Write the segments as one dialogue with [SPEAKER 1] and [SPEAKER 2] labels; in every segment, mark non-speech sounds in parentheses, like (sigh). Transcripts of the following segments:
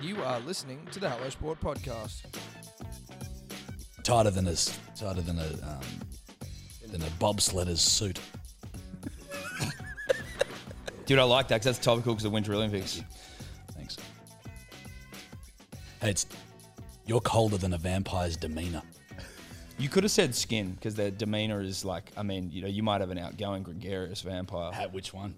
[SPEAKER 1] You are listening to the Hello Sport podcast.
[SPEAKER 2] tighter than a s- tighter than a um, than a bobsledder's suit.
[SPEAKER 3] Dude, I like that because that's topical because of the Winter Olympics.
[SPEAKER 2] Thanks. Hey, it's you're colder than a vampire's demeanor.
[SPEAKER 3] You could have said skin because their demeanor is like, I mean, you know, you might have an outgoing, gregarious vampire.
[SPEAKER 2] Hey, which one?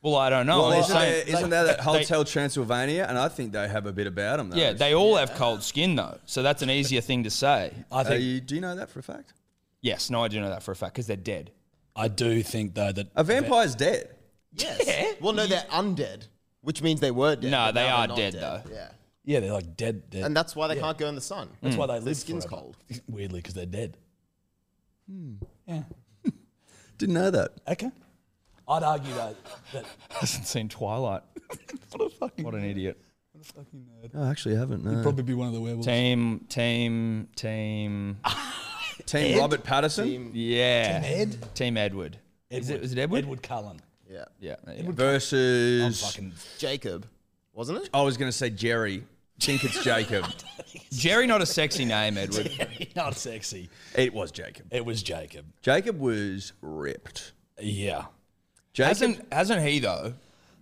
[SPEAKER 3] Well, I don't know.
[SPEAKER 4] Well,
[SPEAKER 3] I'm just
[SPEAKER 4] isn't,
[SPEAKER 3] saying-
[SPEAKER 4] there, isn't there that
[SPEAKER 3] they-
[SPEAKER 4] Hotel Transylvania? And I think they have a bit about them. Though.
[SPEAKER 3] yeah, they all have cold skin though, so that's an easier thing to say.
[SPEAKER 2] I
[SPEAKER 4] Are
[SPEAKER 2] think
[SPEAKER 4] you, do you know that for a fact?
[SPEAKER 3] Yes, no, I do know that for a fact because they're dead. (laughs)
[SPEAKER 5] Uh,
[SPEAKER 2] I do think though that
[SPEAKER 4] A vampire's dead.
[SPEAKER 5] Yes. Well, no, they're undead, which means they were dead.
[SPEAKER 3] No,
[SPEAKER 5] but
[SPEAKER 3] they
[SPEAKER 5] now
[SPEAKER 3] are
[SPEAKER 5] they're not
[SPEAKER 3] dead, though.
[SPEAKER 5] Yeah.
[SPEAKER 2] yeah, they're like dead. dead.
[SPEAKER 5] And that's why they can't go in the sun.
[SPEAKER 3] Hmm.
[SPEAKER 2] that's why they live.
[SPEAKER 5] skin's
[SPEAKER 2] forever.
[SPEAKER 5] cold.
[SPEAKER 2] (laughs) Weirdly, because they're dead. Hmm.
[SPEAKER 4] Didn't know that.
[SPEAKER 2] Okay. I'd argue though
[SPEAKER 5] (laughs)
[SPEAKER 2] that
[SPEAKER 3] Hasn't seen Twilight.
[SPEAKER 2] what a fucking
[SPEAKER 3] What an idiot.
[SPEAKER 2] fucking nerd.
[SPEAKER 4] No, Oh, I actually haven't.
[SPEAKER 2] (laughs)
[SPEAKER 4] No.
[SPEAKER 2] Probably be one of the werewolves.
[SPEAKER 3] Team, team, team.
[SPEAKER 4] Team Robert Patterson
[SPEAKER 3] Yeah.
[SPEAKER 2] Team Ed?
[SPEAKER 3] Team Edward. Is it, was it Edward?
[SPEAKER 2] Edward Cullen.
[SPEAKER 5] Yeah.
[SPEAKER 3] Yeah. there you go.
[SPEAKER 4] versus.
[SPEAKER 3] (laughs)
[SPEAKER 2] Fucking
[SPEAKER 5] Jacob, wasn't it?
[SPEAKER 4] I was going to say Jerry. Think it's Jacob.
[SPEAKER 3] Jerry, not a sexy name, Edward. (laughs)
[SPEAKER 2] not sexy.
[SPEAKER 4] it was Jacob.
[SPEAKER 2] It was Jacob.
[SPEAKER 4] Jacob was ripped.
[SPEAKER 2] Yeah.
[SPEAKER 4] Jacob,
[SPEAKER 3] hasn't hasn't he though,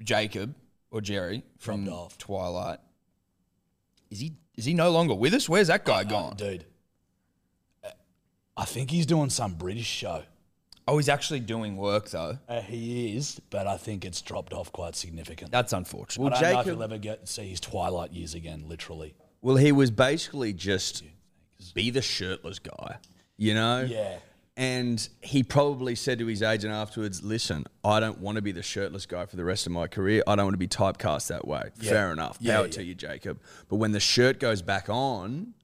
[SPEAKER 3] Jacob or Jerry from
[SPEAKER 2] Dropped off.
[SPEAKER 3] Twilight? Is he is he no longer with us? Where's that guy gone?
[SPEAKER 2] Uh, Dude. Uh, I think he's doing some British show.
[SPEAKER 3] Oh, he's actually doing work though.
[SPEAKER 2] Uh, he is, but I think it's dropped off quite significantly.
[SPEAKER 3] That's unfortunate.
[SPEAKER 2] I don't know if
[SPEAKER 4] Jacob-
[SPEAKER 2] you'll ever get see his twilight years again,
[SPEAKER 4] (laughs)
[SPEAKER 2] literally.
[SPEAKER 4] well, he was basically just be the shirtless guy, you know?
[SPEAKER 2] Yeah.
[SPEAKER 4] And he probably said to his agent afterwards, listen, I don't want to be the shirtless guy for the rest of my career. I don't want to be typecast that way. Fair enough.
[SPEAKER 2] Yeah,
[SPEAKER 4] Power
[SPEAKER 2] yeah.
[SPEAKER 4] to you, Jacob. But when the shirt goes back on,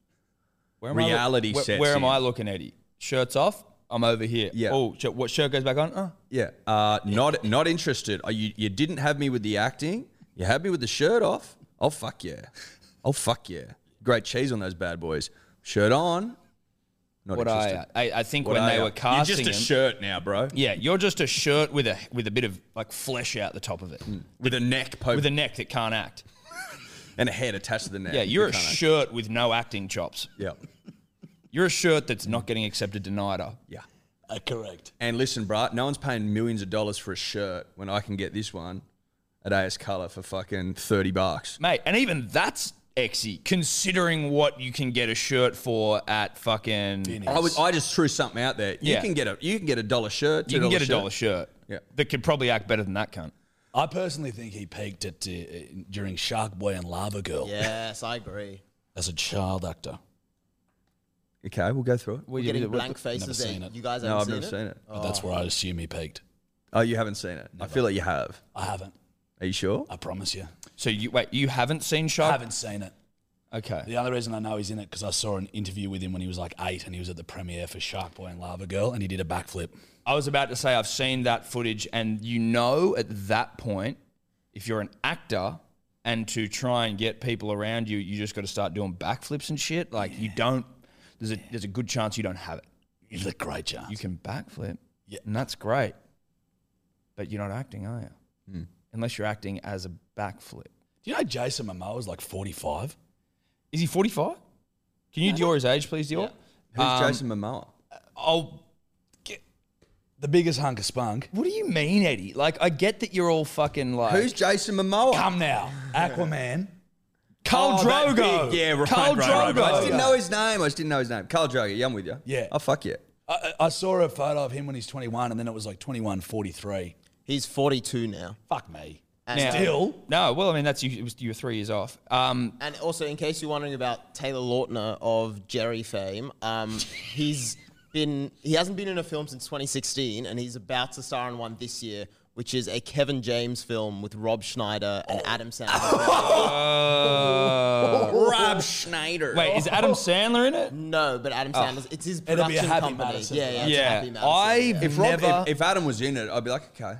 [SPEAKER 3] Where am
[SPEAKER 4] reality
[SPEAKER 3] I, look- where,
[SPEAKER 4] sets
[SPEAKER 3] where am
[SPEAKER 4] in.
[SPEAKER 3] I looking, Eddie? Shirts off. I'm over here.
[SPEAKER 4] Yeah.
[SPEAKER 3] Oh, sh- what shirt goes back on? Oh.
[SPEAKER 4] yeah, uh, not not interested. Uh, you, you didn't have me with the acting. You had me with the shirt off. Oh, fuck yeah. Oh, fuck yeah. Great cheese on those bad boys. Shirt on. Not
[SPEAKER 3] What
[SPEAKER 4] interested.
[SPEAKER 3] I, I I think
[SPEAKER 4] What
[SPEAKER 3] when
[SPEAKER 4] are
[SPEAKER 3] they
[SPEAKER 4] ya?
[SPEAKER 3] were casting
[SPEAKER 4] You're just a
[SPEAKER 3] him-
[SPEAKER 4] shirt now, bro.
[SPEAKER 3] Yeah, you're just a shirt with a with a bit of like flesh out the top of it,
[SPEAKER 4] With a neck poke
[SPEAKER 3] with a neck that can't act.
[SPEAKER 4] and a head attached to the neck.
[SPEAKER 3] Yeah, you're a
[SPEAKER 4] Kinda.
[SPEAKER 3] shirt with no acting chops.
[SPEAKER 4] Yeah.
[SPEAKER 3] You're a shirt that's not getting accepted to NIDA.
[SPEAKER 4] Yeah.
[SPEAKER 2] Uh, correct.
[SPEAKER 4] And listen, bro, no one's paying millions of dollars for a shirt when I can get this one at AS Color for fucking 30 bucks.
[SPEAKER 3] Mate, and even that's exy, considering what you can get a shirt for at fucking.
[SPEAKER 4] Hmm. I, was, I just threw something out there. You
[SPEAKER 3] Yeah.
[SPEAKER 4] can get a you can get a dollar shirt.
[SPEAKER 3] You can
[SPEAKER 4] $2
[SPEAKER 3] get a dollar shirt
[SPEAKER 4] Yeah.
[SPEAKER 3] that could probably act better than that cunt.
[SPEAKER 2] I personally think he peaked at uh, during Shark Boy and Lava Girl
[SPEAKER 5] Yes,
[SPEAKER 3] (laughs)
[SPEAKER 5] I agree.
[SPEAKER 2] as a child actor.
[SPEAKER 4] Okay, we'll go through it.
[SPEAKER 5] We're getting
[SPEAKER 3] what-
[SPEAKER 5] blank faces
[SPEAKER 2] seen
[SPEAKER 5] there.
[SPEAKER 2] it.
[SPEAKER 5] You guys
[SPEAKER 4] no, I've
[SPEAKER 5] haven't
[SPEAKER 4] never
[SPEAKER 5] seen,
[SPEAKER 4] seen
[SPEAKER 5] it?
[SPEAKER 4] it.
[SPEAKER 2] But that's where I assume he peaked.
[SPEAKER 4] Oh, you haven't seen it. I feel like you have.
[SPEAKER 2] I haven't.
[SPEAKER 4] Are you sure?
[SPEAKER 2] I promise you.
[SPEAKER 3] So you wait, you haven't seen
[SPEAKER 2] I
[SPEAKER 3] Shark?
[SPEAKER 2] haven't seen it.
[SPEAKER 3] Okay.
[SPEAKER 2] The only reason I know he's in it because I saw an interview with him when he was like eight, and he was at the premiere for Shark Boy and Lava Girl, and he did a backflip.
[SPEAKER 3] I was about to say I've seen that footage, and you know at that point, if you're an actor and to try and get people around you, you just got to start doing backflips and shit. Like you don't. There's a there's a good chance you don't have it.
[SPEAKER 2] He's a great chance.
[SPEAKER 3] You can backflip,
[SPEAKER 2] Yeah.
[SPEAKER 3] and that's great. But you're not acting, are you?
[SPEAKER 4] Hmm.
[SPEAKER 3] Unless you're acting as a backflip.
[SPEAKER 2] Do you know Jason Momoa is like forty-five?
[SPEAKER 3] Is he 45? Can you Dior his age, please, Dior?
[SPEAKER 4] Who's
[SPEAKER 3] Um,
[SPEAKER 4] Jason Momoa?
[SPEAKER 3] Oh,
[SPEAKER 2] The biggest hunk of spunk.
[SPEAKER 3] what do you mean, Eddie? Like, I get that you're all fucking like
[SPEAKER 4] Who's Jason Momoa?
[SPEAKER 2] Come now, Aquaman.
[SPEAKER 3] Carl
[SPEAKER 4] Oh, that
[SPEAKER 3] Drogo.
[SPEAKER 4] big- Yeah, right,
[SPEAKER 3] Carl
[SPEAKER 4] right,
[SPEAKER 3] Drogo.
[SPEAKER 4] right, right. I just didn't know his name. I just didn't know his name. Carl Drogo. Yeah, I'm with you.
[SPEAKER 2] Yeah.
[SPEAKER 4] Oh, fuck yeah.
[SPEAKER 2] I, I I saw a photo of him when he's 21, and then it was like 21, 43.
[SPEAKER 5] He's 42 now.
[SPEAKER 2] Fuck me.
[SPEAKER 5] And,
[SPEAKER 3] Now-
[SPEAKER 2] Still,
[SPEAKER 3] No, well, I mean that's you. It was, you were three years off. Um,
[SPEAKER 5] and also, in case you're wondering about Taylor Lautner of Jerry fame,
[SPEAKER 3] (laughs)
[SPEAKER 5] um, he's been he hasn't been in a film since 2016, and he's about to star in one this year, which is a Kevin James film with Rob Schneider and
[SPEAKER 3] (laughs)
[SPEAKER 5] Adam Sandler.
[SPEAKER 4] (laughs) Rob Schneider.
[SPEAKER 3] uh, wait, is Adam Sandler in it?
[SPEAKER 5] no, but Adam Sandler. It's his
[SPEAKER 2] It'll
[SPEAKER 5] production
[SPEAKER 2] be a Happy
[SPEAKER 5] company.
[SPEAKER 2] Madison,
[SPEAKER 5] yeah,
[SPEAKER 2] right?
[SPEAKER 5] yeah, it's a
[SPEAKER 3] Yeah,
[SPEAKER 5] Happy Madison,
[SPEAKER 3] I've
[SPEAKER 5] yeah.
[SPEAKER 4] If, Rob,
[SPEAKER 3] never,
[SPEAKER 4] if, if Adam was in it, I'd be like, okay.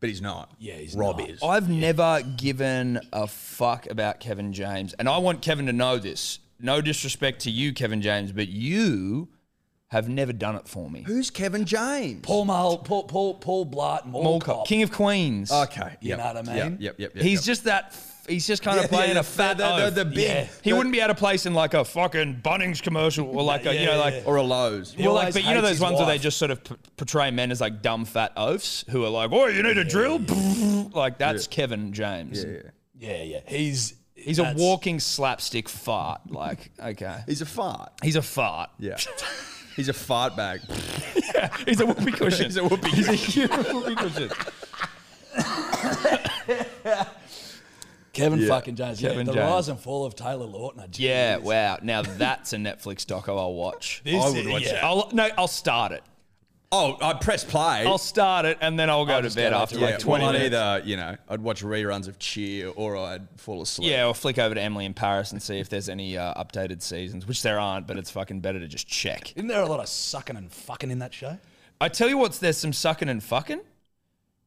[SPEAKER 4] But he's not.
[SPEAKER 2] Yeah, he's Oh,
[SPEAKER 4] Rob
[SPEAKER 2] not.
[SPEAKER 4] is.
[SPEAKER 3] I've never given a fuck about Kevin James, and I want Kevin to know this. No disrespect to you, Kevin James, but you have never done it for me.
[SPEAKER 4] Who's Kevin James?
[SPEAKER 2] Paul Mul, Paul, Paul, Paul Blart, Mall
[SPEAKER 3] Mall
[SPEAKER 2] Cop.
[SPEAKER 3] King of Queens.
[SPEAKER 4] Okay.
[SPEAKER 2] You know what I mean?
[SPEAKER 4] Yep, yep, yep.
[SPEAKER 3] He's
[SPEAKER 4] yep.
[SPEAKER 3] just that he's just kind of playing
[SPEAKER 2] yeah,
[SPEAKER 3] a fat
[SPEAKER 2] the- the-
[SPEAKER 3] oaf.
[SPEAKER 2] the big-
[SPEAKER 3] Yeah. He wouldn't be out of place in like a fucking Bunnings commercial or like a you know
[SPEAKER 2] yeah,
[SPEAKER 3] like
[SPEAKER 2] yeah.
[SPEAKER 4] or a Lowe's.
[SPEAKER 3] Well, like,
[SPEAKER 2] always
[SPEAKER 3] but you know
[SPEAKER 2] hates
[SPEAKER 3] those
[SPEAKER 2] his
[SPEAKER 3] ones where they
[SPEAKER 2] wife.
[SPEAKER 3] just sort of p- portray men as like dumb fat oafs who are like, "Oh, you need a drill." Like that's Kevin James.
[SPEAKER 4] Yeah.
[SPEAKER 2] Yeah, yeah. He's
[SPEAKER 3] He's a
[SPEAKER 2] that's-
[SPEAKER 3] walking slapstick fart. Like, okay,
[SPEAKER 4] He's a fart.
[SPEAKER 3] he's a fart.
[SPEAKER 4] Yeah. (laughs) He's a fart bag.
[SPEAKER 3] (laughs) He's a whoopee cushion.
[SPEAKER 4] He's a whoopee
[SPEAKER 3] He's a huge whoopee cushion.
[SPEAKER 2] Kevin fucking James. yeah,
[SPEAKER 3] Kevin
[SPEAKER 2] the
[SPEAKER 3] James.
[SPEAKER 2] rise and fall of Taylor Lautner. Jeez.
[SPEAKER 3] Yeah, wow. Now that's a Netflix doco I'll watch.
[SPEAKER 2] This
[SPEAKER 4] I would
[SPEAKER 2] is-
[SPEAKER 4] watch
[SPEAKER 2] yeah.
[SPEAKER 4] that.
[SPEAKER 3] I'll no, I'll start it.
[SPEAKER 4] Oh, I'd press play.
[SPEAKER 3] I'll start it and then I'll go to
[SPEAKER 2] just
[SPEAKER 3] bed
[SPEAKER 2] go
[SPEAKER 3] after
[SPEAKER 2] back to
[SPEAKER 3] like
[SPEAKER 2] it.
[SPEAKER 3] twenty
[SPEAKER 4] well, I'd
[SPEAKER 3] minutes.
[SPEAKER 4] either, you know, I'd watch reruns of Cheer or I'd fall asleep.
[SPEAKER 3] Yeah, or flick over to Emily in Paris and see if there's any uh, updated seasons, which there aren't, but it's fucking better to just check.
[SPEAKER 2] Isn't there a lot of sucking and fucking in that show?
[SPEAKER 3] I tell you what's there's some sucking and fucking.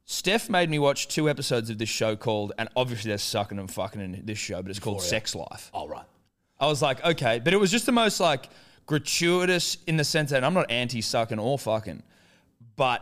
[SPEAKER 3] Steph made me watch two episodes of this show called, and obviously there's sucking and fucking in this show, but it's called Sex Life.
[SPEAKER 2] Oh right.
[SPEAKER 3] I was like, okay, but it was just the most like gratuitous in the sense that I'm not anti sucking or fucking, but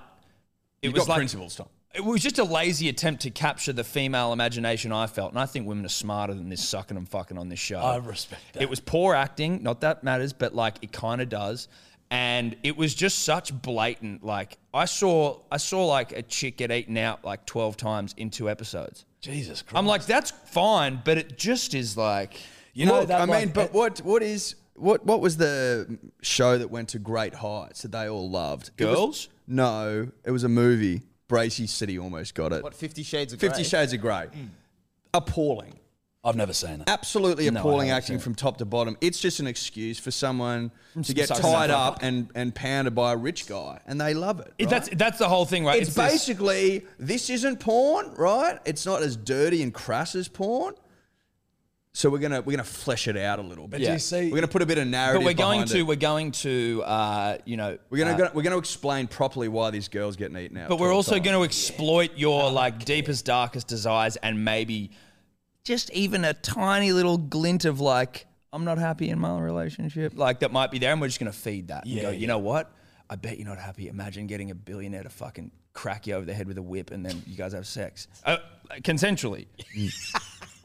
[SPEAKER 3] it
[SPEAKER 4] You've
[SPEAKER 3] was
[SPEAKER 4] got
[SPEAKER 3] like
[SPEAKER 4] principles, Tom.
[SPEAKER 3] it was just a lazy attempt to capture the female imagination I felt, and I think women are smarter than this sucking and fucking on this show.
[SPEAKER 2] I respect that.
[SPEAKER 3] Oh. It was poor acting, not that matters, but like it kind of does. And it was just such blatant. Like I saw, I saw like a chick get eaten out like twelve times in two episodes.
[SPEAKER 2] Jesus Christ.
[SPEAKER 3] I'm like, that's fine, but it just is like,
[SPEAKER 2] you know
[SPEAKER 4] Look,
[SPEAKER 2] that
[SPEAKER 4] I
[SPEAKER 2] like-
[SPEAKER 4] mean, but what what is what what was the show that went to great heights that they all loved? It was-
[SPEAKER 3] Girls?
[SPEAKER 4] no, it was a movie. Bracey City almost got it.
[SPEAKER 5] What Fifty Shades of
[SPEAKER 4] Fifty
[SPEAKER 5] Grey?
[SPEAKER 4] Shades of Grey. Appalling.
[SPEAKER 2] I've never seen it.
[SPEAKER 4] Absolutely appalling
[SPEAKER 3] haven't
[SPEAKER 4] acting from top to bottom. It's just an excuse for someone to get
[SPEAKER 3] sucking
[SPEAKER 4] tied
[SPEAKER 3] up.
[SPEAKER 4] up and, and pounded by a rich guy, and they love it. right?
[SPEAKER 3] that's that's the whole thing, right?
[SPEAKER 4] it's,
[SPEAKER 3] this-
[SPEAKER 4] basically this isn't porn, right? It's not as dirty and crass as porn. So we're gonna we're gonna flesh it out a little bit.
[SPEAKER 2] do you Yeah. see-
[SPEAKER 4] we're gonna put a bit of narrative.
[SPEAKER 3] but we're going
[SPEAKER 4] behind
[SPEAKER 3] to
[SPEAKER 4] it.
[SPEAKER 3] we're going to uh, you know
[SPEAKER 4] We're gonna, gonna- we're gonna explain properly why these girls getting eaten out.
[SPEAKER 3] But we're
[SPEAKER 4] 12
[SPEAKER 3] also
[SPEAKER 4] times.
[SPEAKER 3] going to exploit your like deepest, darkest desires and maybe just even a tiny little glint of like, I'm not happy in my relationship. Like that might be there. And we're just going to feed that and
[SPEAKER 2] Yeah,
[SPEAKER 3] go, you
[SPEAKER 2] yeah.
[SPEAKER 3] know what? I bet you're not happy. Imagine getting a billionaire to fucking crack you over the head with a whip and then you guys have sex. Uh, consensually.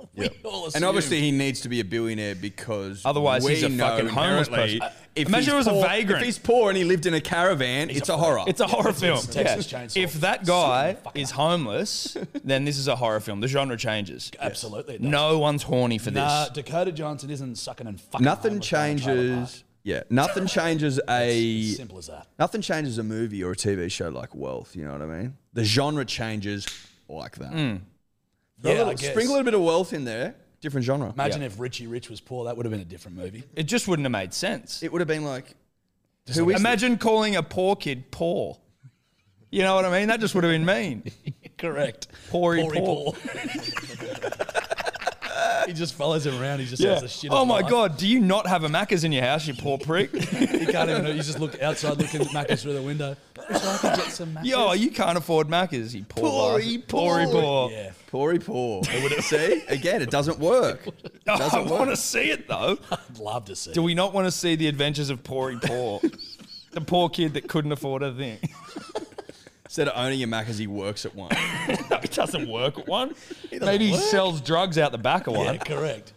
[SPEAKER 2] (laughs) All
[SPEAKER 4] And
[SPEAKER 2] assume-
[SPEAKER 4] obviously, he needs to be a billionaire because
[SPEAKER 3] Otherwise
[SPEAKER 4] we
[SPEAKER 3] he's a
[SPEAKER 4] know
[SPEAKER 3] fucking homeless
[SPEAKER 4] inherently
[SPEAKER 3] person.
[SPEAKER 4] If
[SPEAKER 3] Imagine
[SPEAKER 4] he's
[SPEAKER 3] it was a
[SPEAKER 4] poor-
[SPEAKER 3] vagrant.
[SPEAKER 4] If he's poor and he lived in a caravan, it's a, horror.
[SPEAKER 3] It's a horror film.
[SPEAKER 2] it's Texas Chainsaw.
[SPEAKER 3] If that guy is homeless, then this is a horror film. The genre changes.
[SPEAKER 2] Absolutely. it does.
[SPEAKER 3] No one's horny for this.
[SPEAKER 2] Nah, Dakota Johnson isn't sucking and fucking.
[SPEAKER 4] nothing
[SPEAKER 2] homeless down a trailer
[SPEAKER 4] changes. Yeah,
[SPEAKER 3] (laughs)
[SPEAKER 4] nothing changes a
[SPEAKER 2] park. Simple as that.
[SPEAKER 4] Nothing changes a movie or a TV show like Wealth. You know what I mean? The genre changes like that.
[SPEAKER 3] Mm.
[SPEAKER 4] Throw a
[SPEAKER 2] Yeah,
[SPEAKER 4] little-
[SPEAKER 2] I guess.
[SPEAKER 4] sprinkle a little bit of Wealth in there, different genre.
[SPEAKER 2] Imagine if Richie Rich was poor, that would have been a different
[SPEAKER 3] (laughs)
[SPEAKER 2] movie.
[SPEAKER 3] It just wouldn't have made sense.
[SPEAKER 4] It would have been like, who is
[SPEAKER 3] Imagine calling a poor kid poor. You know what I mean? That just would have been mean.
[SPEAKER 2] Correct.
[SPEAKER 3] Poor,
[SPEAKER 2] Poor. (laughs)
[SPEAKER 3] poor.
[SPEAKER 2] he just follows him around. He just has the shit.
[SPEAKER 3] Oh
[SPEAKER 2] of
[SPEAKER 3] my
[SPEAKER 2] life.
[SPEAKER 3] god, do you not have a Macca's in your house, you poor prick? (laughs)
[SPEAKER 2] He can't even. You just look outside, looking at Macca's through the window. Wish I could get some Macca's.
[SPEAKER 3] Yo, you can't afford Macca's, you poor
[SPEAKER 4] Poor-y,
[SPEAKER 3] bastard. Poor-y,
[SPEAKER 4] poor.
[SPEAKER 3] poor. (laughs)
[SPEAKER 2] Yeah.
[SPEAKER 4] Poor,
[SPEAKER 2] (laughs)
[SPEAKER 4] poor. See, again, it doesn't work.
[SPEAKER 3] Oh, I want to see it though.
[SPEAKER 2] I'd love to see.
[SPEAKER 3] Do we not want to see the adventures of Poor Poor? the poor kid that couldn't afford a thing.
[SPEAKER 4] Instead of owning a Mac as he works
[SPEAKER 3] (coughs)
[SPEAKER 4] at one.
[SPEAKER 3] no, it doesn't work at one.
[SPEAKER 2] doesn't
[SPEAKER 3] Maybe he
[SPEAKER 2] work.
[SPEAKER 3] sells drugs out the back of one.
[SPEAKER 2] Yeah, correct.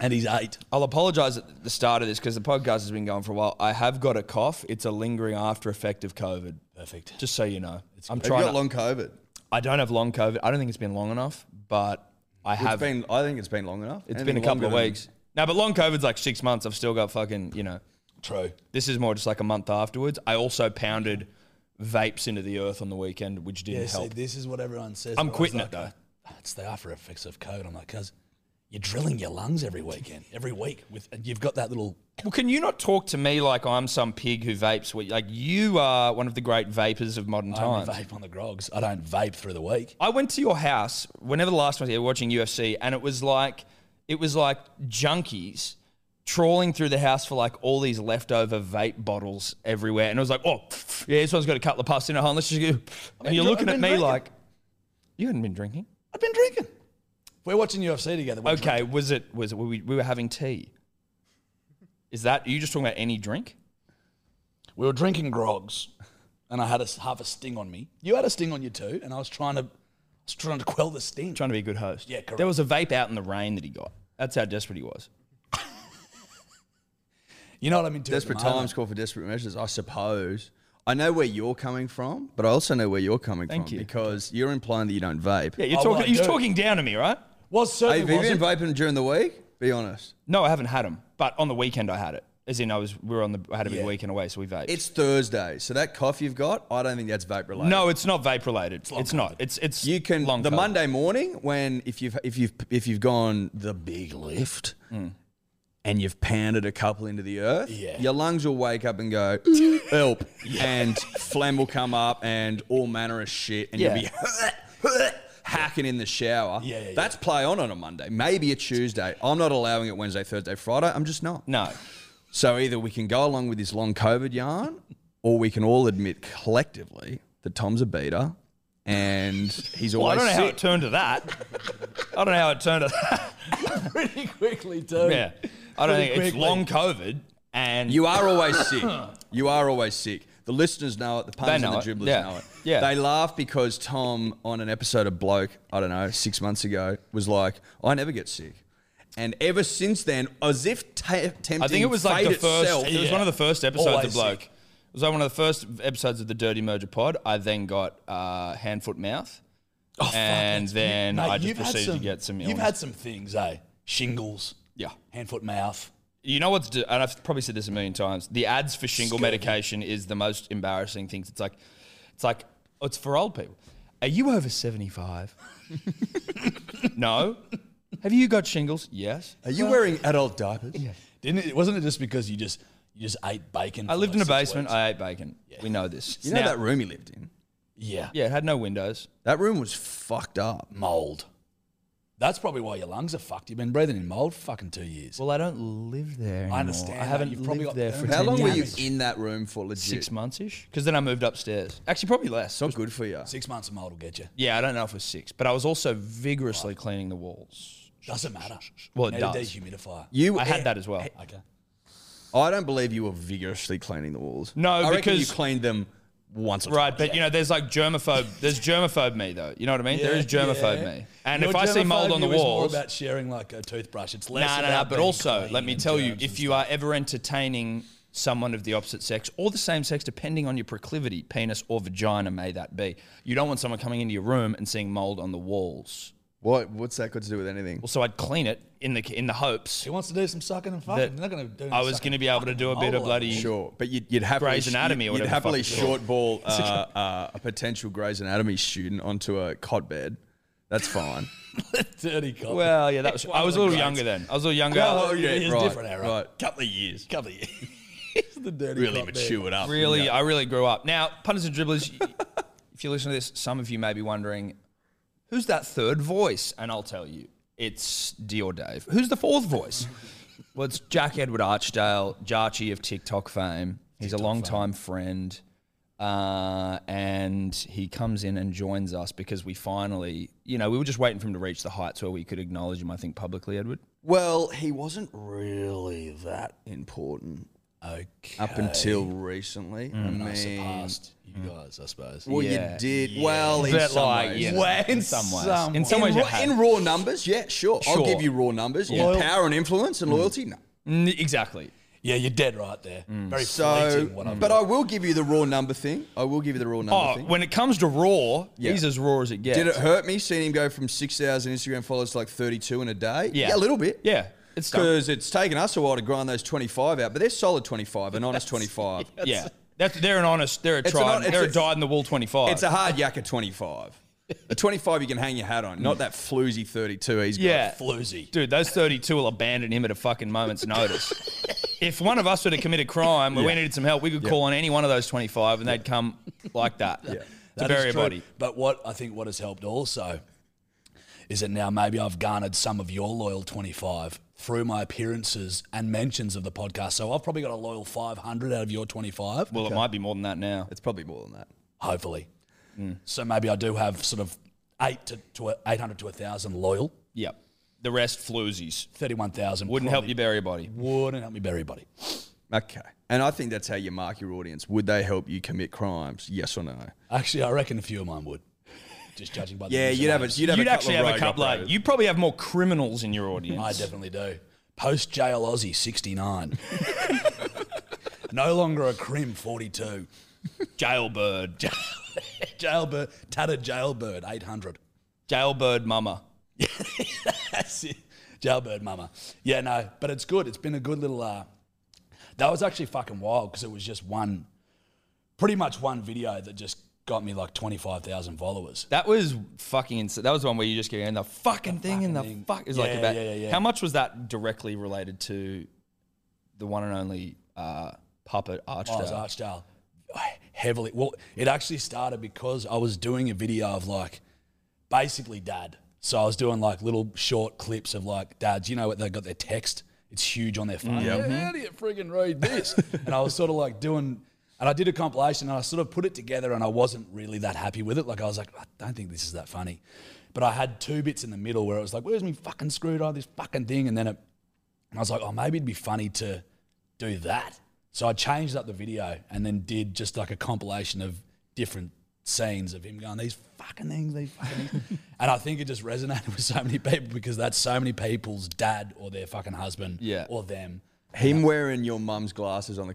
[SPEAKER 2] And he's eight.
[SPEAKER 3] I'll apologize at the start of this because the podcast has been going for a while. I have got a cough. It's a lingering after effect of COVID.
[SPEAKER 2] Perfect.
[SPEAKER 3] Just so you know, I'm
[SPEAKER 4] Have you
[SPEAKER 3] trying.
[SPEAKER 4] got
[SPEAKER 3] To,
[SPEAKER 4] long COVID?
[SPEAKER 3] I don't have long COVID. I don't think it's been long enough, but I
[SPEAKER 4] It's
[SPEAKER 3] have.
[SPEAKER 4] been. I think it's been long enough.
[SPEAKER 3] it's been a couple of weeks. No, but long COVID's like six months. I've still got fucking. You know,
[SPEAKER 2] True.
[SPEAKER 3] this is more just like a month afterwards. I also pounded vapes into the earth on the weekend, which didn't
[SPEAKER 2] Yeah. See,
[SPEAKER 3] help.
[SPEAKER 2] this is what everyone says.
[SPEAKER 3] I'm
[SPEAKER 2] They're always
[SPEAKER 3] quitting
[SPEAKER 2] like,
[SPEAKER 3] it, though.
[SPEAKER 2] "Oh, It's the after effects of COVID. I'm like, cuz you're drilling your lungs every weekend, every week. With and you've got that little.
[SPEAKER 3] Well, can you not talk to me like I'm some pig who vapes? Well, Like you are one of the great vapors of modern
[SPEAKER 2] I only
[SPEAKER 3] times.
[SPEAKER 2] vape on the grogs. I don't vape through the week.
[SPEAKER 3] I went to your house whenever the last one was here watching UFC, and it was like it was like junkies trawling through the house for like all these leftover vape bottles everywhere. And it was like, oh, yeah, this one's got a couple of puffs in it. hon. Let's just go. And you're
[SPEAKER 2] dri-
[SPEAKER 3] looking
[SPEAKER 2] I've been
[SPEAKER 3] at me
[SPEAKER 2] drinking.
[SPEAKER 3] like, you hadn't been drinking.
[SPEAKER 2] I've been drinking. We're watching UFC together. We're drinking.
[SPEAKER 3] Okay, was it was it we, we were having tea? Is that are you just talking about any drink?
[SPEAKER 2] We were drinking grogs, and I had a s half a sting on me. You had a sting on you too, and I was trying to. Just trying to quell the sting.
[SPEAKER 3] Trying to be a good host.
[SPEAKER 2] Yeah, correct.
[SPEAKER 3] There was a vape out in the rain that he got. That's how desperate he was.
[SPEAKER 2] you know what I'm into. at the
[SPEAKER 4] Desperate
[SPEAKER 2] moment.
[SPEAKER 4] times call for desperate measures, I suppose. I know where you're coming from, but I also know where you're coming
[SPEAKER 3] Thank
[SPEAKER 4] from
[SPEAKER 3] you.
[SPEAKER 4] because you're implying that you don't vape.
[SPEAKER 3] Yeah, you're
[SPEAKER 2] Oh, well,
[SPEAKER 3] talking.
[SPEAKER 2] I
[SPEAKER 3] He's
[SPEAKER 2] do.
[SPEAKER 3] talking down to me, right?
[SPEAKER 2] Was
[SPEAKER 4] Hey,
[SPEAKER 2] certainly
[SPEAKER 4] have you been
[SPEAKER 2] wasn't.
[SPEAKER 4] vaping during the week? Be honest.
[SPEAKER 3] No, I haven't had them, but on the weekend I had it. As in, I was we were on the I had a big
[SPEAKER 2] Yeah.
[SPEAKER 3] weekend away, so we vaped.
[SPEAKER 4] It's Thursday, so that cough you've got, I don't think that's vape related.
[SPEAKER 3] no, it's not vape related. It's, not. It's it's
[SPEAKER 4] you can
[SPEAKER 3] long
[SPEAKER 4] the
[SPEAKER 3] COVID.
[SPEAKER 4] Monday morning when if you've if you've if you've gone the big lift and you've pounded a couple into the earth,
[SPEAKER 2] Mm. Yeah.
[SPEAKER 4] your lungs will wake up
[SPEAKER 2] (laughs)
[SPEAKER 4] and go help, and phlegm will come up and all manner of shit, and you'll
[SPEAKER 3] Yeah.
[SPEAKER 4] be (laughs) hacking in the shower.
[SPEAKER 2] Yeah, yeah, yeah.
[SPEAKER 4] That's play on on a Monday, maybe a Tuesday. I'm not allowing it Wednesday, Thursday, Friday. I'm just not.
[SPEAKER 3] No,
[SPEAKER 4] So either we can go along with this long COVID yarn, or we can all admit collectively that Tom's a beater, and he's
[SPEAKER 3] well, I
[SPEAKER 4] always
[SPEAKER 3] don't know how
[SPEAKER 4] sick.
[SPEAKER 3] it turned to that. I don't know how it turned to that.
[SPEAKER 2] pretty (laughs) quickly too.
[SPEAKER 3] Yeah, I don't
[SPEAKER 2] Pretty
[SPEAKER 3] think it's
[SPEAKER 2] quickly.
[SPEAKER 3] long COVID, and
[SPEAKER 4] You are always sick. You are always sick. The listeners know it. The punters
[SPEAKER 3] They
[SPEAKER 4] and
[SPEAKER 3] know
[SPEAKER 4] the
[SPEAKER 3] it,
[SPEAKER 4] dribblers
[SPEAKER 3] yeah,
[SPEAKER 4] know it.
[SPEAKER 3] yeah.
[SPEAKER 4] They laugh because Tom, on an episode of Bloke, I don't know, six months ago, was like, I never get sick. And ever since then, as if ta tempting
[SPEAKER 3] I think it was like the
[SPEAKER 4] fate
[SPEAKER 3] first.
[SPEAKER 4] itself,
[SPEAKER 3] It was
[SPEAKER 2] Yeah.
[SPEAKER 3] one of the first episodes
[SPEAKER 2] Always
[SPEAKER 3] of Bloke.
[SPEAKER 2] sick.
[SPEAKER 3] It was like one of the first episodes of the Dirty Merger Pod. I then got uh, hand, foot, mouth, and then
[SPEAKER 2] Oh, Mate,
[SPEAKER 3] I just
[SPEAKER 2] you've had
[SPEAKER 3] proceeded
[SPEAKER 2] some-
[SPEAKER 3] to get some. Illness.
[SPEAKER 2] You've had some things, eh? Shingles.
[SPEAKER 3] Yeah.
[SPEAKER 2] Hand, foot, mouth.
[SPEAKER 3] You know what's, and I've probably said this a million times. The ads for shingle
[SPEAKER 2] Scurvy.
[SPEAKER 3] medication is the most embarrassing things. It's like, it's like, oh, it's for old people. Are you over seventy-five? (laughs) no. Have you got shingles? Yes.
[SPEAKER 4] Are you wearing adult diapers?
[SPEAKER 2] Didn't it? Wasn't it just because you just you just ate bacon?
[SPEAKER 3] I
[SPEAKER 2] for
[SPEAKER 3] lived
[SPEAKER 2] like
[SPEAKER 3] in a
[SPEAKER 2] six
[SPEAKER 3] basement.
[SPEAKER 2] weeks?
[SPEAKER 3] I ate bacon. We know this.
[SPEAKER 4] You know
[SPEAKER 3] Now-
[SPEAKER 4] that room he lived in?
[SPEAKER 2] yeah.
[SPEAKER 3] Yeah, it had no windows.
[SPEAKER 4] That room was fucked up.
[SPEAKER 2] Mold. That's probably why your lungs are fucked. You've been breathing in mold for fucking two years.
[SPEAKER 3] Well, I don't live there anymore.
[SPEAKER 2] I understand
[SPEAKER 3] I
[SPEAKER 2] that.
[SPEAKER 3] haven't
[SPEAKER 2] You've probably got
[SPEAKER 3] lived there for
[SPEAKER 2] burn
[SPEAKER 4] How
[SPEAKER 2] Ten
[SPEAKER 4] long were you
[SPEAKER 2] years.
[SPEAKER 4] in that room for legit?
[SPEAKER 3] Six months ish. Because then I moved upstairs. Actually, probably less.
[SPEAKER 4] Not good for you.
[SPEAKER 2] six months of mold will get you.
[SPEAKER 3] yeah, I don't know if it was six, but I was also vigorously cleaning the walls.
[SPEAKER 2] Doesn't matter.
[SPEAKER 3] Well, it
[SPEAKER 2] Need a
[SPEAKER 3] does.
[SPEAKER 2] dehumidifier.
[SPEAKER 4] You, eh,
[SPEAKER 3] I had that as well.
[SPEAKER 2] okay.
[SPEAKER 4] I don't believe you were vigorously cleaning the walls.
[SPEAKER 3] No,
[SPEAKER 4] I reckon you
[SPEAKER 3] because-
[SPEAKER 4] cleaned them once or twice.
[SPEAKER 3] Right, but you know, there's like germaphobe. There's germaphobe me though. You know what I mean? there is
[SPEAKER 2] Yeah,
[SPEAKER 3] germaphobe
[SPEAKER 2] yeah.
[SPEAKER 3] me. And
[SPEAKER 2] Your
[SPEAKER 3] if I see mold
[SPEAKER 2] germophobia
[SPEAKER 3] on the
[SPEAKER 2] was more
[SPEAKER 3] walls,
[SPEAKER 2] about sharing like a toothbrush. It's less.
[SPEAKER 3] nah, nah, nah.
[SPEAKER 2] about
[SPEAKER 3] But
[SPEAKER 2] being
[SPEAKER 3] also,
[SPEAKER 2] clean
[SPEAKER 3] let me
[SPEAKER 2] and
[SPEAKER 3] tell you,
[SPEAKER 2] germs and
[SPEAKER 3] if you are ever entertaining someone of the opposite sex or the same sex, depending on your proclivity, penis or vagina, may that be, you don't want someone coming into your room and seeing mold on the walls.
[SPEAKER 4] What? What's that got to do with anything?
[SPEAKER 3] Well, so I'd clean it in the in the hopes
[SPEAKER 2] He wants to do some sucking and fucking.
[SPEAKER 3] that
[SPEAKER 2] They're not going to do. any
[SPEAKER 3] I was
[SPEAKER 2] sucking
[SPEAKER 3] going to be
[SPEAKER 2] and
[SPEAKER 3] able to do a
[SPEAKER 2] fucking
[SPEAKER 3] bit of
[SPEAKER 2] mold
[SPEAKER 3] bloody.
[SPEAKER 4] Sure, but you'd, you'd happily
[SPEAKER 3] Grey's Anatomy or
[SPEAKER 4] you'd,
[SPEAKER 3] whatever the
[SPEAKER 4] happily
[SPEAKER 3] fuck it's called.
[SPEAKER 4] short ball
[SPEAKER 3] (laughs)
[SPEAKER 4] uh, uh, a potential Grey's Anatomy student onto a cot bed.
[SPEAKER 3] (laughs)
[SPEAKER 4] That's fine.
[SPEAKER 2] (laughs) dirty cop.
[SPEAKER 3] Well, yeah, that was.
[SPEAKER 2] One
[SPEAKER 3] I was a
[SPEAKER 2] of the
[SPEAKER 3] little
[SPEAKER 2] greats.
[SPEAKER 3] younger then. I was a little younger.
[SPEAKER 2] Well, yeah, it's
[SPEAKER 4] Oh, right,
[SPEAKER 2] different era.
[SPEAKER 4] right.
[SPEAKER 2] Couple of years. Couple (laughs) of years. He's the dirty
[SPEAKER 4] really
[SPEAKER 2] cop man.
[SPEAKER 4] matured up.
[SPEAKER 3] Really, I really grew up. Now, punters and dribblers, y- (laughs) if you listen to this, some of you may be wondering, who's that third voice? And I'll tell you, it's Dior Dave. Who's the fourth (laughs) voice? well, it's Jack Edward Archdale, Jarchi of TikTok fame. He's a long-time friend. Uh, and he comes in and joins us because we finally, you know, we were just waiting for him to reach the heights where we could acknowledge him, I think, publicly, Edward.
[SPEAKER 4] Well, he wasn't really that important
[SPEAKER 2] Okay.
[SPEAKER 4] up until recently. I mean,
[SPEAKER 2] surpassed you guys, I suppose.
[SPEAKER 4] well,
[SPEAKER 3] Yeah.
[SPEAKER 4] you did well in
[SPEAKER 3] But
[SPEAKER 4] some
[SPEAKER 3] like,
[SPEAKER 4] ways.
[SPEAKER 3] yeah.
[SPEAKER 2] Well,
[SPEAKER 3] in
[SPEAKER 2] in
[SPEAKER 3] some ways.
[SPEAKER 2] some
[SPEAKER 3] in some
[SPEAKER 4] In,
[SPEAKER 3] ways, it
[SPEAKER 4] raw,
[SPEAKER 3] has.
[SPEAKER 4] in raw numbers, yeah, sure. I'll
[SPEAKER 3] Sure.
[SPEAKER 4] give you raw numbers. In
[SPEAKER 2] Loyal-
[SPEAKER 4] power and influence and loyalty, no.
[SPEAKER 3] Mm, exactly.
[SPEAKER 2] Yeah, you're dead right there. Very
[SPEAKER 4] Mm. So, mm.
[SPEAKER 2] fleeting. What I'm
[SPEAKER 4] but I will give you the raw number thing. I will give you the raw number
[SPEAKER 3] Oh,
[SPEAKER 4] thing.
[SPEAKER 3] when it comes to raw, he's as raw as it gets.
[SPEAKER 4] Did it hurt me seeing him go from 6,000 Instagram followers to like 32 in a day?
[SPEAKER 3] Yeah.
[SPEAKER 4] a little bit.
[SPEAKER 3] Yeah, it's done.
[SPEAKER 4] Because it's taken us a while to grind those 25 out, but they're solid 25,
[SPEAKER 3] (laughs)
[SPEAKER 4] an honest 25.
[SPEAKER 3] yeah, that's they're an honest, they're a
[SPEAKER 4] It's an
[SPEAKER 3] tried,
[SPEAKER 4] hon- it's
[SPEAKER 3] they're a,
[SPEAKER 4] a-
[SPEAKER 3] dyed in the wool twenty five.
[SPEAKER 4] It's a hard yak of 25. A 25 you can hang your hat on, not that floozy 32 he's got.
[SPEAKER 3] yeah,
[SPEAKER 2] floozy.
[SPEAKER 3] dude, those thirty two will abandon him at a fucking moment's
[SPEAKER 4] (laughs)
[SPEAKER 3] notice. if one of us were to commit a crime where we needed some help, we could call on any one of those twenty five, and they'd come like that to
[SPEAKER 2] That
[SPEAKER 3] bury a
[SPEAKER 2] is true.
[SPEAKER 3] body.
[SPEAKER 2] But what I think what has helped also is that now maybe I've garnered some of your loyal 25 through my appearances and mentions of the podcast. So I've probably got a loyal 500 out of your 25,
[SPEAKER 3] Well, it might be more than that now.
[SPEAKER 4] It's probably more than that.
[SPEAKER 2] hopefully.
[SPEAKER 4] Mm.
[SPEAKER 2] So maybe I do have sort of eight to, to a- 800 to 1,000 loyal,
[SPEAKER 3] Yep, the rest floozies
[SPEAKER 2] 31,000.
[SPEAKER 3] wouldn't help you
[SPEAKER 2] probably
[SPEAKER 3] bury a body.
[SPEAKER 2] Wouldn't help me bury body.
[SPEAKER 4] Okay. And I think that's how you mark your audience. Would they help you commit crimes? Yes or no?
[SPEAKER 2] Actually, I reckon a few of mine would. Just judging by the
[SPEAKER 4] Yeah, you'd have a
[SPEAKER 2] usernames.
[SPEAKER 4] you'd have
[SPEAKER 3] You'd
[SPEAKER 4] a couple
[SPEAKER 3] actually
[SPEAKER 4] of
[SPEAKER 3] have a
[SPEAKER 4] rogue
[SPEAKER 3] couple of.
[SPEAKER 4] operators.
[SPEAKER 3] You probably have more criminals in your audience.
[SPEAKER 2] I definitely do. Post jail Aussie
[SPEAKER 4] (laughs)
[SPEAKER 2] 69. no longer a crim 42.
[SPEAKER 3] Jailbird. Ja-
[SPEAKER 2] Jailbird, tattered jailbird 800.
[SPEAKER 3] Jailbird mama.
[SPEAKER 2] That's it. Jailbird mama. Yeah, no, but it's good. It's been a good little. Uh, that was actually fucking wild because it was just one, pretty much one video that just got me like 25,000 followers.
[SPEAKER 3] That was fucking insane. That was one where you just go, and the fucking thing, and the
[SPEAKER 2] thing.
[SPEAKER 3] fuck. It's like
[SPEAKER 2] Yeah,
[SPEAKER 3] about.
[SPEAKER 2] yeah, yeah, yeah.
[SPEAKER 3] How much was that directly related to the one and only uh, puppet
[SPEAKER 2] Oh, it was
[SPEAKER 3] Archdale?
[SPEAKER 2] Archdale. I Heavily. Well, it actually started because I was doing a video of like basically dad. So I was doing like little short clips of like dads. You know what? They've got their text. It's huge on their phone. Yeah, How do you friggin' read this? and I was sort of like doing, and I did a compilation and I sort of put it together and I wasn't really that happy with it. Like I was like, I don't think this is that funny. But I had two bits in the middle where it was like, where's me fucking screwed on this fucking thing? And then it, and I was like, oh, maybe it'd be funny to do that. So I changed up the video and then did just like a compilation of different scenes of him going, these fucking things, these fucking
[SPEAKER 4] (laughs)
[SPEAKER 2] things. and I think it just resonated with so many people because that's so many people's dad or their fucking husband
[SPEAKER 3] Yeah.
[SPEAKER 2] or them.
[SPEAKER 4] Him wearing your mum's glasses on the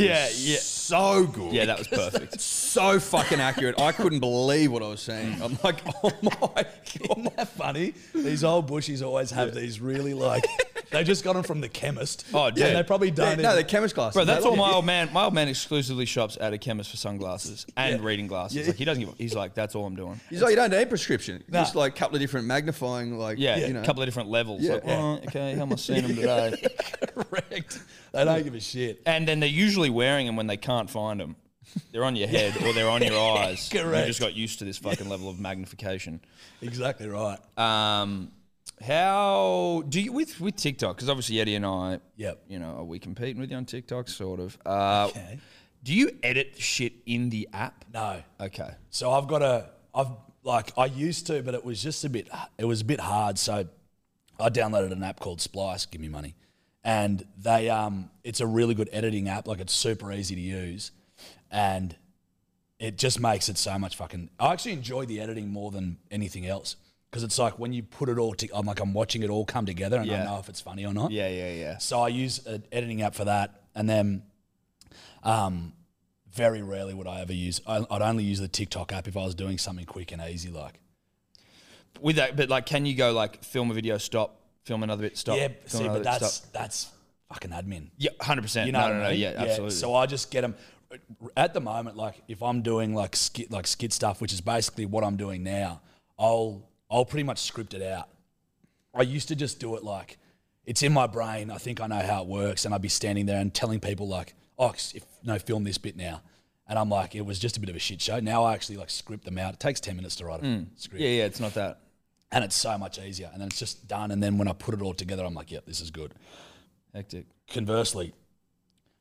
[SPEAKER 3] (laughs) Yeah,
[SPEAKER 4] was
[SPEAKER 3] yeah.
[SPEAKER 4] So good.
[SPEAKER 3] Yeah, that
[SPEAKER 2] (laughs)
[SPEAKER 3] was perfect.
[SPEAKER 4] so fucking accurate. I couldn't believe what I was saying. I'm
[SPEAKER 2] (laughs)
[SPEAKER 4] like, oh my god.
[SPEAKER 2] Isn't that funny? These old bushies always have these really like, they just got them from the chemist.
[SPEAKER 3] Oh, dude.
[SPEAKER 2] And they probably
[SPEAKER 4] Yeah,
[SPEAKER 2] don't.
[SPEAKER 4] no,
[SPEAKER 2] even-
[SPEAKER 4] the chemist glasses.
[SPEAKER 3] Bro, that's
[SPEAKER 4] They
[SPEAKER 3] all
[SPEAKER 4] look-
[SPEAKER 3] my old man. My old man exclusively shops at a chemist for sunglasses
[SPEAKER 2] (laughs)
[SPEAKER 3] and reading glasses. Like he doesn't give. a- He's like, that's all I'm doing.
[SPEAKER 4] He's like, you don't need a prescription. Just like a couple of different magnifying, like,
[SPEAKER 3] Yeah,
[SPEAKER 4] you know.
[SPEAKER 3] a couple of different levels.
[SPEAKER 4] Yeah.
[SPEAKER 3] Like, well, okay, how am I seeing
[SPEAKER 2] (laughs)
[SPEAKER 3] them today? (laughs)
[SPEAKER 2] correct. They don't give a shit.
[SPEAKER 3] And then they're usually wearing them when they can't find them. They're on your head or they're
[SPEAKER 2] (laughs)
[SPEAKER 3] on your eyes.
[SPEAKER 2] Correct.
[SPEAKER 3] You just got used to this fucking level of magnification.
[SPEAKER 2] Exactly right.
[SPEAKER 3] Um, how do you with with TikTok? Because obviously Eddie and I,
[SPEAKER 2] Yep.
[SPEAKER 3] you know, are we competing with you on TikTok? Sort of. Uh,
[SPEAKER 2] Okay.
[SPEAKER 3] Do you edit shit in the app?
[SPEAKER 2] No.
[SPEAKER 3] Okay.
[SPEAKER 2] So I've got a, I've like I used to, but it was just a bit, it was a bit hard. So I downloaded an app called Splice. Give me money, and they, um, it's a really good editing app. Like it's super easy to use, and it just makes it so much fucking. I actually enjoy the editing more than anything else because it's like when you put it all, to, I'm like I'm watching it all come together, and I
[SPEAKER 3] Yeah.
[SPEAKER 2] know if it's funny or not.
[SPEAKER 3] Yeah, yeah, yeah.
[SPEAKER 2] So I use an editing app for that, and then um, very rarely would I ever use. I, I'd only use the TikTok app if I was doing something quick and easy, like
[SPEAKER 3] With that, but like, can you go like film a video, stop, film another bit, stop.
[SPEAKER 2] yeah.
[SPEAKER 3] film
[SPEAKER 2] See, but
[SPEAKER 3] another bit,
[SPEAKER 2] that's
[SPEAKER 3] stop.
[SPEAKER 2] that's fucking admin.
[SPEAKER 3] yeah, hundred percent.
[SPEAKER 2] You know
[SPEAKER 3] No,
[SPEAKER 2] what
[SPEAKER 3] no,
[SPEAKER 2] I
[SPEAKER 3] no.
[SPEAKER 2] mean?
[SPEAKER 3] Yeah, absolutely.
[SPEAKER 2] So I just get them at the moment. Like if I'm doing like skit like skit stuff, which is basically what I'm doing now, I'll I'll pretty much script it out. I used to just do it like it's in my brain. I think I know how it works, and I'd be standing there and telling people like, "Oh, if, no, film this bit now." And I'm like, it was just a bit of a shit show. Now I actually like script them out. It takes ten minutes to write a script,
[SPEAKER 3] Mm. yeah, yeah, it's not that.
[SPEAKER 2] and it's so much easier. And then it's just done. And then when I put it all together, I'm like, "Yep, this is good."
[SPEAKER 3] Hectic.
[SPEAKER 2] conversely,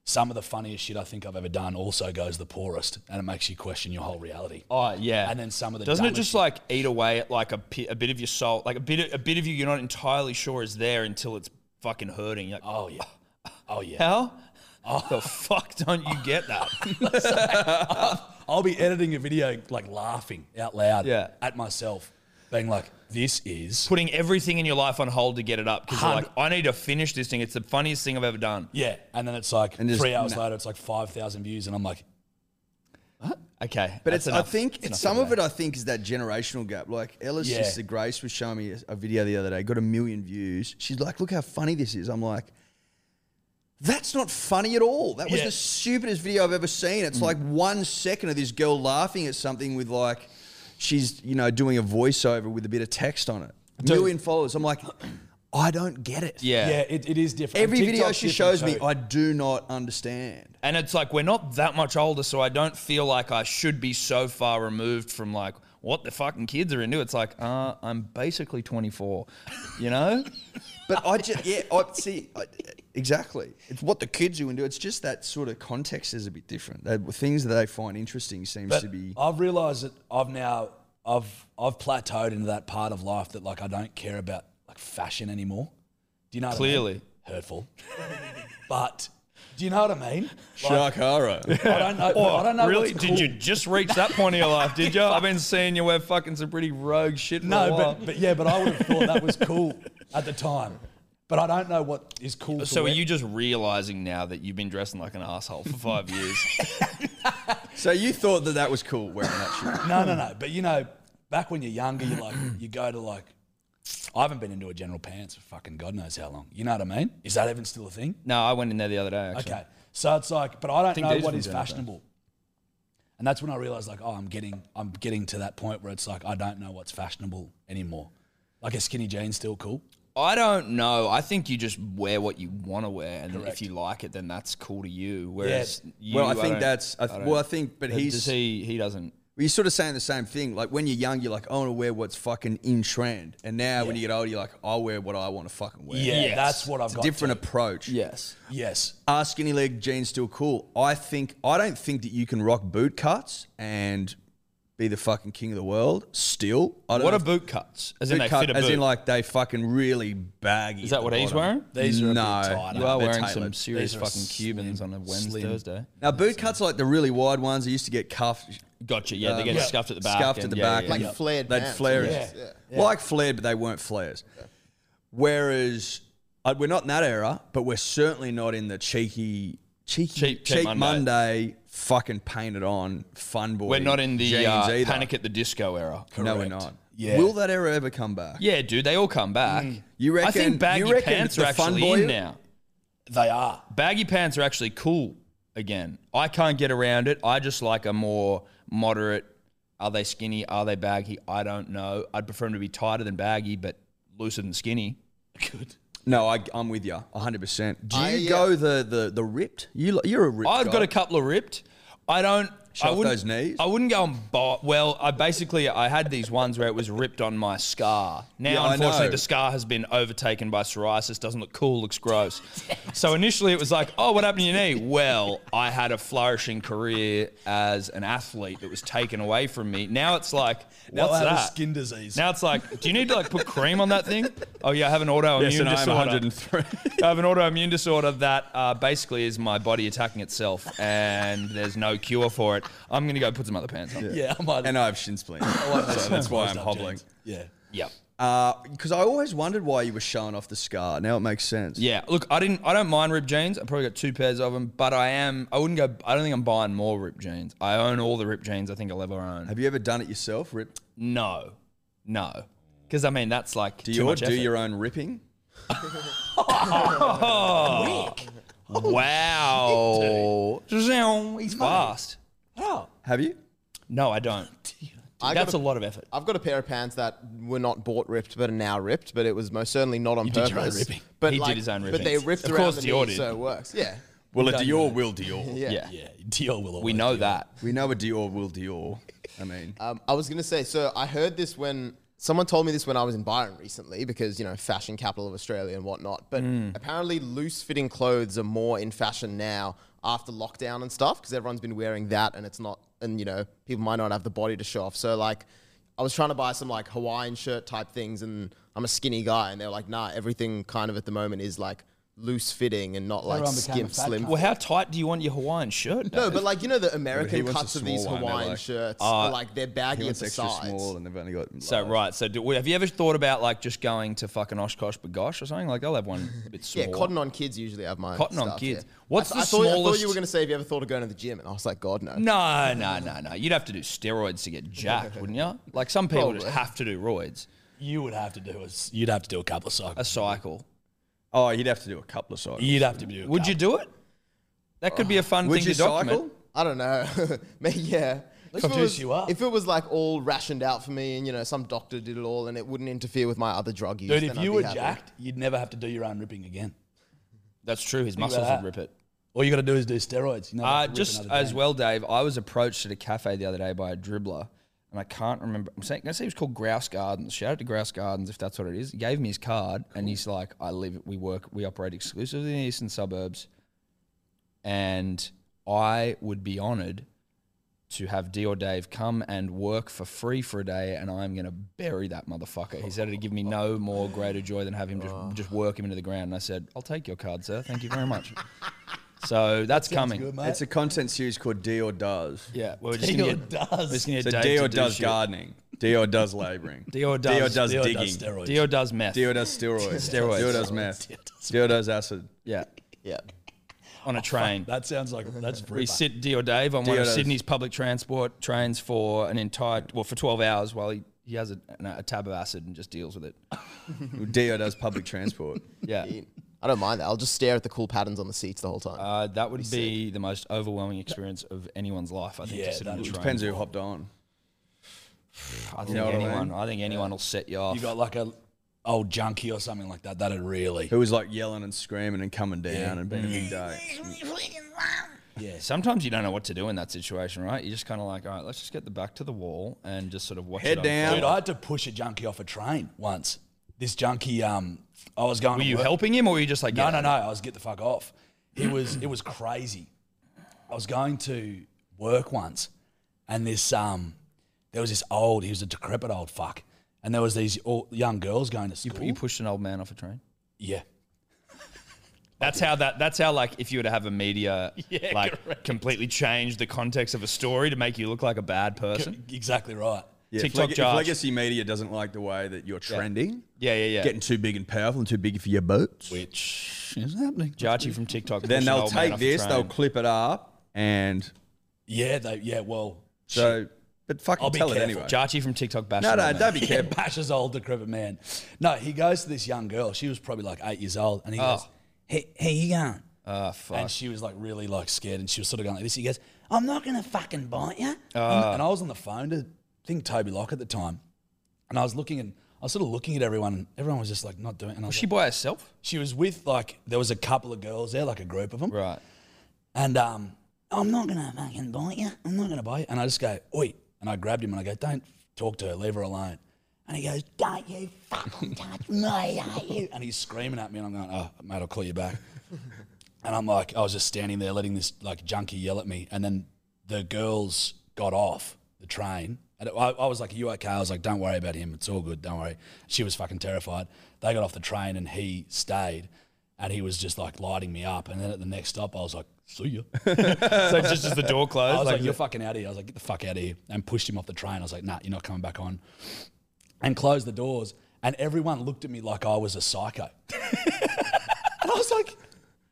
[SPEAKER 2] some of the funniest shit I think I've ever done also goes the poorest, and it makes you question your whole reality.
[SPEAKER 3] Oh yeah.
[SPEAKER 2] And then some of the
[SPEAKER 3] doesn't it
[SPEAKER 2] dumbest
[SPEAKER 3] just
[SPEAKER 2] shit-
[SPEAKER 3] like eat away at like a, pi- a bit of your soul, like a bit of, a bit of you you're not entirely sure is there until it's fucking hurting. You're like,
[SPEAKER 2] oh yeah, oh yeah.
[SPEAKER 3] how
[SPEAKER 2] Oh.
[SPEAKER 3] the fuck don't you
[SPEAKER 2] (laughs)
[SPEAKER 3] get that?
[SPEAKER 2] I'll be editing a video like laughing out loud
[SPEAKER 3] Yeah.
[SPEAKER 2] at myself, being like, "This is
[SPEAKER 3] Putting everything in your life on hold to get it up because you're like,
[SPEAKER 2] Hundred-
[SPEAKER 3] I need to finish this thing. It's the funniest thing I've ever done.
[SPEAKER 2] yeah," and then it's like
[SPEAKER 4] just-
[SPEAKER 2] three hours
[SPEAKER 4] nah.
[SPEAKER 2] later, it's like five thousand views, and I'm like,
[SPEAKER 3] Okay,
[SPEAKER 4] But
[SPEAKER 3] that's
[SPEAKER 4] it's, I
[SPEAKER 3] enough.
[SPEAKER 4] think
[SPEAKER 3] That's
[SPEAKER 4] it's
[SPEAKER 3] enough
[SPEAKER 4] some of it. I think is that generational gap. Like Ella's
[SPEAKER 2] Yeah.
[SPEAKER 4] sister Grace was showing me a video the other day. Got a million views. She's like, "Look how funny this is." I'm like, "That's not funny at all. That was
[SPEAKER 2] Yeah. Mm.
[SPEAKER 4] the stupidest video I've ever seen." It's like one second of this girl laughing at something with like, she's you know doing a voiceover with a bit of text on it. million followers. I'm like, (clears throat) I don't get it.
[SPEAKER 3] Yeah.
[SPEAKER 2] "Yeah, it, it is different."
[SPEAKER 4] Every
[SPEAKER 2] And
[SPEAKER 4] video
[SPEAKER 2] TikTok's
[SPEAKER 4] she
[SPEAKER 2] different
[SPEAKER 4] shows me,
[SPEAKER 2] too.
[SPEAKER 4] I do not understand.
[SPEAKER 3] And it's like we're not that much older, so I don't feel like I should be so far removed from like what the fucking kids are into. It's like, uh, I'm basically 24, you know?
[SPEAKER 4] But I just yeah, I see I, exactly. It's what the kids do and do. It's just that sort of context is a bit different. They, things that they find interesting seems
[SPEAKER 2] But
[SPEAKER 4] to be.
[SPEAKER 2] I've realised that I've now I've I've plateaued into that part of life that like I don't care about like fashion anymore. Do you know? what I mean?
[SPEAKER 3] Clearly.
[SPEAKER 2] hurtful, (laughs) but Do you know what I mean?
[SPEAKER 4] Sharkara. (laughs)
[SPEAKER 2] I
[SPEAKER 3] (laughs)
[SPEAKER 2] don't know. I don't know.
[SPEAKER 3] Oh, really?
[SPEAKER 2] what's
[SPEAKER 3] Did
[SPEAKER 2] cool.
[SPEAKER 3] you just reach that point in your life? Did you? I've been seeing you wear fucking some pretty rogue shit. For a (laughs)
[SPEAKER 2] No,
[SPEAKER 3] while.
[SPEAKER 2] but, but yeah, but I would have thought that was cool at the time. But I don't know what is cool. to
[SPEAKER 3] (laughs) So are
[SPEAKER 2] wear.
[SPEAKER 3] you just realizing now that you've been dressing like an asshole for five years?
[SPEAKER 4] so you thought that that was cool wearing that shoe?
[SPEAKER 2] No, no, no. But you know, back when you're younger, you like you go to like. I haven't been into a general pants for fucking god knows how long. You know what I mean? Is that even still a thing?
[SPEAKER 3] no, I went in there the other day. Actually.
[SPEAKER 2] Okay. So it's like, but I don't
[SPEAKER 3] think
[SPEAKER 2] know
[SPEAKER 3] these
[SPEAKER 2] what
[SPEAKER 3] from
[SPEAKER 2] is
[SPEAKER 3] General Pants.
[SPEAKER 2] fashionable. And that's when I realized, like, oh, I'm getting, I'm getting to that point where it's like, I don't know what's fashionable anymore. Like a skinny jeans still cool.
[SPEAKER 3] I don't know. I think you just wear what you want to wear, and
[SPEAKER 2] Correct.
[SPEAKER 3] if you like it, then that's cool to you. Whereas, you,
[SPEAKER 4] Well, I think
[SPEAKER 3] don't-
[SPEAKER 4] that's. uh, I th- well, I
[SPEAKER 3] don't-
[SPEAKER 4] think, but
[SPEAKER 3] does
[SPEAKER 4] he's.
[SPEAKER 3] he he doesn't.
[SPEAKER 4] Well, you're sort of saying the same thing. Like when you're young, you're like, I want to wear what's fucking in trend. And now when you get older, you're like, I'll wear what I want to fucking wear.
[SPEAKER 2] Yeah,
[SPEAKER 3] Yes.
[SPEAKER 2] that's what I've
[SPEAKER 4] It's a
[SPEAKER 2] got.
[SPEAKER 4] different
[SPEAKER 2] to.
[SPEAKER 4] approach.
[SPEAKER 3] Yes.
[SPEAKER 2] yes.
[SPEAKER 4] Are skinny leg jeans still cool? I think I don't think that you can rock boot cuts and be the fucking king of the world still. I don't
[SPEAKER 3] What are
[SPEAKER 4] know if-
[SPEAKER 3] boot cuts? As in
[SPEAKER 4] boot
[SPEAKER 3] they
[SPEAKER 4] cut,
[SPEAKER 3] fit a
[SPEAKER 4] as
[SPEAKER 3] boot.
[SPEAKER 4] in like they fucking really baggy.
[SPEAKER 3] Is that
[SPEAKER 4] at the
[SPEAKER 3] what he's
[SPEAKER 4] bottom.
[SPEAKER 3] wearing?
[SPEAKER 2] These are a bit
[SPEAKER 4] no,
[SPEAKER 2] tighter.
[SPEAKER 3] you
[SPEAKER 4] no,
[SPEAKER 3] are
[SPEAKER 4] they're
[SPEAKER 3] wearing some
[SPEAKER 4] tailored.
[SPEAKER 3] serious
[SPEAKER 2] These are
[SPEAKER 3] fucking
[SPEAKER 2] slim-
[SPEAKER 3] Cubans on a Wednesday,
[SPEAKER 2] slim.
[SPEAKER 3] Thursday.
[SPEAKER 4] Now boot cuts are like the really wide ones. They used to get cuffed,
[SPEAKER 3] Gotcha. Yeah, they get
[SPEAKER 2] yeah.
[SPEAKER 3] scuffed at the back.
[SPEAKER 4] scuffed at
[SPEAKER 3] and-
[SPEAKER 4] the
[SPEAKER 3] yeah,
[SPEAKER 4] back,
[SPEAKER 3] yeah,
[SPEAKER 5] Like
[SPEAKER 3] yeah.
[SPEAKER 5] flared
[SPEAKER 4] They'd
[SPEAKER 5] pants.
[SPEAKER 4] flare
[SPEAKER 2] Yeah.
[SPEAKER 4] it, like flared, but they weren't flares. Whereas uh, we're not in that era, but we're certainly not in the cheeky, cheeky,
[SPEAKER 3] Cheap- cheap
[SPEAKER 4] cheek
[SPEAKER 3] Monday.
[SPEAKER 4] Monday. fucking painted on fun boy.
[SPEAKER 3] We're not in the
[SPEAKER 4] jeans
[SPEAKER 3] uh,
[SPEAKER 4] either.
[SPEAKER 3] panic at the disco era.
[SPEAKER 4] No, we're
[SPEAKER 2] Correct.
[SPEAKER 4] not.
[SPEAKER 2] Yeah.
[SPEAKER 4] Will that era ever come back?
[SPEAKER 3] Yeah, dude, they all come back.
[SPEAKER 4] You reckon?
[SPEAKER 3] I think baggy
[SPEAKER 4] you reckon
[SPEAKER 3] pants
[SPEAKER 4] the
[SPEAKER 3] are
[SPEAKER 4] fun
[SPEAKER 3] actually
[SPEAKER 4] boy
[SPEAKER 3] in now.
[SPEAKER 2] They are.
[SPEAKER 3] baggy pants are actually cool again. I can't get around it. I just like a more moderate. Are they skinny? Are they baggy? I don't know. I'd prefer them to be tighter than baggy, but looser than skinny.
[SPEAKER 2] Good.
[SPEAKER 4] No, I, I'm with you 100. percent Do you
[SPEAKER 5] I, yeah.
[SPEAKER 4] go the, the the ripped? You li- you're a ripped.
[SPEAKER 3] I've got
[SPEAKER 4] guy.
[SPEAKER 3] a couple of ripped. I don't.
[SPEAKER 4] Shove
[SPEAKER 3] I wouldn't,
[SPEAKER 4] those knees?
[SPEAKER 3] I wouldn't go and buy. Well, I basically I had these ones where it was ripped on my scar. Now,
[SPEAKER 4] Yeah, I
[SPEAKER 3] unfortunately,
[SPEAKER 4] know.
[SPEAKER 3] the scar has been overtaken by psoriasis. Doesn't look cool. Looks gross. so initially, it was like, oh, what happened to your knee? Well, I had a flourishing career as an athlete that was taken away from me. Now it's like,
[SPEAKER 2] Now
[SPEAKER 3] what's
[SPEAKER 2] I have a
[SPEAKER 3] that?
[SPEAKER 2] skin disease.
[SPEAKER 3] Now it's like, do you need to like put cream on that thing? Oh yeah, I have an autoimmune
[SPEAKER 4] Yes, and I'm
[SPEAKER 3] disorder.
[SPEAKER 4] 103.
[SPEAKER 3] (laughs) I have an autoimmune disorder that uh, basically is my body attacking itself, and there's no cure for it. I'm gonna go put some other pants on. Yeah.
[SPEAKER 2] (laughs) yeah, I might.
[SPEAKER 4] and I have shin splints.
[SPEAKER 5] Oh,
[SPEAKER 4] so that's why I'm hobbling.
[SPEAKER 2] Yeah.
[SPEAKER 4] Because Uh, I always wondered why you were showing off the scar. Now it makes sense.
[SPEAKER 3] Yeah, look, I didn't. I don't mind ripped jeans. I probably got two pairs of them, but I am. I wouldn't go. I don't think I'm buying more ripped jeans. I own all the ripped jeans I think I'll ever own.
[SPEAKER 4] Have you ever done it yourself? Rip?
[SPEAKER 3] No, no, because I mean that's like
[SPEAKER 4] Do
[SPEAKER 3] too
[SPEAKER 4] you
[SPEAKER 3] much
[SPEAKER 4] do
[SPEAKER 3] effort.
[SPEAKER 4] your own ripping?
[SPEAKER 3] (laughs)
[SPEAKER 4] (laughs)
[SPEAKER 3] wow. Zoom, He's fast.
[SPEAKER 2] Oh,
[SPEAKER 4] Have you?
[SPEAKER 3] No, I don't.
[SPEAKER 5] I got
[SPEAKER 3] That's a lot of effort.
[SPEAKER 5] I've got a pair of pants that were not bought ripped, but are now ripped. But it was most certainly not on
[SPEAKER 2] You did
[SPEAKER 5] purpose.
[SPEAKER 2] your own ripping.
[SPEAKER 5] But
[SPEAKER 3] He did
[SPEAKER 5] like,
[SPEAKER 3] his own
[SPEAKER 5] But they
[SPEAKER 3] rippings.
[SPEAKER 5] ripped
[SPEAKER 3] Of
[SPEAKER 5] around
[SPEAKER 3] course
[SPEAKER 5] the
[SPEAKER 3] Dior
[SPEAKER 5] knee,
[SPEAKER 3] did.
[SPEAKER 5] so it works. Yeah.
[SPEAKER 4] Well, a Dior will Dior.
[SPEAKER 5] Yeah.
[SPEAKER 3] Yeah.
[SPEAKER 2] yeah. Dior will.
[SPEAKER 3] We
[SPEAKER 2] always
[SPEAKER 3] know
[SPEAKER 2] do
[SPEAKER 3] that.
[SPEAKER 4] We know a Dior will Dior. I mean,
[SPEAKER 5] Um, I was gonna say. So I heard this when someone told me this when I was in Byron recently, because you know, fashion capital of Australia and whatnot. But
[SPEAKER 4] Hmm.
[SPEAKER 5] apparently, loose-fitting clothes are more in fashion now after lockdown and stuff, because everyone's been wearing that, and it's not, and you know, people might not have the body to show off. So like. I was trying to buy some like Hawaiian shirt type things, and I'm a skinny guy, and they're like, "Nah, everything kind of at the moment is like loose fitting and not like
[SPEAKER 2] Everyone became a
[SPEAKER 5] skim
[SPEAKER 2] fat
[SPEAKER 5] slim."
[SPEAKER 2] cunt.
[SPEAKER 3] Well, how tight do you want your Hawaiian shirt?
[SPEAKER 5] No,
[SPEAKER 3] Dave?
[SPEAKER 5] but like you know, the American
[SPEAKER 4] wants a
[SPEAKER 5] cuts of these
[SPEAKER 4] small one, they're
[SPEAKER 5] Hawaiian
[SPEAKER 4] like- "Ah,
[SPEAKER 5] shirts are like they're
[SPEAKER 4] he
[SPEAKER 5] baggy at
[SPEAKER 4] wants
[SPEAKER 5] the
[SPEAKER 4] extra
[SPEAKER 5] sides.
[SPEAKER 4] small, and they've only got.
[SPEAKER 3] So
[SPEAKER 4] large.
[SPEAKER 3] right, so do, have you ever thought about like just going to fucking Oshkosh Bagosh or something? Like they'll have one a bit
[SPEAKER 5] Yeah,
[SPEAKER 3] smaller.
[SPEAKER 5] cotton on kids usually have mine.
[SPEAKER 3] Cotton on
[SPEAKER 5] stuff,
[SPEAKER 3] kids.
[SPEAKER 5] yeah.
[SPEAKER 3] What's
[SPEAKER 5] I th-
[SPEAKER 3] the
[SPEAKER 5] I thought, I thought
[SPEAKER 3] smallest-
[SPEAKER 5] you were going to say if you ever thought of going to the gym, and I was like, God no.
[SPEAKER 3] No, no, no, no. You'd have to do steroids to get jacked, wouldn't you? Like some people just
[SPEAKER 5] Probably.
[SPEAKER 3] have to do roids.
[SPEAKER 2] it. You would have to do a, s- You'd have to do a couple of
[SPEAKER 3] A
[SPEAKER 2] cycles.
[SPEAKER 3] cycle.
[SPEAKER 4] Oh, you'd have to do a couple of cycles.
[SPEAKER 2] You'd have to do. a
[SPEAKER 3] Would you
[SPEAKER 2] couple.
[SPEAKER 3] do it? That could be a fun
[SPEAKER 4] Would
[SPEAKER 3] thing
[SPEAKER 4] you
[SPEAKER 3] to document.
[SPEAKER 4] cycle?
[SPEAKER 5] I don't know. (laughs) May- yeah. If it,
[SPEAKER 2] juice
[SPEAKER 5] was,
[SPEAKER 2] you up.
[SPEAKER 5] if it was like all rationed out for me, and you know some doctor did it all, and it wouldn't interfere with my other drug use,
[SPEAKER 2] Dude,
[SPEAKER 5] then
[SPEAKER 2] if
[SPEAKER 5] I'd
[SPEAKER 2] you
[SPEAKER 5] be
[SPEAKER 2] were
[SPEAKER 5] happy.
[SPEAKER 2] jacked, you'd never have to do your own ripping again.
[SPEAKER 3] That's true. His
[SPEAKER 2] about
[SPEAKER 3] muscles
[SPEAKER 2] that.
[SPEAKER 3] would rip it.
[SPEAKER 2] All you got to do is do steroids. You know,
[SPEAKER 3] Uh, just as well, Dave. I was approached at a cafe the other day by a dribbler, and I can't remember. I'm saying, going to say he was called Grouse Gardens. Shout out to Grouse Gardens if that's what it is. He gave me his card, and he's like, "I live. We work. We operate exclusively in the eastern suburbs, and I would be honoured." To have D or Dave come and work for free for a day, and I'm gonna bury that motherfucker. He said it'd give me no more greater joy than have him just, just work him into the ground. And I said, I'll take your card, sir. Thank you very much. So that's coming.
[SPEAKER 2] Good, mate.
[SPEAKER 4] It's a content series called D or Does.
[SPEAKER 3] Yeah, we're
[SPEAKER 2] (laughs)
[SPEAKER 3] just
[SPEAKER 2] Dior
[SPEAKER 3] gonna get,
[SPEAKER 2] does.
[SPEAKER 3] we're just gonna get
[SPEAKER 4] So
[SPEAKER 3] Dave
[SPEAKER 4] D
[SPEAKER 3] to
[SPEAKER 4] or
[SPEAKER 3] do
[SPEAKER 4] Does
[SPEAKER 3] shit.
[SPEAKER 4] gardening. D or Does labouring.
[SPEAKER 3] D or does-
[SPEAKER 4] does
[SPEAKER 2] Dior
[SPEAKER 4] digging.
[SPEAKER 2] steroids.
[SPEAKER 3] Dio does meth.
[SPEAKER 4] D or Does steroids.
[SPEAKER 3] Steroids.
[SPEAKER 4] D or Does meth. D or Does acid.
[SPEAKER 3] yeah,
[SPEAKER 5] Yeah.
[SPEAKER 3] on a train.
[SPEAKER 2] That sounds like that's
[SPEAKER 3] We
[SPEAKER 2] pretty.
[SPEAKER 3] sit Dio Dave on one of
[SPEAKER 4] does.
[SPEAKER 3] Sydney's public transport trains for an entire well for twelve hours while he, he has a, an- a tab of acid and just deals with it.
[SPEAKER 4] D or Does public transport.
[SPEAKER 3] Yeah,
[SPEAKER 5] I don't mind that. I'll just stare at the cool patterns on the seats the whole time.
[SPEAKER 3] uh, that would be the most overwhelming experience of anyone's life. I think.
[SPEAKER 2] Yeah,
[SPEAKER 3] to sit
[SPEAKER 2] that
[SPEAKER 3] on a
[SPEAKER 2] would
[SPEAKER 3] train.
[SPEAKER 4] Depends who
[SPEAKER 3] (sighs)
[SPEAKER 4] hopped on.
[SPEAKER 3] I think
[SPEAKER 4] know what I mean?
[SPEAKER 3] anyone. I, think anyone will set you off.
[SPEAKER 2] You got like a old junkie or something like that. That'd really.
[SPEAKER 4] Who was like yelling and screaming and coming down and being a
[SPEAKER 3] Mm.
[SPEAKER 4] big day.
[SPEAKER 3] Sometimes you don't know what to do in that situation, right? You're just kind of like, all right, let's just get the back to the wall and just sort of watch
[SPEAKER 4] Head
[SPEAKER 3] it
[SPEAKER 4] down.
[SPEAKER 3] unfold."
[SPEAKER 2] Dude, I had to push a junkie off a train once. This junkie, um, I was going.
[SPEAKER 3] Were
[SPEAKER 2] to
[SPEAKER 3] you
[SPEAKER 2] work-
[SPEAKER 3] helping him or were you just like,
[SPEAKER 2] No,
[SPEAKER 3] yeah,
[SPEAKER 2] no, no. I was get the fuck off. It was it was crazy. I was going to work once, and this um, there was this old. He was a decrepit old fuck, and there was these all, young girls going to school.
[SPEAKER 3] You pushed an old man off a train. (laughs)
[SPEAKER 2] yeah,
[SPEAKER 3] That's how that. That's how like if you were to have a media like completely change the context of a story to make you look like a bad person.
[SPEAKER 2] exactly right.
[SPEAKER 4] Yeah, if
[SPEAKER 3] TikTok
[SPEAKER 4] leg- if,
[SPEAKER 3] charge.
[SPEAKER 4] legacy media doesn't like the way that you're trending,
[SPEAKER 3] Yeah, yeah, yeah. (laughs)
[SPEAKER 4] getting too big and powerful and too big for your boots,
[SPEAKER 2] Which is happening.
[SPEAKER 3] Jarchi from TikTok.
[SPEAKER 4] then
[SPEAKER 3] pushed an
[SPEAKER 4] they'll
[SPEAKER 3] old man
[SPEAKER 4] take
[SPEAKER 3] off a
[SPEAKER 4] this, they'll
[SPEAKER 3] train.
[SPEAKER 4] clip it up, and
[SPEAKER 2] Yeah, they. Yeah, well,
[SPEAKER 4] so. But fucking
[SPEAKER 2] I'll be
[SPEAKER 4] tell it
[SPEAKER 2] careful.
[SPEAKER 4] anyway.
[SPEAKER 3] Jarchi from TikTok bash.
[SPEAKER 4] No,
[SPEAKER 3] an
[SPEAKER 4] no,
[SPEAKER 3] old man.
[SPEAKER 4] don't be
[SPEAKER 2] (laughs) Yeah,
[SPEAKER 3] (laughs)
[SPEAKER 4] careful.
[SPEAKER 2] Pasha's old decrepit man. No, he goes to this young girl. She was probably like eight years old, and he goes, "Hey, hey, you going?"
[SPEAKER 3] Oh. Ah, fuck.
[SPEAKER 2] and she was like really like scared, and she was sort of going like this. He goes, "I'm not gonna fucking bite you."
[SPEAKER 3] Ah.
[SPEAKER 2] and I was on the phone to I think Toby Lock at the time, and I was looking and I was sort of looking at everyone, and everyone was just like not doing. And I was
[SPEAKER 3] Was she
[SPEAKER 2] like-
[SPEAKER 3] by herself?
[SPEAKER 2] she was with like there was a couple of girls there, like a group of them,
[SPEAKER 3] Right.
[SPEAKER 2] and um, I'm not gonna fucking bite you. I'm not gonna bite you. And I just go, oi. And I grabbed him and I go, don't talk to her. Leave her alone. And he goes, don't you fucking touch me, don't you? And he's screaming at me, and I'm going, oh, mate, I'll call you back. and I'm like, I was just standing there letting this like junkie yell at me, and then the girls got off the train. And I, I was like, "Are you okay?" I was like, "Don't worry about him. It's all good. Don't worry." She was fucking terrified. They got off the train, and he stayed, and he was just like lighting me up. And then at the next stop, I was like, "See ya." (laughs)
[SPEAKER 3] So just as the door closed,
[SPEAKER 2] I was like, you're fucking out of here. I was like, get the fuck out of here. And pushed him off the train. I was like, nah, you're not coming back on. And closed the doors. And everyone looked at me like I was a psycho. (laughs) and I was like,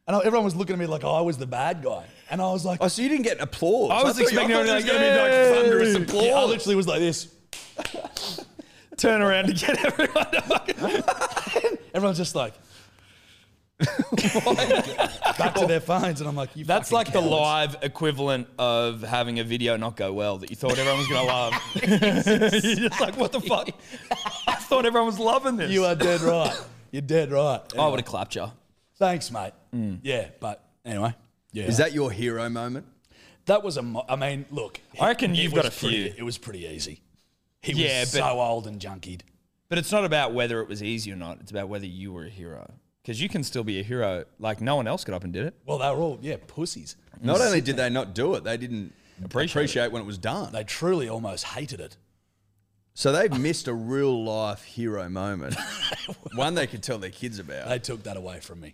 [SPEAKER 2] and I- everyone was looking at me like I was the bad guy. And I was like,
[SPEAKER 4] Oh, so you didn't get applause.
[SPEAKER 3] I was
[SPEAKER 4] thought you-
[SPEAKER 3] expecting
[SPEAKER 4] thought
[SPEAKER 3] everyone
[SPEAKER 4] there
[SPEAKER 3] to be like,
[SPEAKER 4] gonna
[SPEAKER 3] thunderous
[SPEAKER 4] "Yay!"
[SPEAKER 3] applause.
[SPEAKER 2] Yeah, I literally was like this.
[SPEAKER 3] turn around to get everyone.
[SPEAKER 2] Everyone's just (laughs) like, back to their phones. And I'm like, you
[SPEAKER 3] That's
[SPEAKER 2] fucking
[SPEAKER 3] like the
[SPEAKER 2] cowards.
[SPEAKER 3] live equivalent of having a video not go well that you thought everyone was gonna love. you're just like, what the fuck? (laughs) I thought everyone was loving this. Oh,
[SPEAKER 2] You uh, are dead right. You're dead right.
[SPEAKER 3] I would have clapped you.
[SPEAKER 2] Thanks, mate. Yeah, but anyway. Yeah.
[SPEAKER 4] Is that your hero moment?
[SPEAKER 2] That was a. Mo- I mean, look.
[SPEAKER 3] I reckon
[SPEAKER 2] it
[SPEAKER 3] you've
[SPEAKER 2] was
[SPEAKER 3] got a few.
[SPEAKER 2] pretty- it was pretty easy. He
[SPEAKER 3] Yeah, but-
[SPEAKER 2] was so old and junkied.
[SPEAKER 3] But it's not about whether it was easy or not. It's about whether you were a hero. Because you can still be a hero. Like no one else got up and did it.
[SPEAKER 2] Well, they were all yeah pussies.
[SPEAKER 4] Not only did they not do it, they didn't appreciate, when it was done.
[SPEAKER 2] They truly almost hated it.
[SPEAKER 4] So they've missed a real life
[SPEAKER 3] (laughs)
[SPEAKER 4] hero moment. One they could tell their kids about.
[SPEAKER 2] They took that away from me.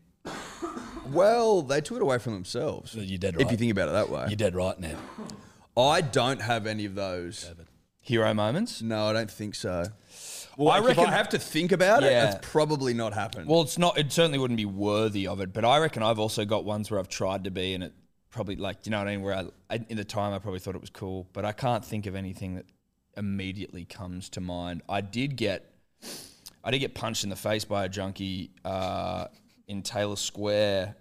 [SPEAKER 4] Well, they took it away from themselves.
[SPEAKER 2] You're dead
[SPEAKER 4] If you
[SPEAKER 2] right.
[SPEAKER 4] think about it that way.
[SPEAKER 2] You're dead right now.
[SPEAKER 4] I don't have any of those.
[SPEAKER 3] Hero moments.
[SPEAKER 4] No, I don't think so. Well,
[SPEAKER 3] I
[SPEAKER 4] I reckon
[SPEAKER 3] reckon-
[SPEAKER 4] if I have to think about it,
[SPEAKER 3] Yeah.
[SPEAKER 4] that's probably not happened.
[SPEAKER 3] Well, it's not. It certainly wouldn't be worthy of it. But I reckon I've also got ones where I've tried to be, and it probably like you know what I mean. Where I, I in the time I probably thought it was cool, but I can't think of anything that immediately comes to mind. I did get, I did get punched in the face by a junkie uh, in Taylor Square.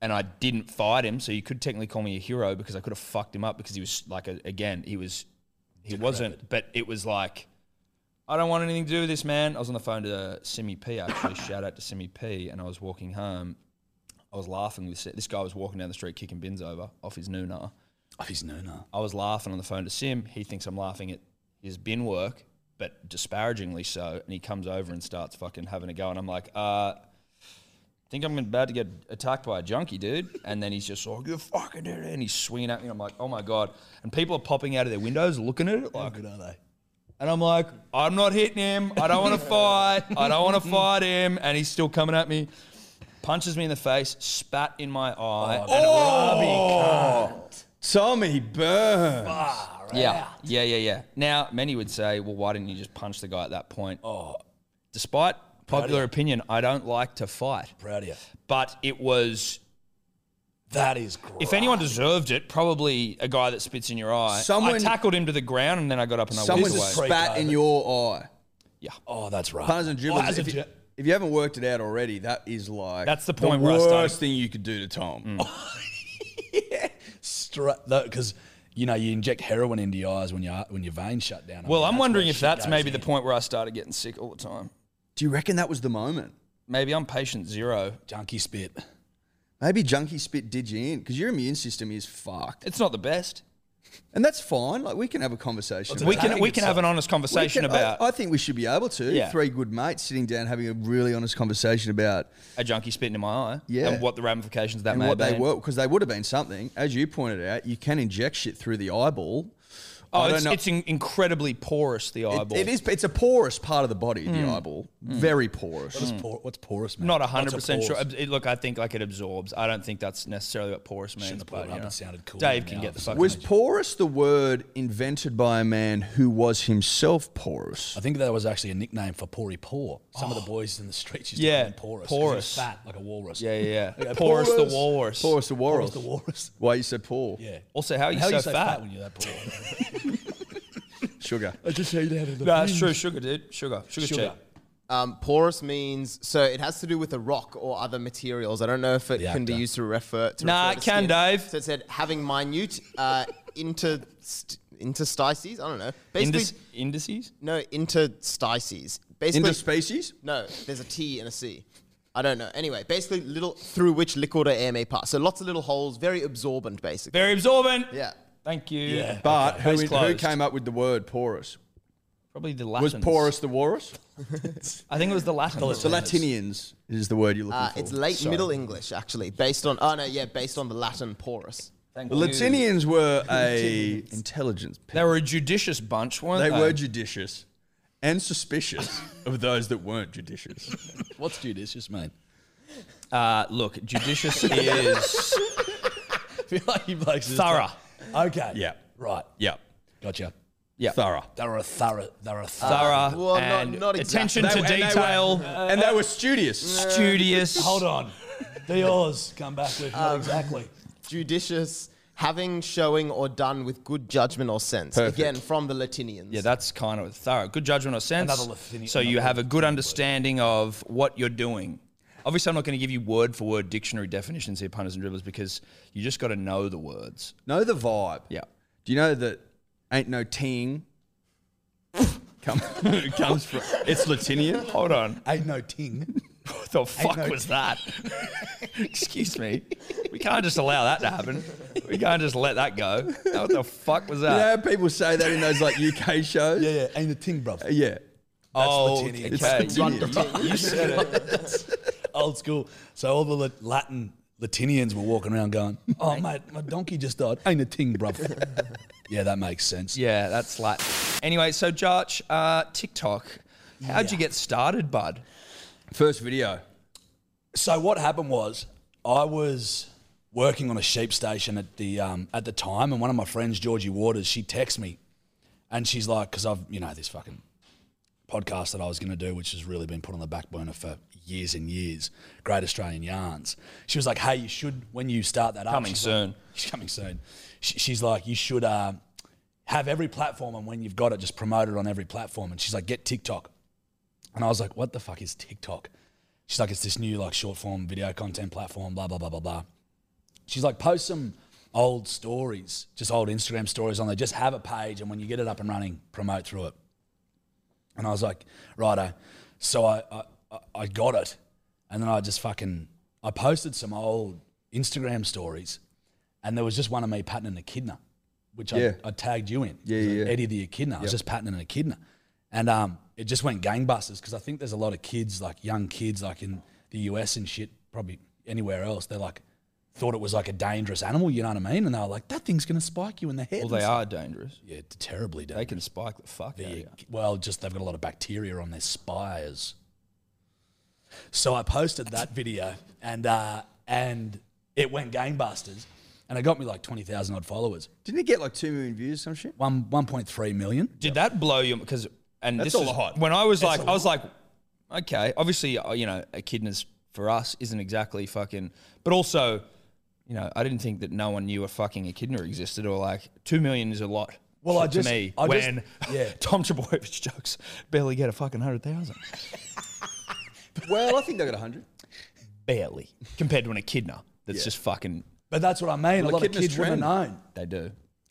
[SPEAKER 3] And I didn't fight him, so you could technically call me a hero because I could have fucked him up because he was like, a, again, he was, he wasn't, but it was like, I don't want anything to do with this, man. I was on the phone to Simi P, actually. (coughs) Shout out to Simi P. And I was walking home. I was laughing. This, this guy was walking down the street kicking bins over off his Nuna.
[SPEAKER 2] Oh, he's no no.
[SPEAKER 3] I was laughing on the phone to Sim. He thinks I'm laughing at his bin work, but disparagingly so. And he comes over and starts fucking having a go. And I'm like, uh, think I'm about to get attacked by a junkie, dude. And then he's just like, you fucking did it. And he's swinging at me. And I'm like, oh my God. And people are popping out of their windows looking at it
[SPEAKER 2] How
[SPEAKER 3] like,
[SPEAKER 2] good are they?
[SPEAKER 3] and I'm like, I'm not hitting him. I don't want to fight. I don't want to fight him. And he's still coming at me. punches me in the face, spat in my eye.
[SPEAKER 2] Oh,
[SPEAKER 3] Oh!
[SPEAKER 4] Tommy Burns.
[SPEAKER 3] Ah, yeah, yeah, yeah, yeah. Now, many would say, well, why didn't you just punch the guy at that point? Oh, despite popular opinion, I don't like to fight,
[SPEAKER 2] Proud of you.
[SPEAKER 3] but it was.
[SPEAKER 2] That is great.
[SPEAKER 3] If anyone deserved it, probably a guy that spits in your eye. I
[SPEAKER 4] Someone-
[SPEAKER 3] tackled him to the ground and then I got up and I
[SPEAKER 4] Someone
[SPEAKER 3] walked away.
[SPEAKER 2] is pre-
[SPEAKER 4] spat in
[SPEAKER 2] pre-COVID.
[SPEAKER 4] your eye.
[SPEAKER 2] oh, that's right.
[SPEAKER 4] Punters and dribblers.
[SPEAKER 2] Oh, as a
[SPEAKER 4] if, you,
[SPEAKER 2] ge-
[SPEAKER 4] if you haven't worked it out already, that is like
[SPEAKER 3] That's the point where I
[SPEAKER 4] worst
[SPEAKER 3] started. Mm.
[SPEAKER 4] thing you could do to Tom.
[SPEAKER 2] because you know you inject heroin into your eyes when your when your veins shut down. I
[SPEAKER 3] well,
[SPEAKER 2] mean,
[SPEAKER 3] I'm
[SPEAKER 2] that's
[SPEAKER 3] wondering
[SPEAKER 2] where
[SPEAKER 3] if
[SPEAKER 2] shit
[SPEAKER 3] that's
[SPEAKER 2] goes
[SPEAKER 3] maybe
[SPEAKER 2] in.
[SPEAKER 3] the point where I started getting sick all the time.
[SPEAKER 4] Do you reckon that was the moment?
[SPEAKER 3] Maybe I'm patient zero.
[SPEAKER 2] junkie spit.
[SPEAKER 3] Hmm.
[SPEAKER 4] Maybe junkie spit did you in because your immune system is fucked,
[SPEAKER 3] It's not the best.
[SPEAKER 4] and that's fine. Like we can have a conversation.
[SPEAKER 2] It's
[SPEAKER 4] about
[SPEAKER 3] We can
[SPEAKER 4] it.
[SPEAKER 3] we can have an honest
[SPEAKER 4] We can-
[SPEAKER 3] conversation
[SPEAKER 4] I-
[SPEAKER 3] about
[SPEAKER 4] I, think we should be able to.
[SPEAKER 3] Yeah.
[SPEAKER 4] Three good mates sitting down having a really honest conversation about
[SPEAKER 3] a junkie spitting in my eye
[SPEAKER 4] Yeah.
[SPEAKER 3] and what the ramifications of that
[SPEAKER 4] and
[SPEAKER 3] may
[SPEAKER 4] what
[SPEAKER 3] have
[SPEAKER 4] they
[SPEAKER 3] been.
[SPEAKER 4] were because they would have been something. As you pointed out, you can inject shit through the eyeball.
[SPEAKER 3] Oh,
[SPEAKER 4] I don't
[SPEAKER 3] it's,
[SPEAKER 4] know-
[SPEAKER 3] it's in- incredibly porous, the
[SPEAKER 4] It-
[SPEAKER 3] eyeball. Mm.
[SPEAKER 4] it is. It's a porous part of the body. The eyeball, very porous.
[SPEAKER 2] What's, por- what's porous, man?
[SPEAKER 3] Not
[SPEAKER 2] What's
[SPEAKER 3] 100% sure.
[SPEAKER 2] porous?
[SPEAKER 3] Ab- it- look, I think like it absorbs. I don't think that's necessarily what porous means.
[SPEAKER 2] have brought
[SPEAKER 3] But,
[SPEAKER 2] it
[SPEAKER 3] you
[SPEAKER 2] up.
[SPEAKER 3] know.
[SPEAKER 2] It sounded cool
[SPEAKER 3] Dave
[SPEAKER 2] in
[SPEAKER 3] can
[SPEAKER 2] the
[SPEAKER 3] get the
[SPEAKER 2] office.
[SPEAKER 3] fucking.
[SPEAKER 4] Was porous the word invented by a man who was himself porous?
[SPEAKER 3] Uh,
[SPEAKER 2] I think that was actually a nickname for Pori Poor. Some of the boys in the streets used
[SPEAKER 3] Oh. Yeah,
[SPEAKER 2] to call him Porous. 'cause he was
[SPEAKER 3] porous.
[SPEAKER 2] fat like a walrus.
[SPEAKER 3] yeah, yeah,
[SPEAKER 4] (laughs)
[SPEAKER 3] yeah. porous the walrus.
[SPEAKER 4] Porous the walrus.
[SPEAKER 2] Porous the walrus.
[SPEAKER 4] Why you so poor?
[SPEAKER 2] Yeah.
[SPEAKER 3] Also, how are you
[SPEAKER 2] How
[SPEAKER 3] so,
[SPEAKER 2] are you so fat?
[SPEAKER 3] fat?
[SPEAKER 2] when you're that poor?
[SPEAKER 4] Sugar.
[SPEAKER 2] (laughs) I just ate out of the.
[SPEAKER 3] No, (laughs)
[SPEAKER 4] Mm.
[SPEAKER 3] that's true. Sugar, dude. Sugar. Sugar's
[SPEAKER 2] Sugar.
[SPEAKER 3] cheap.
[SPEAKER 5] Um, porous means so it has to do with a rock or other materials. I don't know if it
[SPEAKER 2] The
[SPEAKER 5] can be
[SPEAKER 2] actor.
[SPEAKER 5] used to refer to.
[SPEAKER 3] Nah,
[SPEAKER 5] refer to
[SPEAKER 3] it can,
[SPEAKER 5] skin.
[SPEAKER 3] Dave.
[SPEAKER 5] So it said having minute uh, inter st- interstices. I don't know. Basically,
[SPEAKER 3] Indis- indices?
[SPEAKER 5] no interstices. Basically,
[SPEAKER 4] Interspecies?
[SPEAKER 5] no. There's a T and a C. I don't know. Anyway, basically, little through which liquid or air may pass. So lots of little holes, very absorbent, basically.
[SPEAKER 3] Very absorbent.
[SPEAKER 5] yeah.
[SPEAKER 3] Thank you.
[SPEAKER 2] Yeah.
[SPEAKER 4] But
[SPEAKER 3] Case
[SPEAKER 4] who, who
[SPEAKER 3] closed.
[SPEAKER 4] came up with the word porous?
[SPEAKER 3] Probably the
[SPEAKER 4] Was
[SPEAKER 3] Latins.
[SPEAKER 4] porous the walrus?
[SPEAKER 3] I think it was the Latins.
[SPEAKER 4] The Latinians is the word you're looking
[SPEAKER 5] Uh,
[SPEAKER 4] for.
[SPEAKER 5] it's late Middle English, actually, based on. Oh no, yeah, based on the Latin porous.
[SPEAKER 3] Thank
[SPEAKER 4] The
[SPEAKER 3] you.
[SPEAKER 4] Latinians were a intelligence. pe-
[SPEAKER 3] They were a judicious bunch, weren't
[SPEAKER 4] They
[SPEAKER 3] they?
[SPEAKER 4] were judicious and suspicious of those that weren't judicious.
[SPEAKER 2] What's judicious, mate?
[SPEAKER 3] Uh, look, judicious (laughs) is
[SPEAKER 2] I feel like you blokes. just-
[SPEAKER 3] thorough.
[SPEAKER 2] Okay.
[SPEAKER 4] Yeah.
[SPEAKER 2] Right.
[SPEAKER 4] Yep.
[SPEAKER 2] Gotcha.
[SPEAKER 3] Yeah.
[SPEAKER 4] Thorough.
[SPEAKER 2] They're a thorough. They're a thorough.
[SPEAKER 3] Thorough.
[SPEAKER 5] well, not-
[SPEAKER 3] and
[SPEAKER 5] not exactly.
[SPEAKER 3] Attention
[SPEAKER 4] They-
[SPEAKER 3] to
[SPEAKER 4] and they were-
[SPEAKER 3] detail.
[SPEAKER 4] And they were
[SPEAKER 3] Uh,
[SPEAKER 4] studious.
[SPEAKER 3] studious.
[SPEAKER 2] Hold on. (laughs) Dior's come back with not exactly.
[SPEAKER 5] judicious, having, showing, or done with good judgment or sense.
[SPEAKER 4] Perfect.
[SPEAKER 5] Again, from the Latinians.
[SPEAKER 3] Yeah, that's kind of thorough. Good judgment or sense.
[SPEAKER 2] Another Lathini-
[SPEAKER 3] so you
[SPEAKER 2] another
[SPEAKER 3] have a good understanding of what you're doing. Obviously, I'm not going to give you word for word dictionary definitions here, punters and dribblers, because you just got to know the words.
[SPEAKER 4] Know the vibe.
[SPEAKER 3] Yeah. (laughs)
[SPEAKER 4] Do you know that ain't no teeing come,
[SPEAKER 3] (laughs)
[SPEAKER 4] comes from it's Latinian?
[SPEAKER 3] Hold on.
[SPEAKER 2] Ain't no ting.
[SPEAKER 3] What the fuck
[SPEAKER 2] no
[SPEAKER 3] was that? (laughs) Excuse me. We can't just allow that to happen. We can't just let that go. What the fuck was
[SPEAKER 4] You know
[SPEAKER 3] that?
[SPEAKER 4] how people say that in those like UK shows?
[SPEAKER 2] Yeah, yeah. Ain't a ting, bruv. That's
[SPEAKER 4] Yeah.
[SPEAKER 2] oh,
[SPEAKER 3] Latinian.
[SPEAKER 4] It's
[SPEAKER 3] Okay.
[SPEAKER 4] Latinian.
[SPEAKER 3] You said it.
[SPEAKER 2] (laughs) old school. So all the Lat- Latin Latinians were walking around going, "Oh mate, my donkey just died. Ain't a ting, bruv." yeah, that makes sense.
[SPEAKER 3] Yeah, that's like. Anyway, so Jarch, uh, TikTok. How'd you get started, bud?
[SPEAKER 4] First video.
[SPEAKER 2] So what happened was I was working on a sheep station at the um, at the time, and one of my friends, Georgie Waters, she texts me, and she's like, "Cause I've you know this fucking podcast that I was going to do, which has really been put on the back burner for years and years, Great Australian Yarns." She was like, "Hey, you should when you start that up."
[SPEAKER 3] Coming
[SPEAKER 2] she's like-
[SPEAKER 3] soon.
[SPEAKER 2] (laughs) she's coming soon. She, she's like, "You should uh, have every platform, and when you've got it, just promote it on every platform." And she's like, "Get TikTok." And I was like, what the fuck is TikTok? She's like, it's this new like short form video content platform, blah, blah, blah, blah, blah. She's like, post some old stories, just old Instagram stories on there. Just have a page and when you get it up and running, promote through it. And I was like, righto. So I, I, I- I got it. And then I just fucking, I posted some old Instagram stories and there was just one of me patting an echidna, which
[SPEAKER 4] Yeah.
[SPEAKER 2] I, I tagged you in.
[SPEAKER 4] Yeah,
[SPEAKER 2] It was
[SPEAKER 4] yeah, yeah.
[SPEAKER 2] Eddie the echidna. I was just patting an echidna. And um, it just went gangbusters because I think there's a lot of kids, like young kids, like in the US and shit, probably anywhere else. They're like, thought it was like a dangerous animal, you know what I mean? And they were like, that thing's going to spike you in the head.
[SPEAKER 3] Well,
[SPEAKER 2] and
[SPEAKER 3] they
[SPEAKER 2] stuff.
[SPEAKER 3] are dangerous.
[SPEAKER 2] Yeah, t- terribly
[SPEAKER 3] They
[SPEAKER 2] dangerous.
[SPEAKER 3] can spike the fuck out of you.
[SPEAKER 2] Well, just they've got a lot of bacteria on their spires. So I posted that video and uh, and it went gangbusters, and it got me like twenty thousand odd followers,
[SPEAKER 4] Didn't it get like two million views, some shit?
[SPEAKER 2] one one point three million.
[SPEAKER 3] Did that blow you? Because and
[SPEAKER 4] That's
[SPEAKER 3] this
[SPEAKER 4] a
[SPEAKER 3] is
[SPEAKER 4] lot.
[SPEAKER 3] when I was like, I was like, okay, obviously, uh, you know, echidnas for us isn't exactly fucking, but also, you know, I didn't think that no one knew a fucking echidna existed or like two million is a lot.
[SPEAKER 2] Well,
[SPEAKER 3] to
[SPEAKER 2] I just-
[SPEAKER 3] me
[SPEAKER 2] I just-
[SPEAKER 3] when
[SPEAKER 2] (laughs) yeah.
[SPEAKER 3] (laughs) Tom Trebojevic jokes barely get a fucking hundred thousand,
[SPEAKER 4] Well, I think they got hundred.
[SPEAKER 3] barely compared to an echidna that's just fucking
[SPEAKER 2] But that's what I mean.
[SPEAKER 4] Well,
[SPEAKER 2] a lot of
[SPEAKER 4] kidney's
[SPEAKER 2] kids wouldn't have
[SPEAKER 4] trend.
[SPEAKER 2] known.
[SPEAKER 3] they do.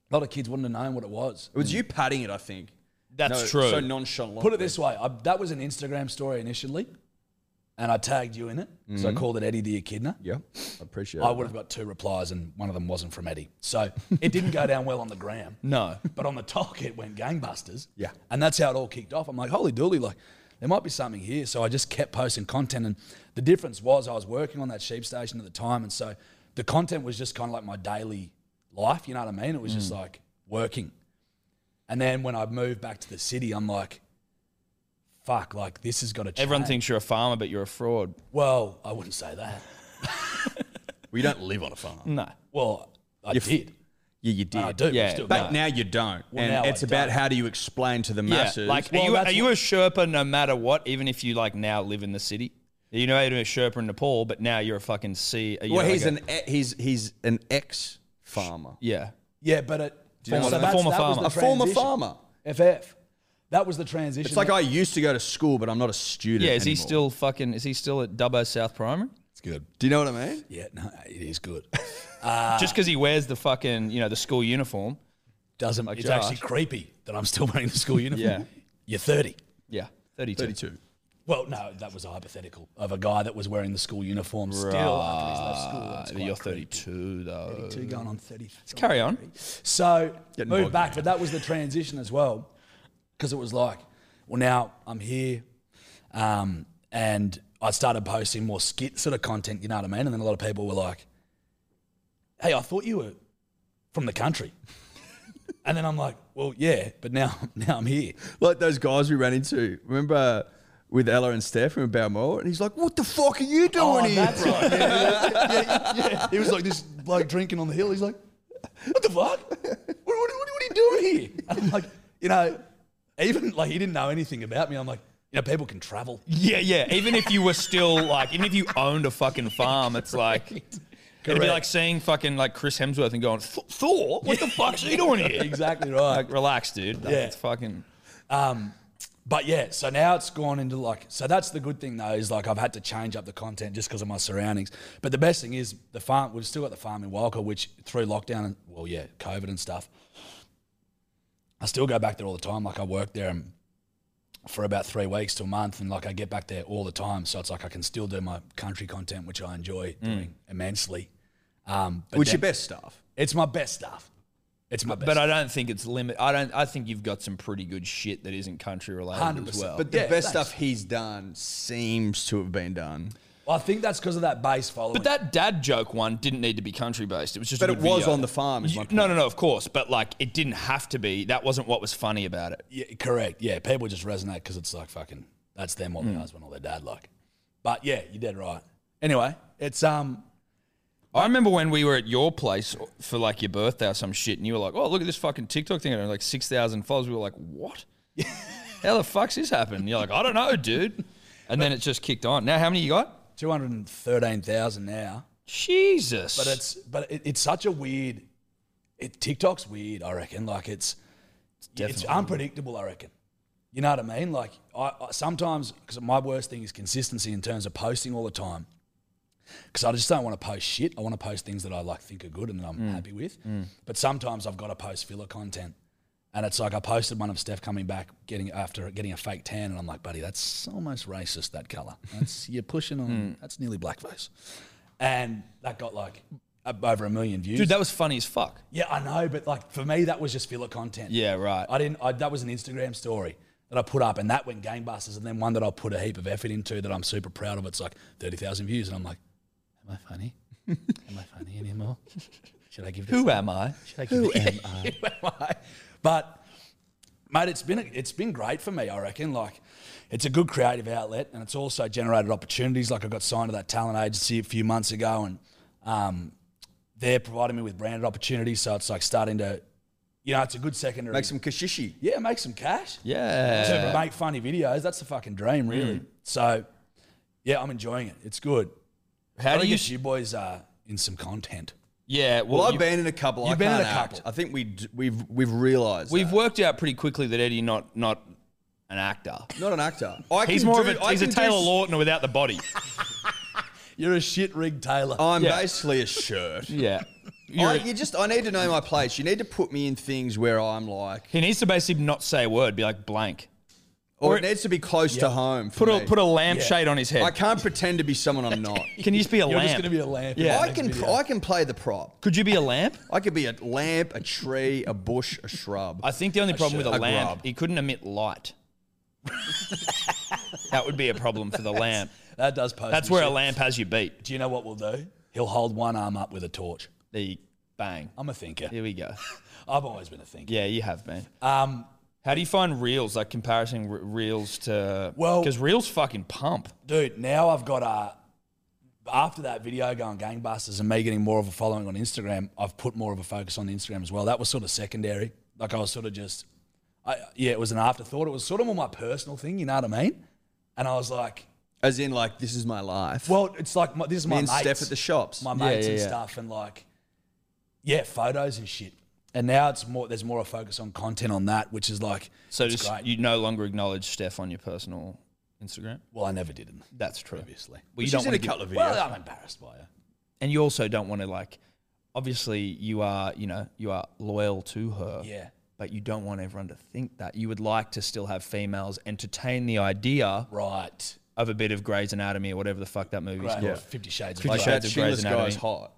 [SPEAKER 2] A lot of kids wouldn't have known what it was.
[SPEAKER 4] It was you padding it, I think.
[SPEAKER 3] That's
[SPEAKER 4] No,
[SPEAKER 3] true.
[SPEAKER 4] So nonchalant.
[SPEAKER 2] Put it this way: I, that was an Instagram story initially, and I tagged you in it, so I called it Eddie the Echidna.
[SPEAKER 4] Yeah, I appreciate.
[SPEAKER 2] I
[SPEAKER 4] it.
[SPEAKER 2] would have got two replies, and one of them wasn't from Eddie. So it didn't go down well on the gram.
[SPEAKER 3] no,
[SPEAKER 2] But on the talk, it went gangbusters.
[SPEAKER 4] Yeah.
[SPEAKER 2] And that's how it all kicked off. I'm like, holy dooly, like, there might be something here. So I just kept posting content. And the difference was I was working on that sheep station at the time. And so the content was just kind of like my daily life. You know what I mean? It was just like working. And then when I moved back to the city, I'm like, fuck, like, this has got to change.
[SPEAKER 3] everyone thinks you're a farmer, but you're a fraud.
[SPEAKER 2] well, I wouldn't say that.
[SPEAKER 4] We don't live on a farm.
[SPEAKER 3] No,
[SPEAKER 2] Well, I
[SPEAKER 4] You're f-
[SPEAKER 2] did.
[SPEAKER 4] Mm. Yeah, you did.
[SPEAKER 2] I do.
[SPEAKER 3] Yeah,
[SPEAKER 2] Still
[SPEAKER 4] But
[SPEAKER 2] don't.
[SPEAKER 4] now you don't. and
[SPEAKER 2] now I
[SPEAKER 4] it's about
[SPEAKER 2] don't.
[SPEAKER 4] how do you explain to the
[SPEAKER 3] Yeah,
[SPEAKER 4] masses?
[SPEAKER 3] like
[SPEAKER 2] Well,
[SPEAKER 3] are you
[SPEAKER 2] that's
[SPEAKER 3] are you a Sherpa no matter what? Even if you like now live in the city, you know you're a Sherpa in Nepal, but now you're a fucking sea. you
[SPEAKER 4] well,
[SPEAKER 3] know,
[SPEAKER 4] he's
[SPEAKER 3] like
[SPEAKER 4] an e- he's he's an ex farmer.
[SPEAKER 3] a, yeah.
[SPEAKER 2] Yeah, but it.
[SPEAKER 4] you know what I mean?
[SPEAKER 2] that's-
[SPEAKER 3] Former
[SPEAKER 2] that was
[SPEAKER 3] farmer.
[SPEAKER 2] the
[SPEAKER 3] A
[SPEAKER 4] former
[SPEAKER 2] transition.
[SPEAKER 4] farmer.
[SPEAKER 2] FF. That was the transition.
[SPEAKER 4] It's like I used to go to school, but I'm not a student.
[SPEAKER 3] Yeah, is he
[SPEAKER 4] anymore.
[SPEAKER 3] still fucking? Is he still at Dubbo South Primary?
[SPEAKER 2] It's good.
[SPEAKER 4] Do you know what I mean?
[SPEAKER 2] Yeah, no, it is good. (laughs)
[SPEAKER 4] Ah.
[SPEAKER 3] Just because he wears the fucking you know the school uniform.
[SPEAKER 2] Doesn't it's
[SPEAKER 3] Josh.
[SPEAKER 2] actually creepy that I'm still (laughs) wearing the school uniform.
[SPEAKER 3] Yeah.
[SPEAKER 2] You're 30.
[SPEAKER 3] Yeah, thirty two.
[SPEAKER 4] Thirty-two.
[SPEAKER 2] Well, no, that was a hypothetical of a guy that was wearing the school uniform still after he's left school. It's quite
[SPEAKER 3] You're
[SPEAKER 2] creepy.
[SPEAKER 3] thirty two though.
[SPEAKER 2] 32 going on 30.
[SPEAKER 3] Carry on.
[SPEAKER 2] So
[SPEAKER 4] Getting
[SPEAKER 2] moved
[SPEAKER 4] bogged
[SPEAKER 2] back, but that was the transition as well, because it was like, well, now I'm here, um, and I started posting more skit sort of content. You know what I mean? And then a lot of people were like, "Hey, I thought you were from the country," (laughs) and then I'm like, "Well, yeah, but now (laughs) now I'm here."
[SPEAKER 4] Like those guys we ran into. Remember with Ella and Steph from Balmoral? And he's like, "What the fuck are you doing
[SPEAKER 2] Oh,
[SPEAKER 4] here?"
[SPEAKER 2] that's right. Yeah, yeah, (laughs) yeah, yeah. He was like this bloke drinking on the hill. He's like, what the fuck? What, what, what are you doing here? And I'm like, you know, even like he didn't know anything about me. I'm like, you know, people can travel.
[SPEAKER 3] Yeah, yeah. Even if you were still like, even if you owned a
[SPEAKER 4] (laughs)
[SPEAKER 3] fucking farm, it's like. It'd be
[SPEAKER 2] Correct.
[SPEAKER 3] like seeing fucking like Chris Hemsworth and going, "Th- Thor, what the fuck's he doing here?
[SPEAKER 4] (laughs)
[SPEAKER 2] Exactly right. (laughs)
[SPEAKER 3] Like, relax, dude. Like,
[SPEAKER 2] Yeah.
[SPEAKER 3] It's fucking.
[SPEAKER 2] Um, but yeah, so now it's gone into like, so that's the good thing though, is like I've had to change up the content just because of my surroundings. But the best thing is the farm, we've still got the farm in Walker, which through lockdown and, well, yeah, COVID and stuff, I still go back there all the time. Like I work there and for about three weeks to a month, and like I get back there all the time. So it's like I can still do my country content, which I enjoy doing immensely. Um, but
[SPEAKER 4] Mm. Which your
[SPEAKER 2] then-
[SPEAKER 4] best stuff?
[SPEAKER 2] It's my best stuff. It's my best.
[SPEAKER 3] But I don't think it's limit. I don't. I think you've got some pretty good shit that isn't country related as
[SPEAKER 2] 100%.
[SPEAKER 3] well.
[SPEAKER 4] But the
[SPEAKER 2] Yeah,
[SPEAKER 4] best
[SPEAKER 2] thanks.
[SPEAKER 4] stuff he's done seems to have been done.
[SPEAKER 2] I think that's because of that base following.
[SPEAKER 3] But that dad joke one didn't need to be country based. It was just.
[SPEAKER 4] But
[SPEAKER 3] a
[SPEAKER 4] it
[SPEAKER 3] good
[SPEAKER 4] was
[SPEAKER 3] video.
[SPEAKER 4] on the farm. Is
[SPEAKER 3] You-
[SPEAKER 4] my
[SPEAKER 3] no, no, no. Of course, but like it didn't have to be. That wasn't what was funny about it.
[SPEAKER 2] Yeah, correct. Yeah, people just resonate because it's like fucking that's them or their husband or their dad like. But yeah, you're dead right. Anyway, it's um
[SPEAKER 3] I remember when we were at your place for like your birthday or some shit, and you were like, "Oh, look at this fucking TikTok thing!" And it had, like six thousand followers. We were like,
[SPEAKER 4] (laughs)
[SPEAKER 3] "What? How the fuck's this happened?" And you're like, "I don't know, dude." And then it just kicked on. Now, how many you got?
[SPEAKER 2] two hundred and thirteen thousand now.
[SPEAKER 3] Jesus.
[SPEAKER 2] But it's but it, it's such a weird. It, TikTok's weird, I reckon. Like it's it's unpredictable. I reckon. You know what I mean? Like I, I sometimes because my worst thing is consistency in terms of posting all the time. Because I just don't want to post shit. I want to post things that I like think are good and that I'm
[SPEAKER 3] Mm.
[SPEAKER 2] happy with. But sometimes I've got to post filler content. And it's like I posted one of Steph coming back getting after getting a fake tan, and I'm like, buddy, that's almost racist. That color. That's (laughs) you're pushing on.
[SPEAKER 3] Mm.
[SPEAKER 2] That's nearly blackface. And that got like o- over a million views.
[SPEAKER 3] dude, that was funny as fuck.
[SPEAKER 2] yeah, I know, but like for me, that was just filler content.
[SPEAKER 3] Yeah, right.
[SPEAKER 2] I didn't. I, that was an Instagram story that I put up, and that went gangbusters. And then one that I put a heap of effort into that I'm super proud of. It's like thirty thousand views, and I'm like, am I funny? (laughs) am I funny anymore? Should I give this?
[SPEAKER 3] Who am I?
[SPEAKER 2] Should I give (laughs) Who am I? But mate, it's been it's been great for me. I reckon. Like, It's a good creative outlet, and it's also generated opportunities. Like I got signed to that talent agency a few months ago, and um, they're providing me with branded opportunities. So it's like starting to, you know, it's a good secondary.
[SPEAKER 4] Make some kashishi.
[SPEAKER 2] yeah, make some cash.
[SPEAKER 3] Yeah. Hmm.
[SPEAKER 2] To make funny videos. That's the fucking dream, really. So, yeah, I'm enjoying it. It's good.
[SPEAKER 3] How
[SPEAKER 2] I
[SPEAKER 3] do
[SPEAKER 2] think
[SPEAKER 3] you?
[SPEAKER 2] it's you boys are in some content?
[SPEAKER 3] Yeah.
[SPEAKER 4] Well, I've
[SPEAKER 3] you-
[SPEAKER 4] been in a couple.
[SPEAKER 2] You've
[SPEAKER 4] I
[SPEAKER 2] been in
[SPEAKER 4] can't
[SPEAKER 2] a
[SPEAKER 4] act.
[SPEAKER 2] couple.
[SPEAKER 4] I think we d- we've we've realised
[SPEAKER 3] We've
[SPEAKER 4] that.
[SPEAKER 3] worked out pretty quickly that Eddie not not an actor.
[SPEAKER 4] not an actor. I
[SPEAKER 3] He's
[SPEAKER 4] can
[SPEAKER 3] more
[SPEAKER 4] do-
[SPEAKER 3] of a
[SPEAKER 4] I
[SPEAKER 3] he's a
[SPEAKER 4] can do
[SPEAKER 3] Taylor
[SPEAKER 4] s-
[SPEAKER 3] Lautner without the (laughs) body.
[SPEAKER 2] You're a shit rig Taylor.
[SPEAKER 4] I'm
[SPEAKER 3] Yeah.
[SPEAKER 4] basically a shirt.
[SPEAKER 3] yeah. (laughs) You're
[SPEAKER 4] I,
[SPEAKER 3] a-
[SPEAKER 4] you just I need to know my place. You need to put me in things where I'm like,
[SPEAKER 3] he needs to basically not say a word, be like blank.
[SPEAKER 4] or,
[SPEAKER 3] Or
[SPEAKER 4] it needs to be close to home. For
[SPEAKER 3] Put a
[SPEAKER 4] me.
[SPEAKER 3] put a lampshade on his head.
[SPEAKER 4] I can't pretend to be someone I'm not.
[SPEAKER 3] Can you just be a
[SPEAKER 2] You're
[SPEAKER 3] lamp?
[SPEAKER 2] just gonna be a lamp.
[SPEAKER 3] (laughs) Yeah.
[SPEAKER 4] I can I can play the prop.
[SPEAKER 3] Could you be a lamp?
[SPEAKER 4] I could be a lamp, a tree, a bush, a shrub.
[SPEAKER 3] I think the only problem with a
[SPEAKER 4] A
[SPEAKER 3] lamp,
[SPEAKER 4] grub.
[SPEAKER 3] he couldn't emit (laughs) light. that would be a problem for the (laughs) lamp.
[SPEAKER 2] That does post.
[SPEAKER 3] That's
[SPEAKER 2] some
[SPEAKER 3] where a
[SPEAKER 2] shit.
[SPEAKER 3] lamp has you beat.
[SPEAKER 2] Do you know what we'll do? He'll hold one arm up with a torch.
[SPEAKER 3] There you bang.
[SPEAKER 2] I'm a thinker.
[SPEAKER 3] Here we go.
[SPEAKER 2] I've always been a thinker.
[SPEAKER 3] Yeah, you have been.
[SPEAKER 2] Um,
[SPEAKER 3] How do you find reels? Like comparison re- reels to
[SPEAKER 2] Well-
[SPEAKER 3] because reels fucking pump.
[SPEAKER 2] dude, now I've got a. After that video going gangbusters and me getting more of a following on Instagram, I've put more of a focus on Instagram as well. That was sort of secondary. Like I was sort of just, I, yeah, it was an afterthought. It was sort of more my personal thing. You know what I mean? And I was like,
[SPEAKER 4] As in, like this is my life.
[SPEAKER 2] well, it's like my, this is
[SPEAKER 4] me
[SPEAKER 2] my
[SPEAKER 4] and
[SPEAKER 2] mates.
[SPEAKER 4] Steph at the shops.
[SPEAKER 2] my
[SPEAKER 3] Yeah,
[SPEAKER 2] mates
[SPEAKER 3] yeah,
[SPEAKER 2] and
[SPEAKER 3] yeah.
[SPEAKER 2] stuff and like yeah photos and shit and now it's more there's more a focus on content on that which is like
[SPEAKER 3] So
[SPEAKER 2] it's
[SPEAKER 3] just,
[SPEAKER 2] great.
[SPEAKER 3] you no longer acknowledge Steph on your personal Instagram.
[SPEAKER 2] well i never did them
[SPEAKER 3] That's true.
[SPEAKER 2] obviously
[SPEAKER 3] Well, you
[SPEAKER 4] She's
[SPEAKER 3] don't
[SPEAKER 4] in
[SPEAKER 3] want
[SPEAKER 4] a
[SPEAKER 3] to
[SPEAKER 4] couple of videos.
[SPEAKER 2] well i'm embarrassed by it
[SPEAKER 3] and you also don't want to like. Obviously, you are you know you are loyal to her.
[SPEAKER 2] Yeah.
[SPEAKER 3] But you don't want everyone to think that. You would like to still have females entertain the idea
[SPEAKER 2] right
[SPEAKER 3] of a bit of Grey's Anatomy or whatever the fuck that movie's
[SPEAKER 2] great
[SPEAKER 3] called.
[SPEAKER 2] yeah. 50 shades of
[SPEAKER 3] Like
[SPEAKER 2] Grey.
[SPEAKER 3] Shades
[SPEAKER 4] that
[SPEAKER 3] of Grey's
[SPEAKER 4] chinless
[SPEAKER 3] Anatomy.
[SPEAKER 4] guy's hot.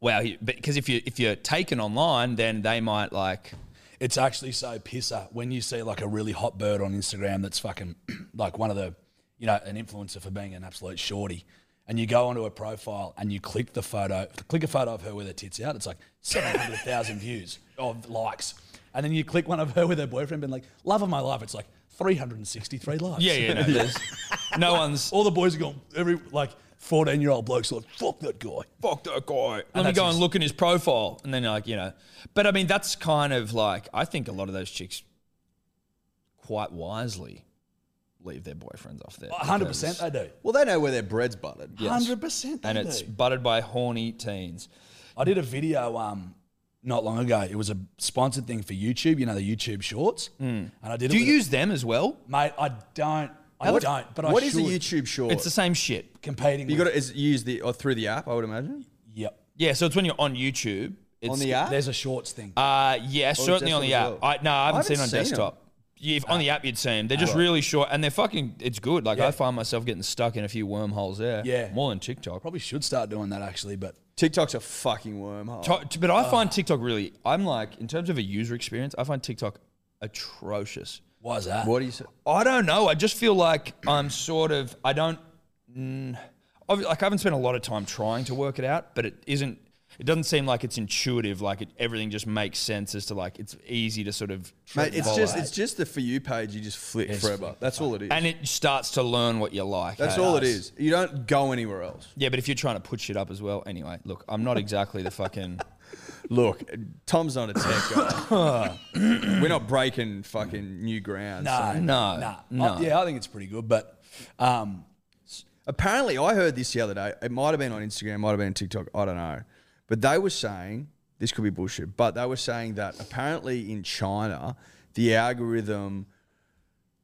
[SPEAKER 3] Wow, because if you if you're taken online, then they might like
[SPEAKER 2] it's actually so pisser when you see like a really hot bird on instagram that's fucking (clears throat) like one of the you know an influencer for being an absolute shorty and you go onto her profile and you click the photo, click a photo of her with her tits out. It's like 700,000 views or likes. And then you click one of her with her boyfriend being like, love of my life. It's like 363 likes.
[SPEAKER 3] yeah (laughs) yeah no, there's- no one's
[SPEAKER 2] All the boys are going, every like 14 year old bloke's like, fuck that guy.
[SPEAKER 3] fuck that guy. Let me
[SPEAKER 2] that's
[SPEAKER 3] go
[SPEAKER 2] ex-
[SPEAKER 3] and look in his profile, and then like you know, but I mean that's kind of like I think a lot of those chicks quite wisely leave their boyfriends off there,
[SPEAKER 2] 100% they do.
[SPEAKER 4] Well, they know where their bread's buttered. Yeah.
[SPEAKER 2] 100% they
[SPEAKER 3] and
[SPEAKER 2] do.
[SPEAKER 3] it's buttered by horny teens.
[SPEAKER 2] I did a video um not long ago. It was a sponsored thing for YouTube. You know the YouTube Shorts.
[SPEAKER 4] Hmm.
[SPEAKER 2] Mm. And I did.
[SPEAKER 3] Do
[SPEAKER 2] it
[SPEAKER 3] you
[SPEAKER 2] with
[SPEAKER 3] use them as well?
[SPEAKER 2] a, mate? I don't. I don't. But
[SPEAKER 4] what
[SPEAKER 2] I
[SPEAKER 4] is
[SPEAKER 2] should.
[SPEAKER 4] a YouTube short?
[SPEAKER 3] It's the same shit.
[SPEAKER 2] competing?
[SPEAKER 4] you
[SPEAKER 2] with,
[SPEAKER 4] got to use the or through the app. I would imagine.
[SPEAKER 2] Yep.
[SPEAKER 3] Yeah, so it's when you're on YouTube. It's,
[SPEAKER 4] On the app?
[SPEAKER 2] There's a Shorts thing.
[SPEAKER 3] Uh, yeah, certainly on the app.
[SPEAKER 4] desktop as well.
[SPEAKER 3] I, no, I haven't,
[SPEAKER 4] haven't
[SPEAKER 3] seen on
[SPEAKER 4] seen 'em.
[SPEAKER 3] desktop. Yeah, if on the app you'd seen. 'em. They're just really short and they're fucking. It's good. Like I find myself getting stuck in a few wormholes there.
[SPEAKER 2] Yeah.
[SPEAKER 3] more than TikTok.
[SPEAKER 2] Probably should start doing that actually. But
[SPEAKER 4] TikTok's a fucking wormhole.
[SPEAKER 3] To- to- But I find TikTok really. I'm like, in terms of a user experience, I find TikTok atrocious.
[SPEAKER 2] why is that?
[SPEAKER 4] what do you say?
[SPEAKER 3] I don't know. I just feel like I'm sort of. I don't. Mm, obvi- like I haven't spent a lot of time trying to work it out, but it isn't. It doesn't seem like it's intuitive. Like it, everything just makes sense as to like it's easy to sort of.
[SPEAKER 4] Mate, it's
[SPEAKER 3] follow.
[SPEAKER 4] just it's just the for you page. You just flick forever. That's all it is.
[SPEAKER 3] and it starts to learn what you like.
[SPEAKER 4] That's
[SPEAKER 3] eh?
[SPEAKER 4] all it is. You don't go anywhere else.
[SPEAKER 3] Yeah, but if you're trying to put shit up as well, anyway. Look, I'm not exactly the fucking.
[SPEAKER 4] Look, Tom's not a tech guy. (laughs) We're not breaking fucking new ground.
[SPEAKER 2] No,
[SPEAKER 4] so.
[SPEAKER 3] No,
[SPEAKER 2] nah.
[SPEAKER 3] no.
[SPEAKER 2] I- yeah, I think it's pretty good. But um,
[SPEAKER 4] Apparently, I heard this the other day. It might have been on Instagram, might have been TikTok. I don't know. But they were saying this could be bullshit. But they were saying that apparently in China, the algorithm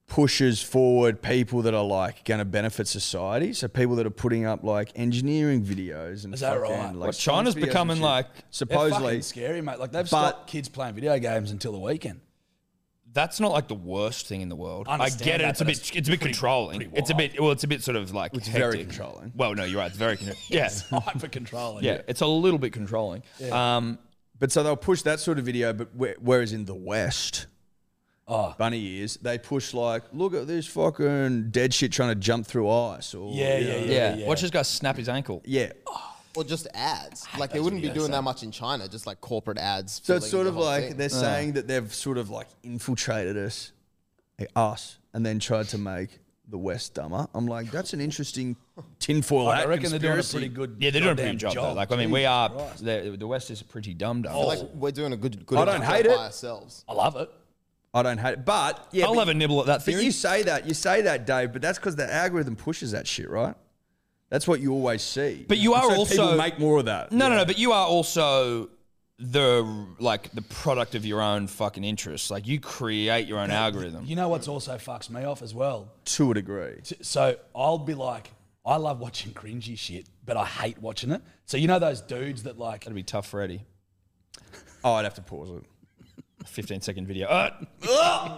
[SPEAKER 4] pushes forward people that are like going to benefit society. So people that are putting up like engineering videos and
[SPEAKER 2] Is that
[SPEAKER 4] fucking,
[SPEAKER 2] right?
[SPEAKER 4] like
[SPEAKER 2] Well,
[SPEAKER 4] science
[SPEAKER 3] China's
[SPEAKER 4] videos and
[SPEAKER 3] becoming,
[SPEAKER 4] shit.
[SPEAKER 3] like-
[SPEAKER 2] they're
[SPEAKER 4] supposedly
[SPEAKER 2] fucking scary, mate. Like they've stopped kids playing video games until the weekend.
[SPEAKER 3] That's not like the worst thing in the world. I,
[SPEAKER 2] Understand
[SPEAKER 3] get it.
[SPEAKER 2] that,
[SPEAKER 3] It's a
[SPEAKER 2] but
[SPEAKER 3] bit. It's a bit controlling.
[SPEAKER 2] pretty
[SPEAKER 3] it's a
[SPEAKER 2] wild.
[SPEAKER 3] bit. Well, it's a bit sort of like. It's
[SPEAKER 4] very controlling.
[SPEAKER 3] Well, no, you're right. It's
[SPEAKER 2] (laughs)
[SPEAKER 3] very. Con- (laughs) yeah,
[SPEAKER 4] Oh.
[SPEAKER 2] Hyper controlling.
[SPEAKER 3] yeah. It's a little bit controlling. Um,
[SPEAKER 4] But so they'll push that sort of video, but whe- whereas in the West,
[SPEAKER 2] Oh.
[SPEAKER 4] bunny ears, they push like, look at this fucking dead shit trying to jump through ice, or
[SPEAKER 2] Yeah, Ah,
[SPEAKER 4] you
[SPEAKER 2] yeah,
[SPEAKER 4] know.
[SPEAKER 2] yeah,
[SPEAKER 3] yeah.
[SPEAKER 2] yeah.
[SPEAKER 3] Watch this guy snap his ankle.
[SPEAKER 4] yeah.
[SPEAKER 5] Or just ads. Like they wouldn't be doing that much in China, just like corporate ads.
[SPEAKER 4] So it's
[SPEAKER 5] filling
[SPEAKER 4] sort
[SPEAKER 5] the
[SPEAKER 4] of
[SPEAKER 5] whole
[SPEAKER 4] like
[SPEAKER 5] thing.
[SPEAKER 4] they're
[SPEAKER 2] Ah.
[SPEAKER 4] saying that they've sort of like infiltrated us, eh, us, and then tried to make the West dumber. I'm like, that's
[SPEAKER 2] (laughs)
[SPEAKER 4] an interesting tinfoil hat
[SPEAKER 2] I reckon they're doing a pretty
[SPEAKER 4] conspiracy.
[SPEAKER 2] good.
[SPEAKER 3] Yeah, they're doing a
[SPEAKER 2] goddamn
[SPEAKER 3] pretty job, though. Like, I mean, we are the the West is pretty dumb dumb.
[SPEAKER 2] Oh.
[SPEAKER 3] Oh.
[SPEAKER 2] Like,
[SPEAKER 6] Like we're doing a good good
[SPEAKER 4] I don't
[SPEAKER 6] job
[SPEAKER 4] hate
[SPEAKER 6] by
[SPEAKER 4] it.
[SPEAKER 6] ourselves.
[SPEAKER 2] I love it.
[SPEAKER 4] I don't hate it, but yeah,
[SPEAKER 3] I'll
[SPEAKER 4] but-
[SPEAKER 3] have a nibble at that
[SPEAKER 4] But
[SPEAKER 3] theory.
[SPEAKER 4] you say that, you say that, Dave, but that's because the algorithm pushes that shit, right? That's what you always see.
[SPEAKER 3] But you
[SPEAKER 4] And
[SPEAKER 3] are
[SPEAKER 4] so people
[SPEAKER 3] also-
[SPEAKER 4] make more of that.
[SPEAKER 3] No, no, no. But you are also the like the product of your own fucking interests. Like you create your own algorithm.
[SPEAKER 2] You know what's also fucks me off as well?
[SPEAKER 4] to a degree.
[SPEAKER 2] T- So I'll be like, I love watching cringy shit, but I hate watching it. So you know those dudes that like,
[SPEAKER 3] That'd be tough for Eddie.
[SPEAKER 4] Oh, I'd have to pause it.
[SPEAKER 3] A Fifteen second video. Uh,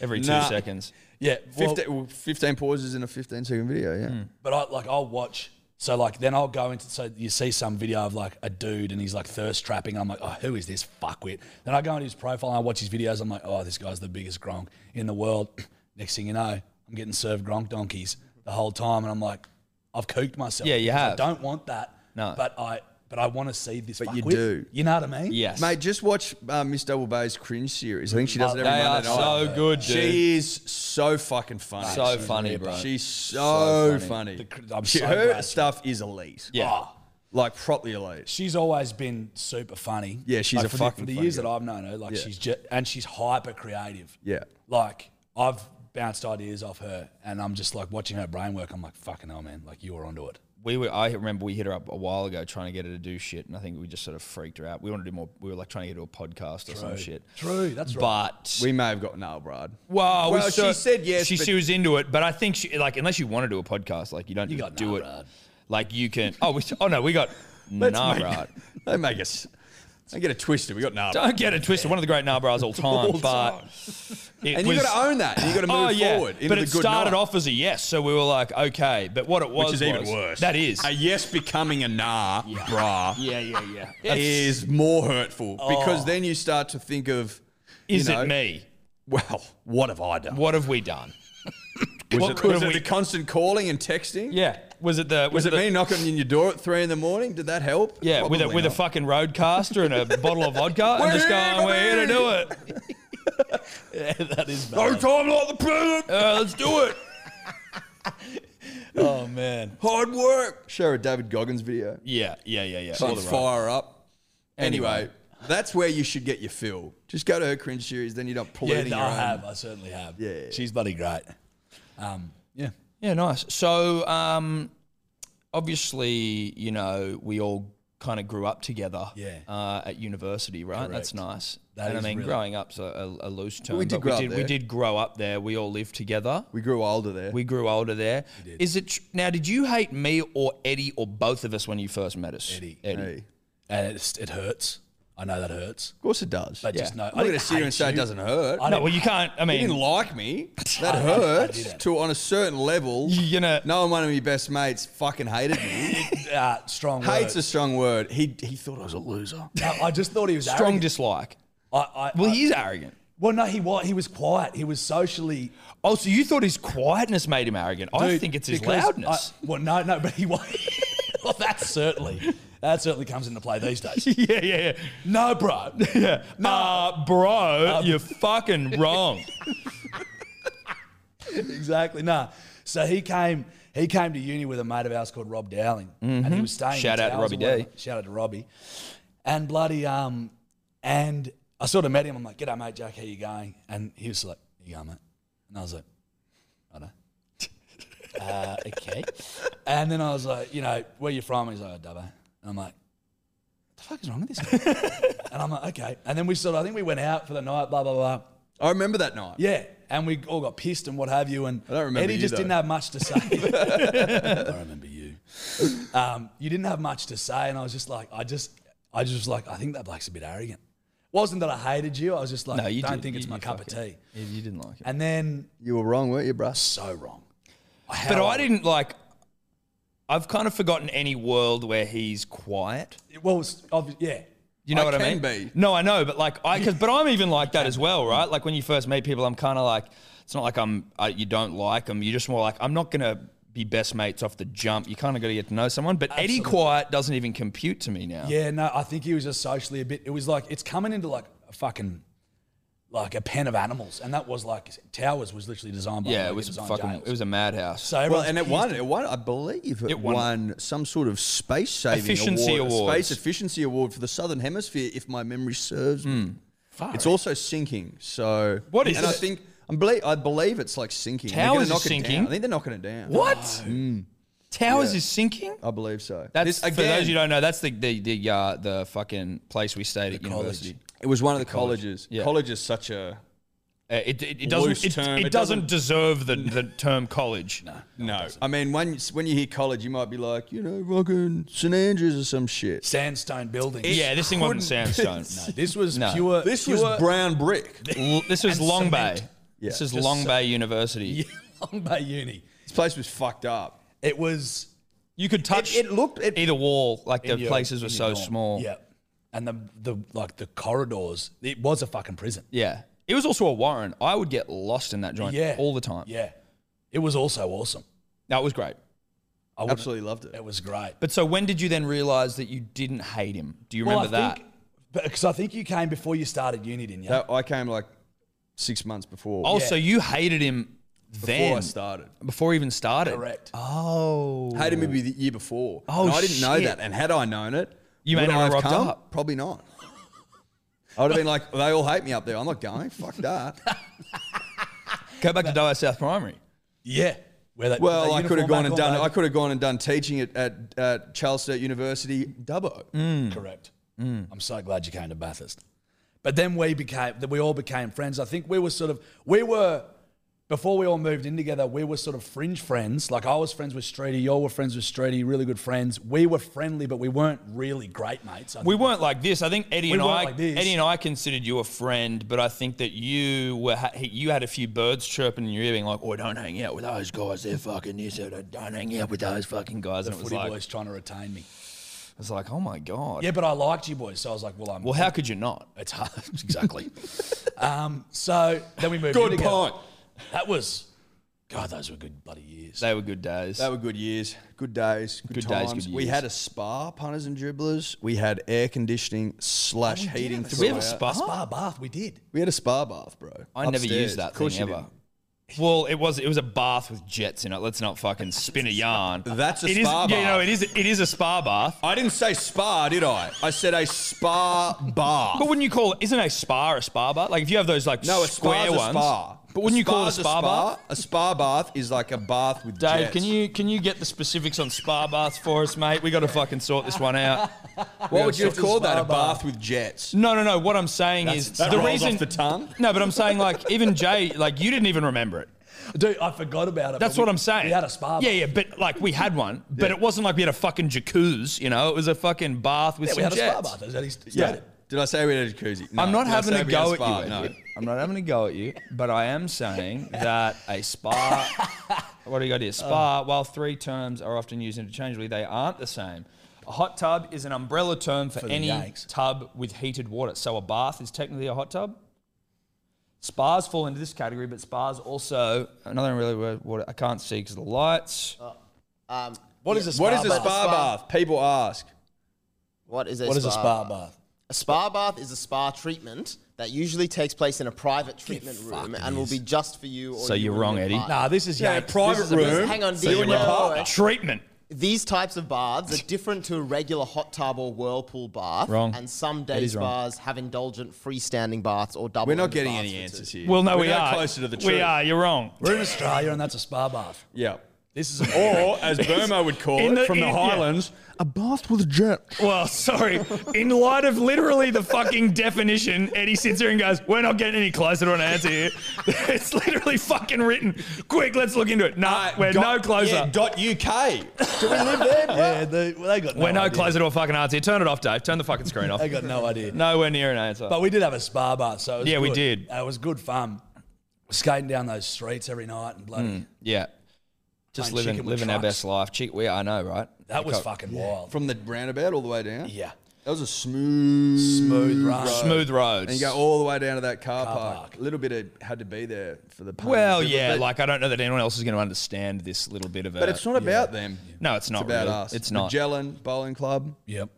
[SPEAKER 3] every two
[SPEAKER 4] Nah.
[SPEAKER 3] seconds.
[SPEAKER 2] yeah, well, Hmm.
[SPEAKER 4] 15, well, 15 pauses in a 15 second video, yeah.
[SPEAKER 2] but I like I'll watch. So like then I'll go into so you see some video of like a dude and he's like thirst trapping. And I'm like, oh, who is this fuckwit? Then I go into his profile and I watch his videos. I'm like, oh, this guy's the biggest gronk in the world. (clears throat) Next thing you know, I'm getting served gronk donkeys the whole time, and I'm like, I've cooked myself.
[SPEAKER 3] Yeah, you
[SPEAKER 2] I
[SPEAKER 3] have.
[SPEAKER 2] don't want that.
[SPEAKER 3] No.
[SPEAKER 2] but I but I want to see this.
[SPEAKER 4] But you
[SPEAKER 2] fuckwit.
[SPEAKER 4] do.
[SPEAKER 2] You know what I mean?
[SPEAKER 3] Yes,
[SPEAKER 4] Mate, just watch uh, Miss Double Bay's cringe series. I think she does it
[SPEAKER 2] Oh,
[SPEAKER 4] every
[SPEAKER 3] They are
[SPEAKER 4] Monday night.
[SPEAKER 3] so good, dude.
[SPEAKER 4] she is so fucking funny.
[SPEAKER 3] So funny, bro.
[SPEAKER 4] She's so,
[SPEAKER 3] So
[SPEAKER 4] funny.
[SPEAKER 2] The cr- I'm
[SPEAKER 4] She-
[SPEAKER 2] so
[SPEAKER 4] her
[SPEAKER 2] glad she-
[SPEAKER 4] stuff is elite.
[SPEAKER 3] yeah.
[SPEAKER 2] Oh,
[SPEAKER 4] Like, properly elite.
[SPEAKER 2] she's always been super funny.
[SPEAKER 4] Yeah, she's
[SPEAKER 2] Like,
[SPEAKER 4] a
[SPEAKER 2] for
[SPEAKER 4] fucking
[SPEAKER 2] the, for the
[SPEAKER 4] funny
[SPEAKER 2] years that
[SPEAKER 4] girl.
[SPEAKER 2] I've known her. Like
[SPEAKER 4] Yeah.
[SPEAKER 2] she's just and she's hyper creative.
[SPEAKER 4] Yeah.
[SPEAKER 2] Like I've bounced ideas off her, and I'm just like watching her brain work. I'm like, fucking hell, man! Like you were onto it.
[SPEAKER 3] we were. I remember we hit her up a while ago trying to get her to do shit, and I think we just sort of freaked her out. We wanted to do more. We were like trying to get her to a podcast or some shit.
[SPEAKER 2] True, that's right.
[SPEAKER 3] But
[SPEAKER 4] We may have gotten nail, Brad.
[SPEAKER 3] well, we
[SPEAKER 4] Well, she
[SPEAKER 3] sort-
[SPEAKER 4] said yes,
[SPEAKER 3] She,
[SPEAKER 4] but-
[SPEAKER 3] she was into it, but I think she like unless you want to do a podcast, like you don't just
[SPEAKER 2] got
[SPEAKER 3] do
[SPEAKER 2] nah,
[SPEAKER 3] it.
[SPEAKER 2] Brad.
[SPEAKER 3] Like you can. Oh, we, oh no, we got nah,
[SPEAKER 4] (laughs)
[SPEAKER 3] Brad.
[SPEAKER 4] They make us. They get it twisted. We got nail.
[SPEAKER 3] Don't get it twisted. One of the great nah bras all time, but it
[SPEAKER 4] And
[SPEAKER 3] was,
[SPEAKER 4] you got to own that. You got to
[SPEAKER 3] (laughs)
[SPEAKER 4] move
[SPEAKER 3] Oh yeah,
[SPEAKER 4] forward. into
[SPEAKER 3] but
[SPEAKER 4] the
[SPEAKER 3] it
[SPEAKER 4] good
[SPEAKER 3] started
[SPEAKER 4] night.
[SPEAKER 3] off as a yes, so we were like, okay. But what it was
[SPEAKER 4] is even
[SPEAKER 3] was-
[SPEAKER 4] worse.
[SPEAKER 3] That is
[SPEAKER 4] a yes becoming
[SPEAKER 3] (laughs)
[SPEAKER 4] a nah, brah,
[SPEAKER 2] Yeah, yeah, yeah.
[SPEAKER 4] is more hurtful because then you start to think of,
[SPEAKER 3] Oh. is
[SPEAKER 4] you know,
[SPEAKER 3] it me?
[SPEAKER 4] Well, what have I done?
[SPEAKER 3] What have we done?
[SPEAKER 4] was
[SPEAKER 3] what
[SPEAKER 4] it,
[SPEAKER 3] could
[SPEAKER 4] (laughs) was
[SPEAKER 3] have we-
[SPEAKER 4] it the constant calling and texting?
[SPEAKER 3] Yeah. Was it the
[SPEAKER 4] Was, it
[SPEAKER 3] the-
[SPEAKER 4] me knocking on your door at three in the morning? Did that help?
[SPEAKER 3] Yeah, with a
[SPEAKER 4] Probably
[SPEAKER 3] with a
[SPEAKER 4] not.
[SPEAKER 3] fucking roadcaster and
[SPEAKER 4] (laughs)
[SPEAKER 3] a bottle of vodka and just
[SPEAKER 4] We're here,
[SPEAKER 3] going, we're here to do it. (laughs)
[SPEAKER 2] that is bad.
[SPEAKER 4] No time like the present.
[SPEAKER 3] Uh, let's do it.
[SPEAKER 2] Oh man.
[SPEAKER 4] Hard work. Share a David Goggins video.
[SPEAKER 3] Yeah, yeah, yeah, yeah.
[SPEAKER 4] Can't fire up. Anyway,
[SPEAKER 3] Anyway.
[SPEAKER 4] that's where you should get your fill. Just go to her cringe series, then you're not
[SPEAKER 2] Yeah,
[SPEAKER 4] polluting
[SPEAKER 2] no,
[SPEAKER 4] your
[SPEAKER 2] I
[SPEAKER 4] own.
[SPEAKER 2] have. I certainly have.
[SPEAKER 4] Yeah.
[SPEAKER 2] She's bloody great. Um, yeah.
[SPEAKER 3] Yeah, nice. So, um, obviously, you know, we all kind of grew up together.
[SPEAKER 2] Yeah.
[SPEAKER 3] Uh, at university, right? That's
[SPEAKER 2] Correct.
[SPEAKER 3] nice.
[SPEAKER 2] That
[SPEAKER 3] and
[SPEAKER 2] is
[SPEAKER 3] I mean,
[SPEAKER 2] really-
[SPEAKER 3] growing up's a, a, a loose term.
[SPEAKER 4] we did
[SPEAKER 3] but
[SPEAKER 4] grow up
[SPEAKER 3] we did, we
[SPEAKER 4] there.
[SPEAKER 3] did grow up there. We all lived together.
[SPEAKER 4] We grew older there.
[SPEAKER 3] We grew older there. Is it tr- now? Did you hate me or Eddie or both of us when you first met us?
[SPEAKER 2] Eddie.
[SPEAKER 3] Eddie.
[SPEAKER 4] Hey.
[SPEAKER 2] And it's, it hurts. I know that
[SPEAKER 4] (laughs)
[SPEAKER 2] hurts.
[SPEAKER 4] Of course it does.
[SPEAKER 2] But just
[SPEAKER 3] Yeah.
[SPEAKER 2] know.
[SPEAKER 4] I'm not going to sit here and say it doesn't hurt.
[SPEAKER 2] I
[SPEAKER 3] No,
[SPEAKER 2] don't-
[SPEAKER 3] well, you can't. I
[SPEAKER 4] you
[SPEAKER 3] mean,
[SPEAKER 4] didn't like me. That
[SPEAKER 2] I- I- I
[SPEAKER 4] hurts
[SPEAKER 2] did it.
[SPEAKER 4] to on a certain level.
[SPEAKER 3] You're gonna-
[SPEAKER 4] No one of my best mates fucking hated me.
[SPEAKER 2] (laughs) Uh, strong
[SPEAKER 4] Hates a
[SPEAKER 2] words.
[SPEAKER 4] strong word. He he thought I was a loser.
[SPEAKER 2] No, I just thought he was
[SPEAKER 3] strong
[SPEAKER 2] arrogant.
[SPEAKER 3] dislike.
[SPEAKER 2] I, I,
[SPEAKER 3] Well,
[SPEAKER 2] I-
[SPEAKER 3] he's arrogant.
[SPEAKER 2] Well, no, he was. He was quiet. He was socially.
[SPEAKER 3] Oh, so you thought his quietness made him arrogant? I
[SPEAKER 2] Dude,
[SPEAKER 3] think it's his
[SPEAKER 2] because (laughs)
[SPEAKER 3] loudness.
[SPEAKER 2] I- well, no, no, but he was. (laughs) well, that certainly, that certainly comes into play these days.
[SPEAKER 3] yeah, yeah, yeah.
[SPEAKER 2] No, bro.
[SPEAKER 3] (laughs) Yeah. Uh, bro, you're fucking wrong.
[SPEAKER 2] (laughs) exactly. Nah. So he came. He came to uni with a mate of ours called Rob Dowling, and he was staying.
[SPEAKER 3] Mm-hmm. Shout
[SPEAKER 2] in
[SPEAKER 3] out to
[SPEAKER 2] Towers
[SPEAKER 3] Robbie
[SPEAKER 2] or whatever.
[SPEAKER 3] D.
[SPEAKER 2] Shout out to Robbie. And bloody um, and I sort of met him. I'm like, "G'day, mate, Jack. How you going?" And he was like, "You going, mate?" And I was like, "I don't."
[SPEAKER 3] (laughs)
[SPEAKER 2] uh, okay. And then I was like, "You know, where you from?" He's like, oh, "Dubbo." And I'm like, "The fuck is wrong with this?" guy?"
[SPEAKER 3] (laughs)
[SPEAKER 2] and I'm like, "Okay." And then we sort of, I think we went out for the night. Blah blah blah.
[SPEAKER 4] I remember that night.
[SPEAKER 2] Yeah, and we all got pissed and what have you. And
[SPEAKER 4] I don't remember
[SPEAKER 2] Eddie
[SPEAKER 4] you,
[SPEAKER 2] just
[SPEAKER 4] though.
[SPEAKER 2] didn't have much
[SPEAKER 3] (laughs)
[SPEAKER 2] to say. I remember you. Um, you didn't have much to say, and I was just like, I just, I just was like, I think that bloke's a bit arrogant. Wasn't that I hated you? I was just like,
[SPEAKER 3] No, you
[SPEAKER 2] don't
[SPEAKER 3] did.
[SPEAKER 2] think
[SPEAKER 3] You-
[SPEAKER 2] it's my
[SPEAKER 3] you
[SPEAKER 2] cup of tea.
[SPEAKER 3] fucking- (laughs) Yeah, you didn't like it.
[SPEAKER 2] And then
[SPEAKER 4] You were wrong, weren't you, bruh?
[SPEAKER 2] so wrong.
[SPEAKER 3] But
[SPEAKER 2] How
[SPEAKER 3] I didn't like. I've kind of forgotten any world where he's quiet.
[SPEAKER 2] It, well, it's obvi- yeah.
[SPEAKER 3] You know
[SPEAKER 4] I
[SPEAKER 3] what I
[SPEAKER 4] can
[SPEAKER 3] mean?
[SPEAKER 4] be.
[SPEAKER 3] No, I know, but like I, cause, but I'm even like that as well, right? Like when you first meet people, I'm kind of like, it's not like I'm I, you don't like them. You're just more like I'm not gonna be best mates off the jump. You kind of got to get to know someone. But Eddie Quiet doesn't even compute to me now.
[SPEAKER 2] Yeah, no, I think he was just socially a bit. It was like it's coming into like a fucking like a pen of animals, and that was like Towers was literally designed by
[SPEAKER 3] Yeah,
[SPEAKER 2] like,
[SPEAKER 3] it was
[SPEAKER 2] designed
[SPEAKER 3] fucking.
[SPEAKER 2] jails.
[SPEAKER 3] It was a madhouse.
[SPEAKER 2] so
[SPEAKER 4] Well,
[SPEAKER 2] everyone's
[SPEAKER 4] and it
[SPEAKER 2] pissed.
[SPEAKER 4] won. It won. I believe it,
[SPEAKER 3] It
[SPEAKER 4] won.
[SPEAKER 3] won-
[SPEAKER 4] some sort of space saving
[SPEAKER 3] Efficiency
[SPEAKER 4] award, a
[SPEAKER 3] awards.
[SPEAKER 4] space efficiency award for the Southern Hemisphere, if my memory serves. me. It's also sinking. So
[SPEAKER 3] Hmm. What is
[SPEAKER 4] And I
[SPEAKER 3] it?
[SPEAKER 4] think I believe I believe it's like sinking. They're gonna
[SPEAKER 3] Towers is
[SPEAKER 4] knock it down.
[SPEAKER 3] sinking?
[SPEAKER 4] I think they're knocking it down.
[SPEAKER 3] What? Mm. Towers is sinking.
[SPEAKER 4] I believe so.
[SPEAKER 3] That's
[SPEAKER 4] This-
[SPEAKER 3] for those who don't know. That's the the the, uh, the fucking place we stayed at
[SPEAKER 2] college.
[SPEAKER 3] university.
[SPEAKER 4] It was one of the colleges.
[SPEAKER 3] Yeah.
[SPEAKER 4] College is such a
[SPEAKER 3] Uh, it, it, it
[SPEAKER 4] Loose
[SPEAKER 3] doesn't it,
[SPEAKER 4] term.
[SPEAKER 3] it
[SPEAKER 4] It doesn't-
[SPEAKER 3] doesn't deserve the, the
[SPEAKER 2] (laughs)
[SPEAKER 3] term college. No.
[SPEAKER 4] no. I mean, when when you hear college, you might be like, you know, fucking St Andrews or some shit.
[SPEAKER 2] sandstone buildings.
[SPEAKER 3] Yeah, this thing wasn't sandstone.
[SPEAKER 2] (laughs) No, this was
[SPEAKER 3] No.
[SPEAKER 2] pure.
[SPEAKER 4] This was
[SPEAKER 2] pure,
[SPEAKER 4] brown brick.
[SPEAKER 3] (laughs) L- This was
[SPEAKER 2] And
[SPEAKER 3] Long Bay.
[SPEAKER 2] cement.
[SPEAKER 3] This
[SPEAKER 4] Yeah.
[SPEAKER 3] is Long Bay University.
[SPEAKER 2] (laughs) Long Bay Uni.
[SPEAKER 4] This place was fucked up.
[SPEAKER 2] It was
[SPEAKER 3] You could touch
[SPEAKER 4] It looked. It,
[SPEAKER 3] either wall. Like the
[SPEAKER 2] your-
[SPEAKER 3] places were
[SPEAKER 2] in
[SPEAKER 3] so
[SPEAKER 2] your dorm.
[SPEAKER 3] small.
[SPEAKER 2] Yeah, and the the like the corridors. It was a fucking prison.
[SPEAKER 3] Yeah. It was also a Warren. I would get lost in that joint
[SPEAKER 2] Yeah,
[SPEAKER 3] all the time.
[SPEAKER 2] Yeah, it was also awesome.
[SPEAKER 3] That was great.
[SPEAKER 2] I wouldn't-
[SPEAKER 4] absolutely loved it.
[SPEAKER 2] It was great.
[SPEAKER 3] But so when did you then realize that you didn't hate him? Do you remember
[SPEAKER 2] well, I
[SPEAKER 3] that?
[SPEAKER 2] Think, because I think you came before you started uni, didn't you?
[SPEAKER 4] That, I came like six months before.
[SPEAKER 3] Oh, so you hated him then.
[SPEAKER 4] before I started.
[SPEAKER 3] Before he even started.
[SPEAKER 2] Correct.
[SPEAKER 3] Oh.
[SPEAKER 4] Hated me the year before.
[SPEAKER 3] Oh,
[SPEAKER 4] and I didn't know
[SPEAKER 3] shit.
[SPEAKER 4] that. And had I known it,
[SPEAKER 3] You may
[SPEAKER 4] would
[SPEAKER 3] not
[SPEAKER 4] I
[SPEAKER 3] have
[SPEAKER 4] have
[SPEAKER 3] rocked
[SPEAKER 4] come?
[SPEAKER 3] up.
[SPEAKER 4] Probably not. I would have been like, they all hate me up there. I'm not going.
[SPEAKER 3] (laughs)
[SPEAKER 4] Fuck that.
[SPEAKER 3] Go back to Dyer South Primary.
[SPEAKER 2] yeah. Where that,
[SPEAKER 4] Well,
[SPEAKER 2] that
[SPEAKER 4] I could
[SPEAKER 2] uniform
[SPEAKER 4] have gone and
[SPEAKER 2] back all
[SPEAKER 4] done. I
[SPEAKER 2] over.
[SPEAKER 4] could have gone and done teaching at at, at Charles State University, Mm. Dubbo.
[SPEAKER 3] Mm.
[SPEAKER 2] Correct. I'm so glad you came to Bathurst. But then we became, that we all became friends. I think we were sort of, we were, before we all moved in together, we were sort of fringe friends. Like I was friends with Streety, you all were friends with Streety, really good friends. We were friendly, but we weren't really great mates. I
[SPEAKER 3] We
[SPEAKER 2] think.
[SPEAKER 3] weren't like this. I think Eddie
[SPEAKER 2] We
[SPEAKER 3] and
[SPEAKER 2] weren't
[SPEAKER 3] I,
[SPEAKER 2] like this.
[SPEAKER 3] Eddie and I considered you a friend, but I think that you were ha- you had a few birds chirping in your ear, being like, "Oh, don't hang out with those guys. They're fucking this. Or don't hang out with those fucking guys." And it was
[SPEAKER 2] Footy
[SPEAKER 3] like,
[SPEAKER 2] boys trying to retain me.
[SPEAKER 3] I was like, "Oh my god."
[SPEAKER 2] Yeah, but I liked you boys, so I was like, well, I'm.
[SPEAKER 3] Well, how could you not?
[SPEAKER 2] (laughs) It's hard, (laughs) exactly. um, so then we moved. in
[SPEAKER 4] Good
[SPEAKER 2] together.
[SPEAKER 4] point.
[SPEAKER 2] That was, God, those were good bloody years.
[SPEAKER 3] They were good days.
[SPEAKER 4] They were good years, good days, good,
[SPEAKER 3] Good days,
[SPEAKER 4] times.
[SPEAKER 3] good
[SPEAKER 4] We
[SPEAKER 3] years.
[SPEAKER 4] had a spa, punters and dribblers. We had air conditioning slash
[SPEAKER 2] We did
[SPEAKER 4] heating.
[SPEAKER 2] have a
[SPEAKER 3] Oh, we have a
[SPEAKER 4] throughout.
[SPEAKER 3] spa?
[SPEAKER 2] A spa bath. We did.
[SPEAKER 4] We had a spa bath, bro.
[SPEAKER 3] I never
[SPEAKER 4] Upstairs.
[SPEAKER 3] used that
[SPEAKER 4] Of course
[SPEAKER 3] thing
[SPEAKER 4] you
[SPEAKER 3] ever.
[SPEAKER 4] didn't.
[SPEAKER 3] Well, it was it was a bath with jets in it. Let's not fucking
[SPEAKER 4] (laughs)
[SPEAKER 3] spin a yarn.
[SPEAKER 4] That's a
[SPEAKER 3] It is-
[SPEAKER 4] spa
[SPEAKER 3] yeah, You know, it
[SPEAKER 4] bath.
[SPEAKER 3] is it is a spa bath.
[SPEAKER 4] I didn't say spa, did I? I said a spa bath.
[SPEAKER 3] But wouldn't you call it? Isn't a spa a spa bath? Like if you have those like
[SPEAKER 4] No, a
[SPEAKER 3] square
[SPEAKER 4] spa's a
[SPEAKER 3] ones.
[SPEAKER 4] spa.
[SPEAKER 3] But wouldn't you call it a
[SPEAKER 4] spa's
[SPEAKER 3] spa bath?
[SPEAKER 4] A spa bath is like a bath with
[SPEAKER 3] Dave,
[SPEAKER 4] jets.
[SPEAKER 3] can you can you get the specifics on spa baths for us, mate? We got to fucking sort this one out.
[SPEAKER 4] What would you have
[SPEAKER 2] It's a
[SPEAKER 4] called that?
[SPEAKER 2] spa
[SPEAKER 4] A bath with jets.
[SPEAKER 3] No, no, no. What I'm saying is
[SPEAKER 4] that
[SPEAKER 3] the
[SPEAKER 4] rolls
[SPEAKER 3] reason
[SPEAKER 4] off the tongue.
[SPEAKER 3] No, but I'm saying like even Jay, like you didn't even remember it.
[SPEAKER 2] Dude, I forgot about it.
[SPEAKER 3] That's
[SPEAKER 2] but we-
[SPEAKER 3] what I'm saying.
[SPEAKER 2] We had a spa.
[SPEAKER 3] Yeah,
[SPEAKER 2] bath.
[SPEAKER 3] yeah, but like we had one, but it wasn't like we had a fucking jacuzzi. You know, it was a fucking bath with
[SPEAKER 2] Yeah,
[SPEAKER 3] some
[SPEAKER 2] we had
[SPEAKER 3] jets.
[SPEAKER 2] a spa bath. Is that his-
[SPEAKER 4] Yeah. Did I say we had a jacuzzi? No.
[SPEAKER 3] I'm not
[SPEAKER 4] Did I
[SPEAKER 3] having
[SPEAKER 4] say
[SPEAKER 3] a
[SPEAKER 4] we had
[SPEAKER 3] go at
[SPEAKER 4] spa?
[SPEAKER 3] you.
[SPEAKER 4] No.
[SPEAKER 3] Eddie. I'm not having a go at you, but I am (laughs) saying that a spa, (laughs) what do you got here? Spa, while three terms are often used interchangeably, they aren't the same. A hot tub is an umbrella term for,
[SPEAKER 2] For the
[SPEAKER 3] any
[SPEAKER 2] Yanks.
[SPEAKER 3] tub with heated water. So a bath is technically a hot tub. Spas fall into this category, but spas also another really word. Water, I can't see because of the lights.
[SPEAKER 5] Um,
[SPEAKER 2] What is a spa?
[SPEAKER 4] What is a
[SPEAKER 2] bath?
[SPEAKER 4] spa bath? People ask.
[SPEAKER 5] what is a
[SPEAKER 2] What
[SPEAKER 5] spa
[SPEAKER 2] is a spa bath?
[SPEAKER 5] A spa bath is a spa treatment that usually takes place in a private treatment room and will be just for you. Or
[SPEAKER 3] So
[SPEAKER 5] you
[SPEAKER 3] you're
[SPEAKER 5] and
[SPEAKER 3] wrong,
[SPEAKER 5] your
[SPEAKER 3] Eddie.
[SPEAKER 5] partner.
[SPEAKER 2] Nah, this is
[SPEAKER 4] Yeah, a
[SPEAKER 2] Yanks.
[SPEAKER 4] private
[SPEAKER 2] This is a-
[SPEAKER 4] room.
[SPEAKER 5] Hang on,
[SPEAKER 4] So
[SPEAKER 5] these,
[SPEAKER 4] you and your
[SPEAKER 5] no,
[SPEAKER 4] partner.
[SPEAKER 3] Treatment.
[SPEAKER 5] these types of baths are different to a regular hot tub or whirlpool bath.
[SPEAKER 3] Wrong.
[SPEAKER 5] And some day
[SPEAKER 3] Eddie's wrong.
[SPEAKER 5] spas have indulgent freestanding baths or double.
[SPEAKER 4] We're not
[SPEAKER 5] ended
[SPEAKER 4] getting
[SPEAKER 5] baths
[SPEAKER 4] any
[SPEAKER 5] for two.
[SPEAKER 4] answers here.
[SPEAKER 3] Well, no,
[SPEAKER 4] We're
[SPEAKER 3] we
[SPEAKER 4] no
[SPEAKER 3] are.
[SPEAKER 4] closer to the truth.
[SPEAKER 3] We are. You're wrong.
[SPEAKER 2] We're in Australia, and that's a spa bath.
[SPEAKER 4] Yeah.
[SPEAKER 2] This is a
[SPEAKER 4] (laughs) Or,
[SPEAKER 3] (laughs)
[SPEAKER 4] as Burma would call
[SPEAKER 3] In
[SPEAKER 4] it,
[SPEAKER 3] the-
[SPEAKER 4] from the
[SPEAKER 3] in- yeah.
[SPEAKER 4] Highlands, a bath with a jet.
[SPEAKER 3] Well, sorry. In light of literally the fucking definition, Eddie sits here and goes, "We're not getting any closer to an answer here. (laughs) it's literally fucking written. Quick, let's look into it. No, we're no closer.
[SPEAKER 4] Yeah, Uh, dot UK. Do we live there, bro?
[SPEAKER 2] yeah. They, well, they got. No
[SPEAKER 3] we're no
[SPEAKER 2] idea.
[SPEAKER 3] closer to a fucking answer. Turn it off, Dave. Turn the fucking screen off.
[SPEAKER 2] They got no idea.
[SPEAKER 3] Nowhere near an answer.
[SPEAKER 2] But we did have a spa bath, so it was
[SPEAKER 3] Yeah, we
[SPEAKER 2] good.
[SPEAKER 3] did.
[SPEAKER 2] Uh, It was good fun. Skating down those streets every night and bloody.
[SPEAKER 3] yeah, just
[SPEAKER 2] Playing
[SPEAKER 3] living
[SPEAKER 2] chicken with
[SPEAKER 3] living our
[SPEAKER 2] trucks.
[SPEAKER 3] best life. Chick, we I know, right?
[SPEAKER 2] That was fucking wild.
[SPEAKER 4] (coughs) From the roundabout all the way down?
[SPEAKER 2] yeah.
[SPEAKER 4] That was a smooth,
[SPEAKER 2] Smooth run.
[SPEAKER 3] Smooth roads.
[SPEAKER 4] And you go all the way down to that car, park.
[SPEAKER 2] park.
[SPEAKER 4] A little bit of had to be there for the puns.
[SPEAKER 3] well,
[SPEAKER 4] It was
[SPEAKER 3] yeah.
[SPEAKER 4] a bit-
[SPEAKER 3] Like I don't know that anyone else is going to understand this little bit of a.
[SPEAKER 4] but it's not about them.
[SPEAKER 3] No, it's not.
[SPEAKER 4] It's about
[SPEAKER 3] really.
[SPEAKER 4] us.
[SPEAKER 3] It's not.
[SPEAKER 4] Magellan Bowling Club.
[SPEAKER 2] Yep.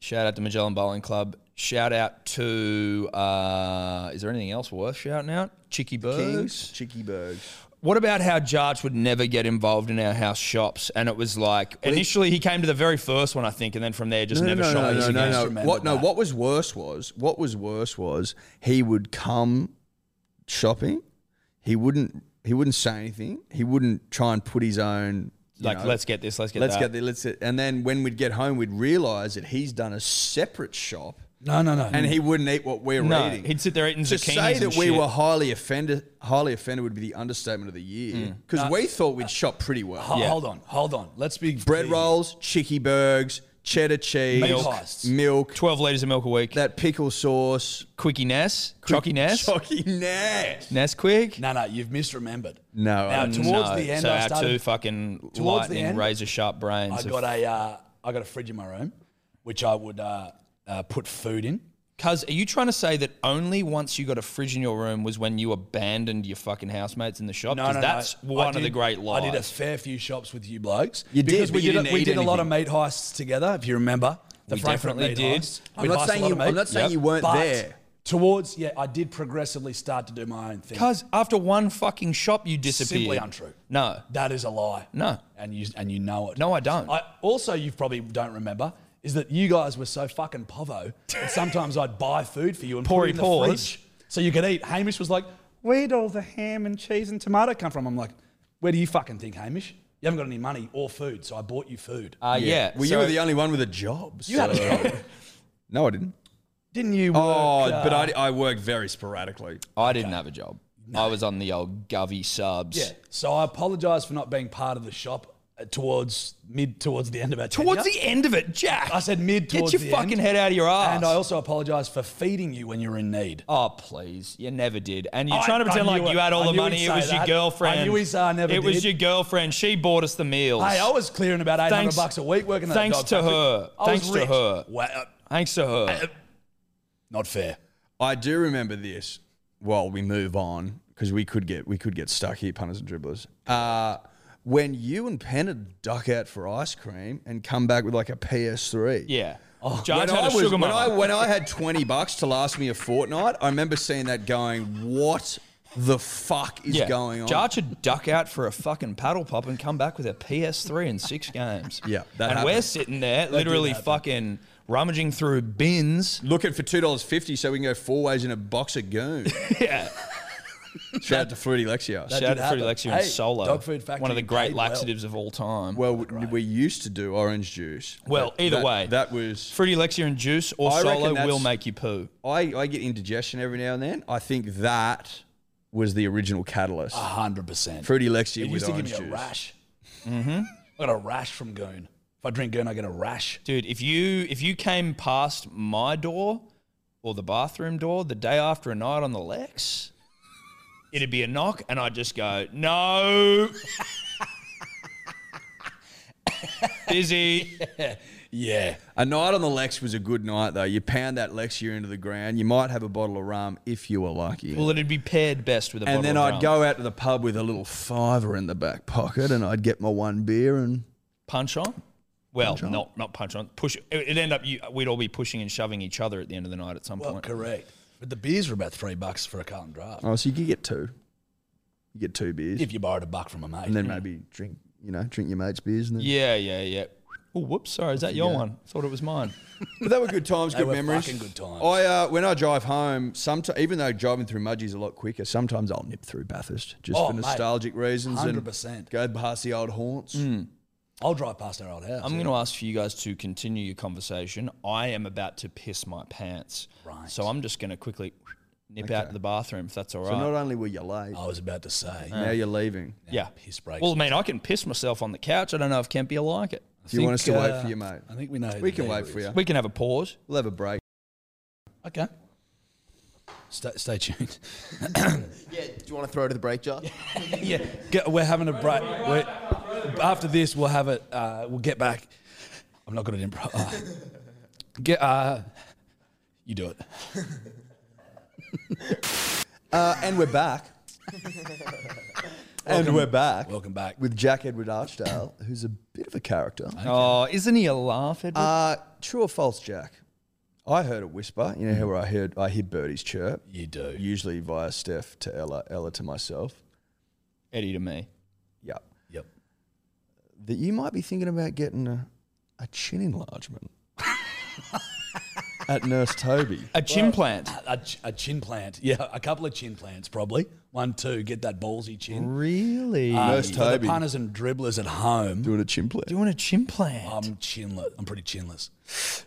[SPEAKER 3] Shout out to Magellan Bowling Club. Shout out to uh, is there anything else worth shouting out? Chicky Burgs.
[SPEAKER 4] Chicky Bergs.
[SPEAKER 3] What about how Jarch would never get involved in our house shops? And it was like initially he came to the very first one, I think, and then from there just never shot. us
[SPEAKER 2] no,
[SPEAKER 3] again.
[SPEAKER 2] no. Just remember
[SPEAKER 4] What, no,
[SPEAKER 2] that.
[SPEAKER 4] what was worse was, what was worse was he would come shopping. He wouldn't, he wouldn't say anything. He wouldn't try and put his own, you
[SPEAKER 3] Like
[SPEAKER 4] know,
[SPEAKER 3] let's get this, let's get
[SPEAKER 4] let's
[SPEAKER 3] that.
[SPEAKER 4] get the, let's, get, and then when we'd get home, we'd realize that he's done a separate shop
[SPEAKER 2] No, no, no.
[SPEAKER 4] and he wouldn't eat what we're
[SPEAKER 3] no,
[SPEAKER 4] eating.
[SPEAKER 3] he'd sit there eating
[SPEAKER 4] to
[SPEAKER 3] zucchinis
[SPEAKER 4] say
[SPEAKER 3] and
[SPEAKER 4] that we
[SPEAKER 3] shit.
[SPEAKER 4] were highly offended, highly offended would be the understatement of the year because we thought we'd shop pretty well.
[SPEAKER 2] Ho- Hold on, hold on. Let's be
[SPEAKER 4] Bread
[SPEAKER 2] clear.
[SPEAKER 4] rolls, chicky burgers, cheddar cheese,
[SPEAKER 2] Meat pies.
[SPEAKER 4] milk,
[SPEAKER 3] twelve liters of milk a week.
[SPEAKER 4] that pickle sauce,
[SPEAKER 3] Quickie Ness, Chocky Ness,
[SPEAKER 4] Chucky Ness.
[SPEAKER 3] Ness Quig.
[SPEAKER 2] No, no, you've misremembered.
[SPEAKER 4] No,
[SPEAKER 2] Now
[SPEAKER 4] I-
[SPEAKER 2] towards the end,
[SPEAKER 3] so
[SPEAKER 2] I
[SPEAKER 3] our two
[SPEAKER 2] started.
[SPEAKER 3] fucking
[SPEAKER 2] Towards the
[SPEAKER 3] lightning
[SPEAKER 2] end,
[SPEAKER 3] razor sharp brains.
[SPEAKER 2] I
[SPEAKER 3] of-
[SPEAKER 2] got a, uh, I got a fridge in my room, which I would uh, uh, put food in.
[SPEAKER 3] Cuz are you trying to say that only once you got a fridge in your room was when you abandoned your fucking housemates in the shop?
[SPEAKER 2] No,
[SPEAKER 3] 'Cause
[SPEAKER 2] no,
[SPEAKER 3] that's
[SPEAKER 2] no. I
[SPEAKER 3] one of
[SPEAKER 2] did-
[SPEAKER 3] the great lies.
[SPEAKER 2] I did a fair few shops with you blokes.
[SPEAKER 4] You did,
[SPEAKER 2] because we
[SPEAKER 4] but you
[SPEAKER 2] did
[SPEAKER 4] didn't
[SPEAKER 2] a, we
[SPEAKER 4] eat
[SPEAKER 2] did a lot of
[SPEAKER 4] anything.
[SPEAKER 2] meat heists together. If you remember, the
[SPEAKER 3] We
[SPEAKER 2] Frankfurt
[SPEAKER 3] definitely
[SPEAKER 2] meat
[SPEAKER 3] did.
[SPEAKER 2] heists.
[SPEAKER 4] I'm
[SPEAKER 2] We
[SPEAKER 4] not
[SPEAKER 2] heisted a
[SPEAKER 4] saying
[SPEAKER 2] lot
[SPEAKER 4] you.
[SPEAKER 2] of
[SPEAKER 4] I'm
[SPEAKER 2] meat.
[SPEAKER 4] not saying
[SPEAKER 3] Yep.
[SPEAKER 4] you weren't
[SPEAKER 2] But
[SPEAKER 4] there.
[SPEAKER 2] Towards yeah, I did progressively start to do my own thing.
[SPEAKER 3] Cuz after one fucking shop you disappeared.
[SPEAKER 2] Simply untrue.
[SPEAKER 3] No.
[SPEAKER 2] That is a lie.
[SPEAKER 3] No.
[SPEAKER 2] And you and you know it.
[SPEAKER 3] No, I don't.
[SPEAKER 2] I also you probably don't remember is that you guys were so fucking povo that sometimes I'd buy food for you and
[SPEAKER 3] Pory
[SPEAKER 2] put it in
[SPEAKER 3] paws.
[SPEAKER 2] the fridge so you could eat. Hamish was like, "Where'd all the ham and cheese and tomato come from?" I'm like, "Where do you fucking think, Hamish? You haven't got any money or food, so I bought you food."
[SPEAKER 3] Uh, yeah.
[SPEAKER 4] Well, you
[SPEAKER 3] so-
[SPEAKER 4] were the only one with a job.
[SPEAKER 2] you had a
[SPEAKER 4] so-
[SPEAKER 2] job,
[SPEAKER 4] No, I didn't.
[SPEAKER 2] didn't you?
[SPEAKER 4] Oh,
[SPEAKER 2] work, uh,
[SPEAKER 4] but I, I worked very sporadically.
[SPEAKER 3] I didn't have a job. I was on the old Govy subs.
[SPEAKER 2] yeah. So I apologise for not being part of the shop uh, towards mid towards the end of our
[SPEAKER 3] Towards
[SPEAKER 2] tenure.
[SPEAKER 3] the end of it, Jack.
[SPEAKER 2] I said mid
[SPEAKER 3] Get
[SPEAKER 2] towards
[SPEAKER 3] your
[SPEAKER 2] the
[SPEAKER 3] fucking
[SPEAKER 2] end.
[SPEAKER 3] head out of your ass.
[SPEAKER 2] And I also apologise for feeding you when you were in need.
[SPEAKER 3] Oh please, you never did, and you're
[SPEAKER 2] I-
[SPEAKER 3] trying to
[SPEAKER 2] I
[SPEAKER 3] pretend like
[SPEAKER 2] knew it.
[SPEAKER 3] you had all
[SPEAKER 2] I
[SPEAKER 3] the
[SPEAKER 2] knew
[SPEAKER 3] money.
[SPEAKER 2] he'd
[SPEAKER 3] It
[SPEAKER 2] say
[SPEAKER 3] was your
[SPEAKER 2] that.
[SPEAKER 3] girlfriend.
[SPEAKER 2] I knew he'd say I never
[SPEAKER 3] It was
[SPEAKER 2] did.
[SPEAKER 3] your girlfriend. She bought us the meals.
[SPEAKER 2] Hey, I was clearing about eight
[SPEAKER 3] Thanks-
[SPEAKER 2] hundred bucks a week working. At that
[SPEAKER 3] thanks
[SPEAKER 2] dog
[SPEAKER 3] to
[SPEAKER 2] factory.
[SPEAKER 3] her.
[SPEAKER 2] I
[SPEAKER 3] Thanks
[SPEAKER 2] was
[SPEAKER 3] to
[SPEAKER 2] rich.
[SPEAKER 3] her.
[SPEAKER 2] Well, uh,
[SPEAKER 3] Thanks to her.
[SPEAKER 2] not fair.
[SPEAKER 4] I do remember this. Well, we move on because we could get we could get stuck here, punters and dribblers. Uh, when you and Penn had duck out for ice cream and come back with like a PS3.
[SPEAKER 3] Yeah.
[SPEAKER 4] Oh, When
[SPEAKER 3] Judge had
[SPEAKER 4] I,
[SPEAKER 3] a
[SPEAKER 4] was,
[SPEAKER 3] sugar
[SPEAKER 4] when, I,
[SPEAKER 3] mama.
[SPEAKER 4] when I had 20 bucks to last me a fortnight, I remember seeing that going, what the fuck is
[SPEAKER 3] Yeah.
[SPEAKER 4] going on?
[SPEAKER 3] Jarch would duck out for a fucking paddle pop and come back with a PS3 and
[SPEAKER 4] (laughs)
[SPEAKER 3] six games.
[SPEAKER 4] Yeah, that
[SPEAKER 3] and
[SPEAKER 4] happened.
[SPEAKER 3] we're sitting there literally fucking rummaging through
[SPEAKER 4] (laughs)
[SPEAKER 3] bins.
[SPEAKER 4] Looking for $2.50 so we can go four ways in a box
[SPEAKER 3] (laughs)
[SPEAKER 4] of goon.
[SPEAKER 3] Yeah.
[SPEAKER 4] Shout out to Fruity Lexia.
[SPEAKER 2] That-
[SPEAKER 3] Shout
[SPEAKER 2] did
[SPEAKER 3] out to
[SPEAKER 2] happen.
[SPEAKER 3] Lexi and
[SPEAKER 2] Hey,
[SPEAKER 3] Solo.
[SPEAKER 2] Dog Food Factory
[SPEAKER 3] One of the great
[SPEAKER 2] paid well.
[SPEAKER 3] laxatives of all time.
[SPEAKER 4] well, we, we used to do orange juice.
[SPEAKER 3] Well,
[SPEAKER 4] That-
[SPEAKER 3] either
[SPEAKER 4] that-
[SPEAKER 3] way.
[SPEAKER 4] That was.
[SPEAKER 3] Fruity Lexia and juice or
[SPEAKER 4] I reckon
[SPEAKER 3] Solo
[SPEAKER 4] that's-
[SPEAKER 3] will make you poo.
[SPEAKER 4] I, I get indigestion every now and then. I think that was the original catalyst.
[SPEAKER 2] hundred percent.
[SPEAKER 4] Fruity Lexia
[SPEAKER 2] Ah. It
[SPEAKER 4] with
[SPEAKER 2] used to give
[SPEAKER 4] orange
[SPEAKER 2] me a
[SPEAKER 4] juice.
[SPEAKER 2] rash. Mm-hmm. I got a rash from goon. If I drink goon, I get a rash.
[SPEAKER 3] Dude, if you if you came past my door or the bathroom door the day after a night on the Lex, it'd be a knock, and I'd just go,
[SPEAKER 4] (laughs)
[SPEAKER 3] "No, busy."
[SPEAKER 2] Yeah.
[SPEAKER 4] A night on the Lex was a good night, though. You pound that Lexia into the ground. You might have a bottle of rum if you were lucky.
[SPEAKER 3] Well, it'd be paired best with a
[SPEAKER 4] and
[SPEAKER 3] bottle
[SPEAKER 4] then
[SPEAKER 3] of
[SPEAKER 4] I'd
[SPEAKER 3] rum.
[SPEAKER 4] go out to the pub with a little fiver in the back pocket, and I'd get my one beer. And
[SPEAKER 3] punch on. Well, not not punch on. Push. It, it'd end up you, we'd all be pushing and shoving each other at the end of the night at some
[SPEAKER 2] Well,
[SPEAKER 3] point.
[SPEAKER 2] correct. But the beers were about three bucks for a Carlton draft.
[SPEAKER 4] oh, so you could get two. You get two beers,
[SPEAKER 2] If you borrowed a buck from a mate.
[SPEAKER 4] and then maybe drink, you know, drink your mate's beers. And then.
[SPEAKER 3] Yeah, yeah, yeah. Oh, whoops! Sorry, is that your one? Thought it was mine.
[SPEAKER 4] But they were good times,
[SPEAKER 2] They
[SPEAKER 4] good
[SPEAKER 2] were
[SPEAKER 4] memories.
[SPEAKER 2] fucking good times.
[SPEAKER 4] I uh, when I drive home, sometimes even though driving through Mudgee's a lot quicker, sometimes I'll nip through Bathurst just
[SPEAKER 2] Oh,
[SPEAKER 4] for
[SPEAKER 2] mate.
[SPEAKER 4] nostalgic reasons and
[SPEAKER 2] 100%.
[SPEAKER 4] go past the old haunts.
[SPEAKER 2] Mm. I'll drive past our old house.
[SPEAKER 3] I'm going to ask for you guys to continue your conversation. I am about to piss my pants.
[SPEAKER 2] Right.
[SPEAKER 3] So I'm just going to quickly nip out to the bathroom if that's all right.
[SPEAKER 4] So not only were you late,
[SPEAKER 2] I was about to say.
[SPEAKER 4] now you're leaving.
[SPEAKER 3] yeah.
[SPEAKER 2] Piss breaks.
[SPEAKER 3] Well, man, I can piss myself on the couch. I don't know if Kempy will like it.
[SPEAKER 4] Do you want us to
[SPEAKER 2] think,
[SPEAKER 4] wait
[SPEAKER 2] uh,
[SPEAKER 4] for you, mate?
[SPEAKER 2] I think we know. who
[SPEAKER 4] We
[SPEAKER 2] the
[SPEAKER 4] can
[SPEAKER 2] neighbour
[SPEAKER 4] wait for
[SPEAKER 2] is.
[SPEAKER 4] you.
[SPEAKER 3] We can have a pause.
[SPEAKER 4] We'll have a break.
[SPEAKER 2] Okay. Stay, stay tuned.
[SPEAKER 5] Yeah, do you want to throw to the break, (laughs) Josh?
[SPEAKER 2] yeah, get, we're having a break. We're, after this, we'll have it. Uh, we'll get back. I'm not good at improv. Uh, get. Uh, you do it. (laughs)
[SPEAKER 4] Uh, and we're back. And we're back.
[SPEAKER 2] Welcome back.
[SPEAKER 4] With Jack Edward Archdale, who's a bit of a character.
[SPEAKER 3] Oh, isn't he a laugh, Edward?
[SPEAKER 4] Uh, true or false, Jack? I heard a whisper. You know how where I heard I hear birdies chirp.
[SPEAKER 2] You do.
[SPEAKER 4] Usually via Steph to Ella, Ella to myself.
[SPEAKER 3] Eddie to me.
[SPEAKER 4] Yep.
[SPEAKER 2] Yep.
[SPEAKER 4] That you might be thinking about getting a, a chin enlargement (laughs) at Nurse Toby.
[SPEAKER 3] A chin plant.
[SPEAKER 2] A, ch- a chin plant. Yeah, a couple of chin plants probably. One, two, get that ballsy chin.
[SPEAKER 4] Really?
[SPEAKER 3] Uh,
[SPEAKER 2] Um,
[SPEAKER 4] Nurse
[SPEAKER 2] for the
[SPEAKER 4] Toby
[SPEAKER 2] punters and dribblers at home.
[SPEAKER 4] doing a chin play.
[SPEAKER 3] Doing a chin plant.
[SPEAKER 2] I'm chinless. I'm pretty chinless.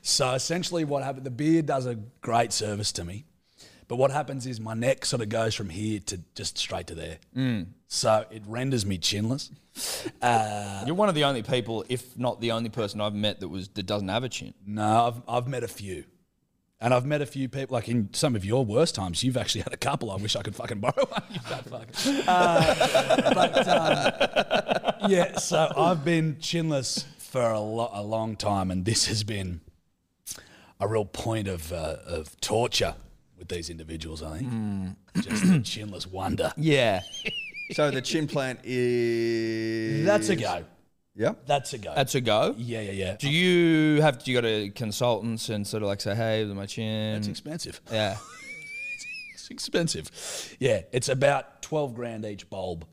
[SPEAKER 2] So essentially, what happened? The beard does a great service to me, but what happens is my neck sort of goes from here to just straight to there.
[SPEAKER 4] Mm.
[SPEAKER 2] So it renders me chinless.
[SPEAKER 3] You're one of the only people, if not the only person I've met that was that doesn't have a chin.
[SPEAKER 2] No, I've I've met a few, and I've met a few people. Like in some of your worst times, you've actually had a couple. I wish I could fucking (laughs) borrow one. You fat fuck. Uh, but um, yeah, so I've been chinless for a, lo- a long time, and this has been a real point of uh, of torture with these individuals. I think just the chinless wonder.
[SPEAKER 3] Yeah,
[SPEAKER 4] So the chin plant is.
[SPEAKER 2] That's a go.
[SPEAKER 4] Yep.
[SPEAKER 2] That's a go.
[SPEAKER 3] that's a go.
[SPEAKER 2] yeah, yeah, yeah.
[SPEAKER 3] Do you have? Do you go to consultants and sort of like say, "Hey, my chin."
[SPEAKER 2] It's expensive. (sighs)
[SPEAKER 3] yeah,
[SPEAKER 2] It's expensive. Yeah, it's about twelve grand each bulb.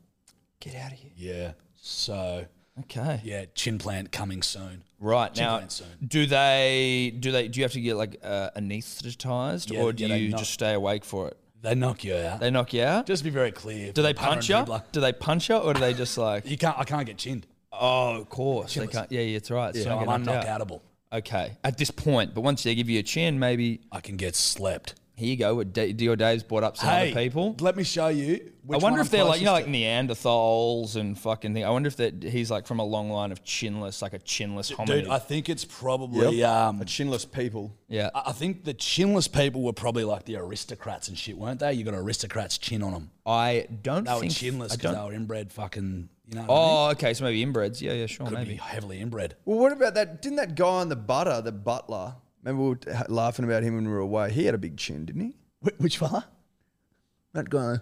[SPEAKER 3] get out of here.
[SPEAKER 2] Yeah. So
[SPEAKER 3] Okay.
[SPEAKER 2] yeah, chin plant coming soon.
[SPEAKER 3] Right
[SPEAKER 2] Chin
[SPEAKER 3] now,
[SPEAKER 2] plant soon.
[SPEAKER 3] do they? Do they? Do you have to get like uh, anesthetized,
[SPEAKER 2] Yeah,
[SPEAKER 3] or do
[SPEAKER 2] yeah, they
[SPEAKER 3] you
[SPEAKER 2] knock-
[SPEAKER 3] just stay awake for it?
[SPEAKER 2] They knock you out.
[SPEAKER 3] They knock you out.
[SPEAKER 2] Just be very clear.
[SPEAKER 3] do they
[SPEAKER 2] Punter
[SPEAKER 3] punch you?
[SPEAKER 2] and dribbler.
[SPEAKER 3] Do they punch you, or do
[SPEAKER 2] (laughs)
[SPEAKER 3] they just like?
[SPEAKER 2] You can't. I can't get chinned.
[SPEAKER 3] oh, of course. They
[SPEAKER 2] Chillers.
[SPEAKER 3] can't. Yeah, yeah, it's right. so
[SPEAKER 2] So
[SPEAKER 3] you
[SPEAKER 2] I'm
[SPEAKER 3] get knocked out.
[SPEAKER 2] unknockoutable.
[SPEAKER 3] Okay, at this point, but once they give you a chin, maybe
[SPEAKER 2] I can get slept.
[SPEAKER 3] here you go. What D- D or Dave's brought up some
[SPEAKER 2] Hey,
[SPEAKER 3] other people.
[SPEAKER 2] Let me show you.
[SPEAKER 3] I
[SPEAKER 2] which
[SPEAKER 3] wonder
[SPEAKER 2] one
[SPEAKER 3] if they're
[SPEAKER 2] I'm
[SPEAKER 3] like you know like
[SPEAKER 2] closest
[SPEAKER 3] Neanderthals and fucking thing. I wonder if that he's like from a long line of chinless, like a chinless
[SPEAKER 2] to.
[SPEAKER 3] hominid.
[SPEAKER 2] dude. I think it's probably. Um,
[SPEAKER 4] a chinless people.
[SPEAKER 3] yeah,
[SPEAKER 2] I I think the chinless people were probably like the aristocrats and shit, weren't they? You got aristocrats chin on them.
[SPEAKER 3] I don't
[SPEAKER 2] They were
[SPEAKER 3] think
[SPEAKER 2] chinless
[SPEAKER 3] I
[SPEAKER 2] because they
[SPEAKER 3] don't.
[SPEAKER 2] were inbred. Fucking. You know. What
[SPEAKER 3] Oh, okay, so maybe inbreds. Yeah, yeah, sure,
[SPEAKER 2] I mean? Could
[SPEAKER 3] maybe.
[SPEAKER 2] be heavily inbred.
[SPEAKER 4] Well, what about that? Didn't that guy on the butter, the butler? Remember we were t- laughing about him when we were away. He had a big chin, didn't he?
[SPEAKER 2] Wh- which fella?
[SPEAKER 4] That guy.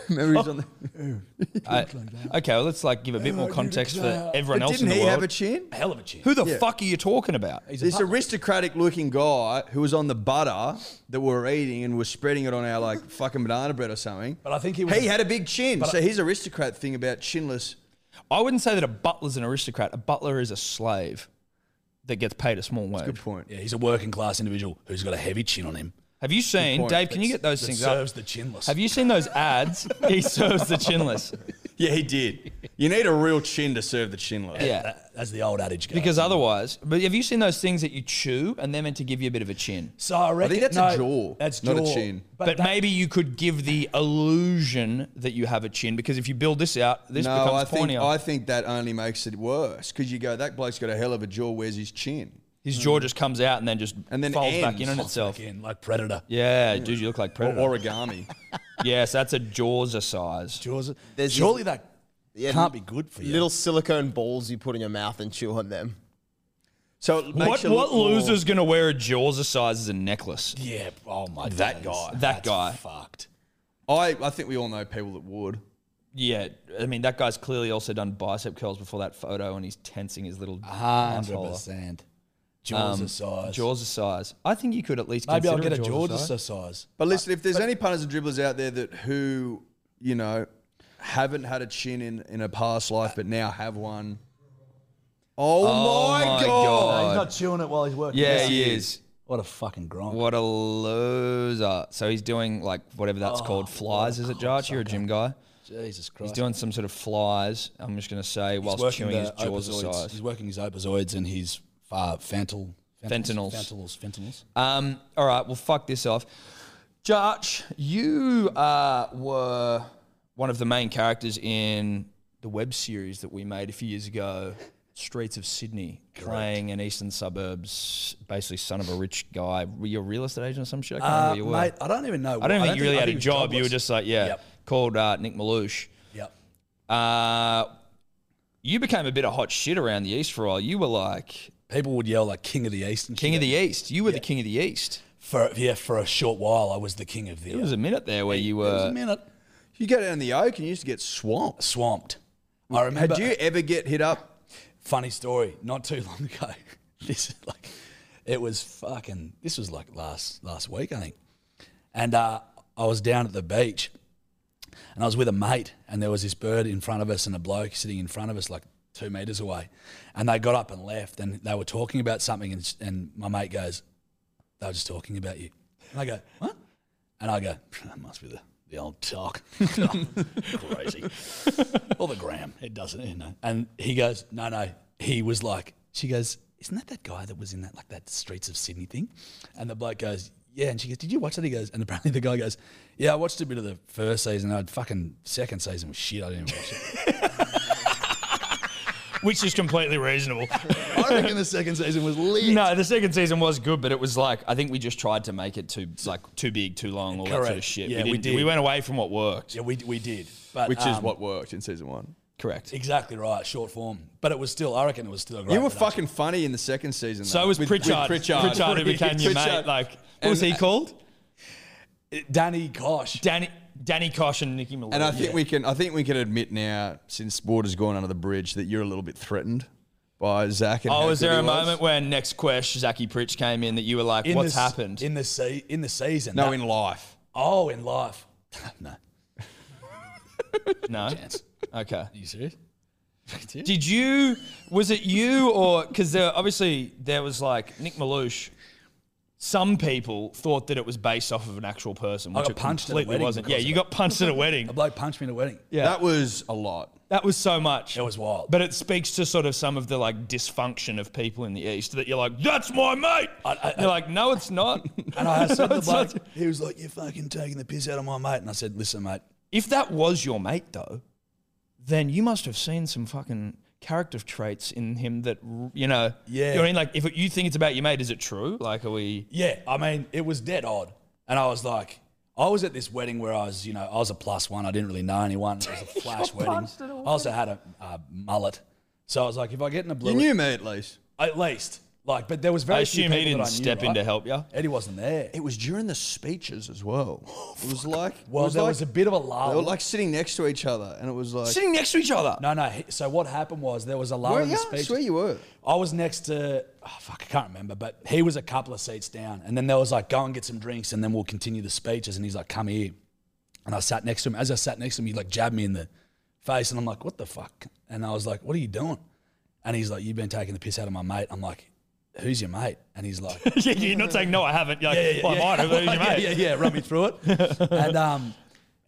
[SPEAKER 4] (laughs)
[SPEAKER 2] Oh,
[SPEAKER 4] Remember he's
[SPEAKER 2] (laughs)
[SPEAKER 4] on the.
[SPEAKER 3] (laughs) I- okay, well, let's like give a bit more context for everyone
[SPEAKER 4] But
[SPEAKER 3] else
[SPEAKER 4] didn't
[SPEAKER 3] in the
[SPEAKER 4] he
[SPEAKER 3] world.
[SPEAKER 4] have a chin?
[SPEAKER 2] Hell of a chin.
[SPEAKER 3] Who the fuck are you talking about?
[SPEAKER 4] This aristocratic-looking guy who was on the butter that we were eating and was spreading it on our like
[SPEAKER 2] (laughs)
[SPEAKER 4] fucking banana bread or something.
[SPEAKER 2] But I think he was.
[SPEAKER 4] He had a big chin,
[SPEAKER 2] But
[SPEAKER 4] so
[SPEAKER 2] I-
[SPEAKER 4] his aristocrat thing about chinless.
[SPEAKER 3] I wouldn't say that a butler's an aristocrat. A butler is a slave that gets paid a small wage.
[SPEAKER 4] Good point.
[SPEAKER 2] Yeah, he's a working class individual who's got a heavy chin on him.
[SPEAKER 3] Have you seen
[SPEAKER 4] point.
[SPEAKER 3] Dave? Can you get those
[SPEAKER 2] that
[SPEAKER 3] things up?
[SPEAKER 2] serves the chinless.
[SPEAKER 3] Have you seen
[SPEAKER 2] (laughs)
[SPEAKER 3] those ads? he serves the chinless.
[SPEAKER 4] Yeah, he did.
[SPEAKER 7] You need a real chin to serve the chinless.
[SPEAKER 3] Yeah.
[SPEAKER 2] That- that's the old adage. Goes.
[SPEAKER 3] Because otherwise, but have you seen those things that you chew and they're meant to give you a bit of a chin?
[SPEAKER 2] so I reckon
[SPEAKER 4] that's a
[SPEAKER 2] no,
[SPEAKER 4] jaw,
[SPEAKER 2] That's jaw,
[SPEAKER 4] not a chin.
[SPEAKER 2] But,
[SPEAKER 3] But,
[SPEAKER 2] that-
[SPEAKER 3] maybe you could give the illusion that you have a chin because if you build this out, this
[SPEAKER 4] No, I
[SPEAKER 3] becomes
[SPEAKER 4] think
[SPEAKER 3] pornier.
[SPEAKER 4] I think that only makes it worse because you go that bloke's got a hell of a jaw. Where's his chin?
[SPEAKER 3] His jaw just comes out and then just
[SPEAKER 4] And then
[SPEAKER 3] folds back
[SPEAKER 4] ends.
[SPEAKER 3] in on
[SPEAKER 4] Folds
[SPEAKER 3] itself.
[SPEAKER 2] again, like predator.
[SPEAKER 3] Yeah, dude, you look like predator.
[SPEAKER 4] Origami.
[SPEAKER 2] (laughs)
[SPEAKER 3] yes, that's a jaws size.
[SPEAKER 2] Jaws.
[SPEAKER 5] There's
[SPEAKER 2] surely that
[SPEAKER 5] Yeah,
[SPEAKER 2] can't be good for you.
[SPEAKER 5] Little silicone balls you put in your mouth and chew on them.
[SPEAKER 4] so it makes
[SPEAKER 3] What,
[SPEAKER 4] you
[SPEAKER 3] what
[SPEAKER 4] look more-
[SPEAKER 3] loser's gonna wear a jaws size as a necklace?
[SPEAKER 2] yeah. Oh my.
[SPEAKER 3] That
[SPEAKER 2] days.
[SPEAKER 3] guy. That
[SPEAKER 2] That's
[SPEAKER 3] guy.
[SPEAKER 2] Fucked.
[SPEAKER 4] I I think we all know people that would.
[SPEAKER 3] Yeah, I mean that guy's clearly also done bicep curls before that photo, and he's tensing his little
[SPEAKER 2] Hundred
[SPEAKER 3] asshole.
[SPEAKER 2] percent. Jaws
[SPEAKER 3] Um,
[SPEAKER 2] size.
[SPEAKER 3] Jaws size. I think you could at least
[SPEAKER 2] Maybe I'll
[SPEAKER 3] consider
[SPEAKER 2] get a
[SPEAKER 3] jaws
[SPEAKER 2] Jaws
[SPEAKER 3] size.
[SPEAKER 2] size.
[SPEAKER 4] But listen, if there's any punters and dribblers out there that who you know haven't had a chin in in a past life but now have one. Oh, my,
[SPEAKER 3] my
[SPEAKER 4] god.
[SPEAKER 3] God.
[SPEAKER 2] he's not chewing it while he's working.
[SPEAKER 3] Yeah,
[SPEAKER 2] Yes,
[SPEAKER 3] he is.
[SPEAKER 2] What a fucking grind.
[SPEAKER 3] What a loser. So he's doing like whatever
[SPEAKER 2] Oh,
[SPEAKER 3] that's called, flies, is it, Jarch? You're a gym guy.
[SPEAKER 2] Jesus Christ.
[SPEAKER 3] He's doing some sort of flies, I'm just going to say,
[SPEAKER 2] He's
[SPEAKER 3] whilst chewing
[SPEAKER 2] the
[SPEAKER 3] his jaws
[SPEAKER 2] opazoids.
[SPEAKER 3] aside.
[SPEAKER 2] He's working his opazoids and his uh, fentanyl.
[SPEAKER 3] Fentanyls.
[SPEAKER 2] Fentanyls. Fentanyls.
[SPEAKER 3] Um, all right, well, fuck this off. Jarch, you uh, were one of the main characters in the web series that we made a few years ago, Streets of Sydney, playing an eastern suburbs, basically son of a rich guy. Were you a real estate agent or some shit? I can't
[SPEAKER 2] Uh,
[SPEAKER 3] remember who you were.
[SPEAKER 2] mate, I don't even know.
[SPEAKER 3] I don't think you really
[SPEAKER 2] I
[SPEAKER 3] had a
[SPEAKER 2] think he was
[SPEAKER 3] job. You were
[SPEAKER 2] jobless.
[SPEAKER 3] just like, yeah,
[SPEAKER 2] Yep.
[SPEAKER 3] called uh, Nick Malouche.
[SPEAKER 2] Yep.
[SPEAKER 3] Uh, you became a bit of hot shit around the East for a while. You were like
[SPEAKER 2] People would yell like "King of the East" and
[SPEAKER 3] king
[SPEAKER 2] shit.
[SPEAKER 3] of the East. You were the king of the East.
[SPEAKER 2] for yeah for a short while. I was the king of the.
[SPEAKER 3] There was a minute there where you
[SPEAKER 2] There was
[SPEAKER 3] were.
[SPEAKER 2] minute.
[SPEAKER 6] You go down the oak and you used to get swamped.
[SPEAKER 2] Swamped. I remember.
[SPEAKER 6] Had you ever get hit up?
[SPEAKER 2] Funny story. Not too (laughs) long ago, this is like, it was fucking. This was like last last week, I think. And uh, I was down at the beach, and I was with a mate, and there was this bird in front of us and a bloke sitting in front of us, like two meters away, and they got up and left, and they were talking about something, and, and my mate goes, "They were just talking about you," and I go, "What?" And I go, that must be the, the old (laughs) talk. Crazy. or the gram. It doesn't, you know. And he goes, no, no. He was like, she goes, isn't that that guy that was in that, like that Streets of Sydney thing? And the bloke goes, yeah. And she goes, did you watch that? He goes, and apparently the guy goes, yeah, I watched a bit of the first season. I'd fucking second season was shit. I didn't even watch
[SPEAKER 6] (laughs)
[SPEAKER 2] it.
[SPEAKER 8] which is completely reasonable.
[SPEAKER 2] I reckon the second season was lit.
[SPEAKER 3] (laughs) No, the second season was good, but it was like I think we just tried to make it too like too big, too long, all that sort
[SPEAKER 2] Correct.
[SPEAKER 3] of shit.
[SPEAKER 2] Yeah,
[SPEAKER 3] we,
[SPEAKER 2] we
[SPEAKER 3] did,
[SPEAKER 2] did.
[SPEAKER 3] we went away from what worked.
[SPEAKER 2] Yeah, we, we did. But,
[SPEAKER 6] Which is
[SPEAKER 2] um,
[SPEAKER 6] what worked in season one.
[SPEAKER 3] Correct.
[SPEAKER 2] Exactly right, short form. But it was still, I reckon it was still a great.
[SPEAKER 6] You were
[SPEAKER 2] production.
[SPEAKER 6] fucking funny in the second season.
[SPEAKER 8] So
[SPEAKER 6] though,
[SPEAKER 8] was
[SPEAKER 6] with- with
[SPEAKER 8] Pritchard.
[SPEAKER 6] Pritchard.
[SPEAKER 8] who
[SPEAKER 4] (laughs)
[SPEAKER 8] became your mate.
[SPEAKER 6] Pritchard.
[SPEAKER 8] Like, what was he called?
[SPEAKER 2] Danny Kosh.
[SPEAKER 8] Danny Danny Kosh and Nicky Malloy.
[SPEAKER 6] And I think we can I think we can admit now, since sport has gone under the bridge, that you're a little bit threatened by Zach and
[SPEAKER 3] Oh,
[SPEAKER 6] how
[SPEAKER 3] was
[SPEAKER 6] good
[SPEAKER 3] there
[SPEAKER 6] he
[SPEAKER 3] a moment where next quest Zachy Pritch came in that you were like,
[SPEAKER 2] In
[SPEAKER 3] "What's
[SPEAKER 2] the s-
[SPEAKER 3] happened?"
[SPEAKER 2] in the se- in the season?
[SPEAKER 6] No,
[SPEAKER 2] That-
[SPEAKER 6] in life.
[SPEAKER 2] oh, in life. (laughs) no,
[SPEAKER 3] no.
[SPEAKER 2] chance.
[SPEAKER 3] Okay.
[SPEAKER 2] you serious? (laughs)
[SPEAKER 3] Did you? Was it you or because there obviously there was like Nick Malouche. Some people thought that it was based off of an actual person,
[SPEAKER 2] I
[SPEAKER 3] which
[SPEAKER 2] got
[SPEAKER 3] it
[SPEAKER 2] punched at a
[SPEAKER 3] completely
[SPEAKER 2] wedding
[SPEAKER 3] wasn't. Yeah,
[SPEAKER 2] because
[SPEAKER 3] you
[SPEAKER 2] of
[SPEAKER 3] got punched at
[SPEAKER 2] (laughs)
[SPEAKER 3] a wedding.
[SPEAKER 2] A bloke punched me in a wedding.
[SPEAKER 3] Yeah.
[SPEAKER 6] That was a lot.
[SPEAKER 3] That was so much.
[SPEAKER 2] It was wild.
[SPEAKER 3] But it speaks to sort of some of the like dysfunction of people in the East that you're like, that's my mate.
[SPEAKER 2] I-
[SPEAKER 3] you're like, no,
[SPEAKER 2] (laughs)
[SPEAKER 3] it's not.
[SPEAKER 2] And I said to the
[SPEAKER 3] It's not-
[SPEAKER 2] bloke, he was like, "You're fucking taking the piss out of my mate." And I said, "Listen, mate,
[SPEAKER 3] if that was your mate though, then you must have seen some fucking character traits in him that, r- you know,
[SPEAKER 2] Yeah.
[SPEAKER 3] you know what I mean? Like, if it, you think it's about your mate, is it true? Like, are we.
[SPEAKER 2] yeah, I mean, it was dead odd." And I was like, I was at this wedding where I was, you know, I was a plus one. I didn't really know anyone. It was a (laughs) flash wedding. I also had a, a mullet, so I was like, if I get in a blue,
[SPEAKER 6] You knew me at least.
[SPEAKER 2] at least like, but there was very.
[SPEAKER 3] I
[SPEAKER 2] few
[SPEAKER 3] assume
[SPEAKER 2] people that
[SPEAKER 3] he didn't
[SPEAKER 2] I knew,
[SPEAKER 3] step in
[SPEAKER 2] right?
[SPEAKER 3] to help you.
[SPEAKER 2] Eddie wasn't there.
[SPEAKER 6] It was during the speeches as
[SPEAKER 4] (gasps)
[SPEAKER 6] well. It was like
[SPEAKER 2] Well,
[SPEAKER 6] it was
[SPEAKER 2] there
[SPEAKER 6] like,
[SPEAKER 2] was a bit of a
[SPEAKER 6] they were
[SPEAKER 2] lull.
[SPEAKER 6] like sitting next to each other, and it was like
[SPEAKER 3] Sitting next to each other.
[SPEAKER 2] no, no. he- So what happened was there was a lull
[SPEAKER 6] Were
[SPEAKER 2] in the
[SPEAKER 6] you? I
[SPEAKER 2] speech.
[SPEAKER 6] swear you were.
[SPEAKER 2] I was next to, oh, fuck, I can't remember, but he was a couple of seats down. And then there was like, go and get some drinks and then we'll continue the speeches. And he's like, come here. And I sat next to him. As I sat next to him, he like jabbed me in the face. And I'm like, what the fuck? And I was like, what are you doing? And he's like, you've been taking the piss out of my mate. I'm like, who's your mate? And he's like,
[SPEAKER 8] (laughs) yeah, you're not saying no, I haven't. You're like, well, I might have.
[SPEAKER 3] (laughs)
[SPEAKER 8] Who's your
[SPEAKER 2] yeah,
[SPEAKER 8] mate?
[SPEAKER 2] (laughs) yeah, yeah, run me through it. (laughs) and um,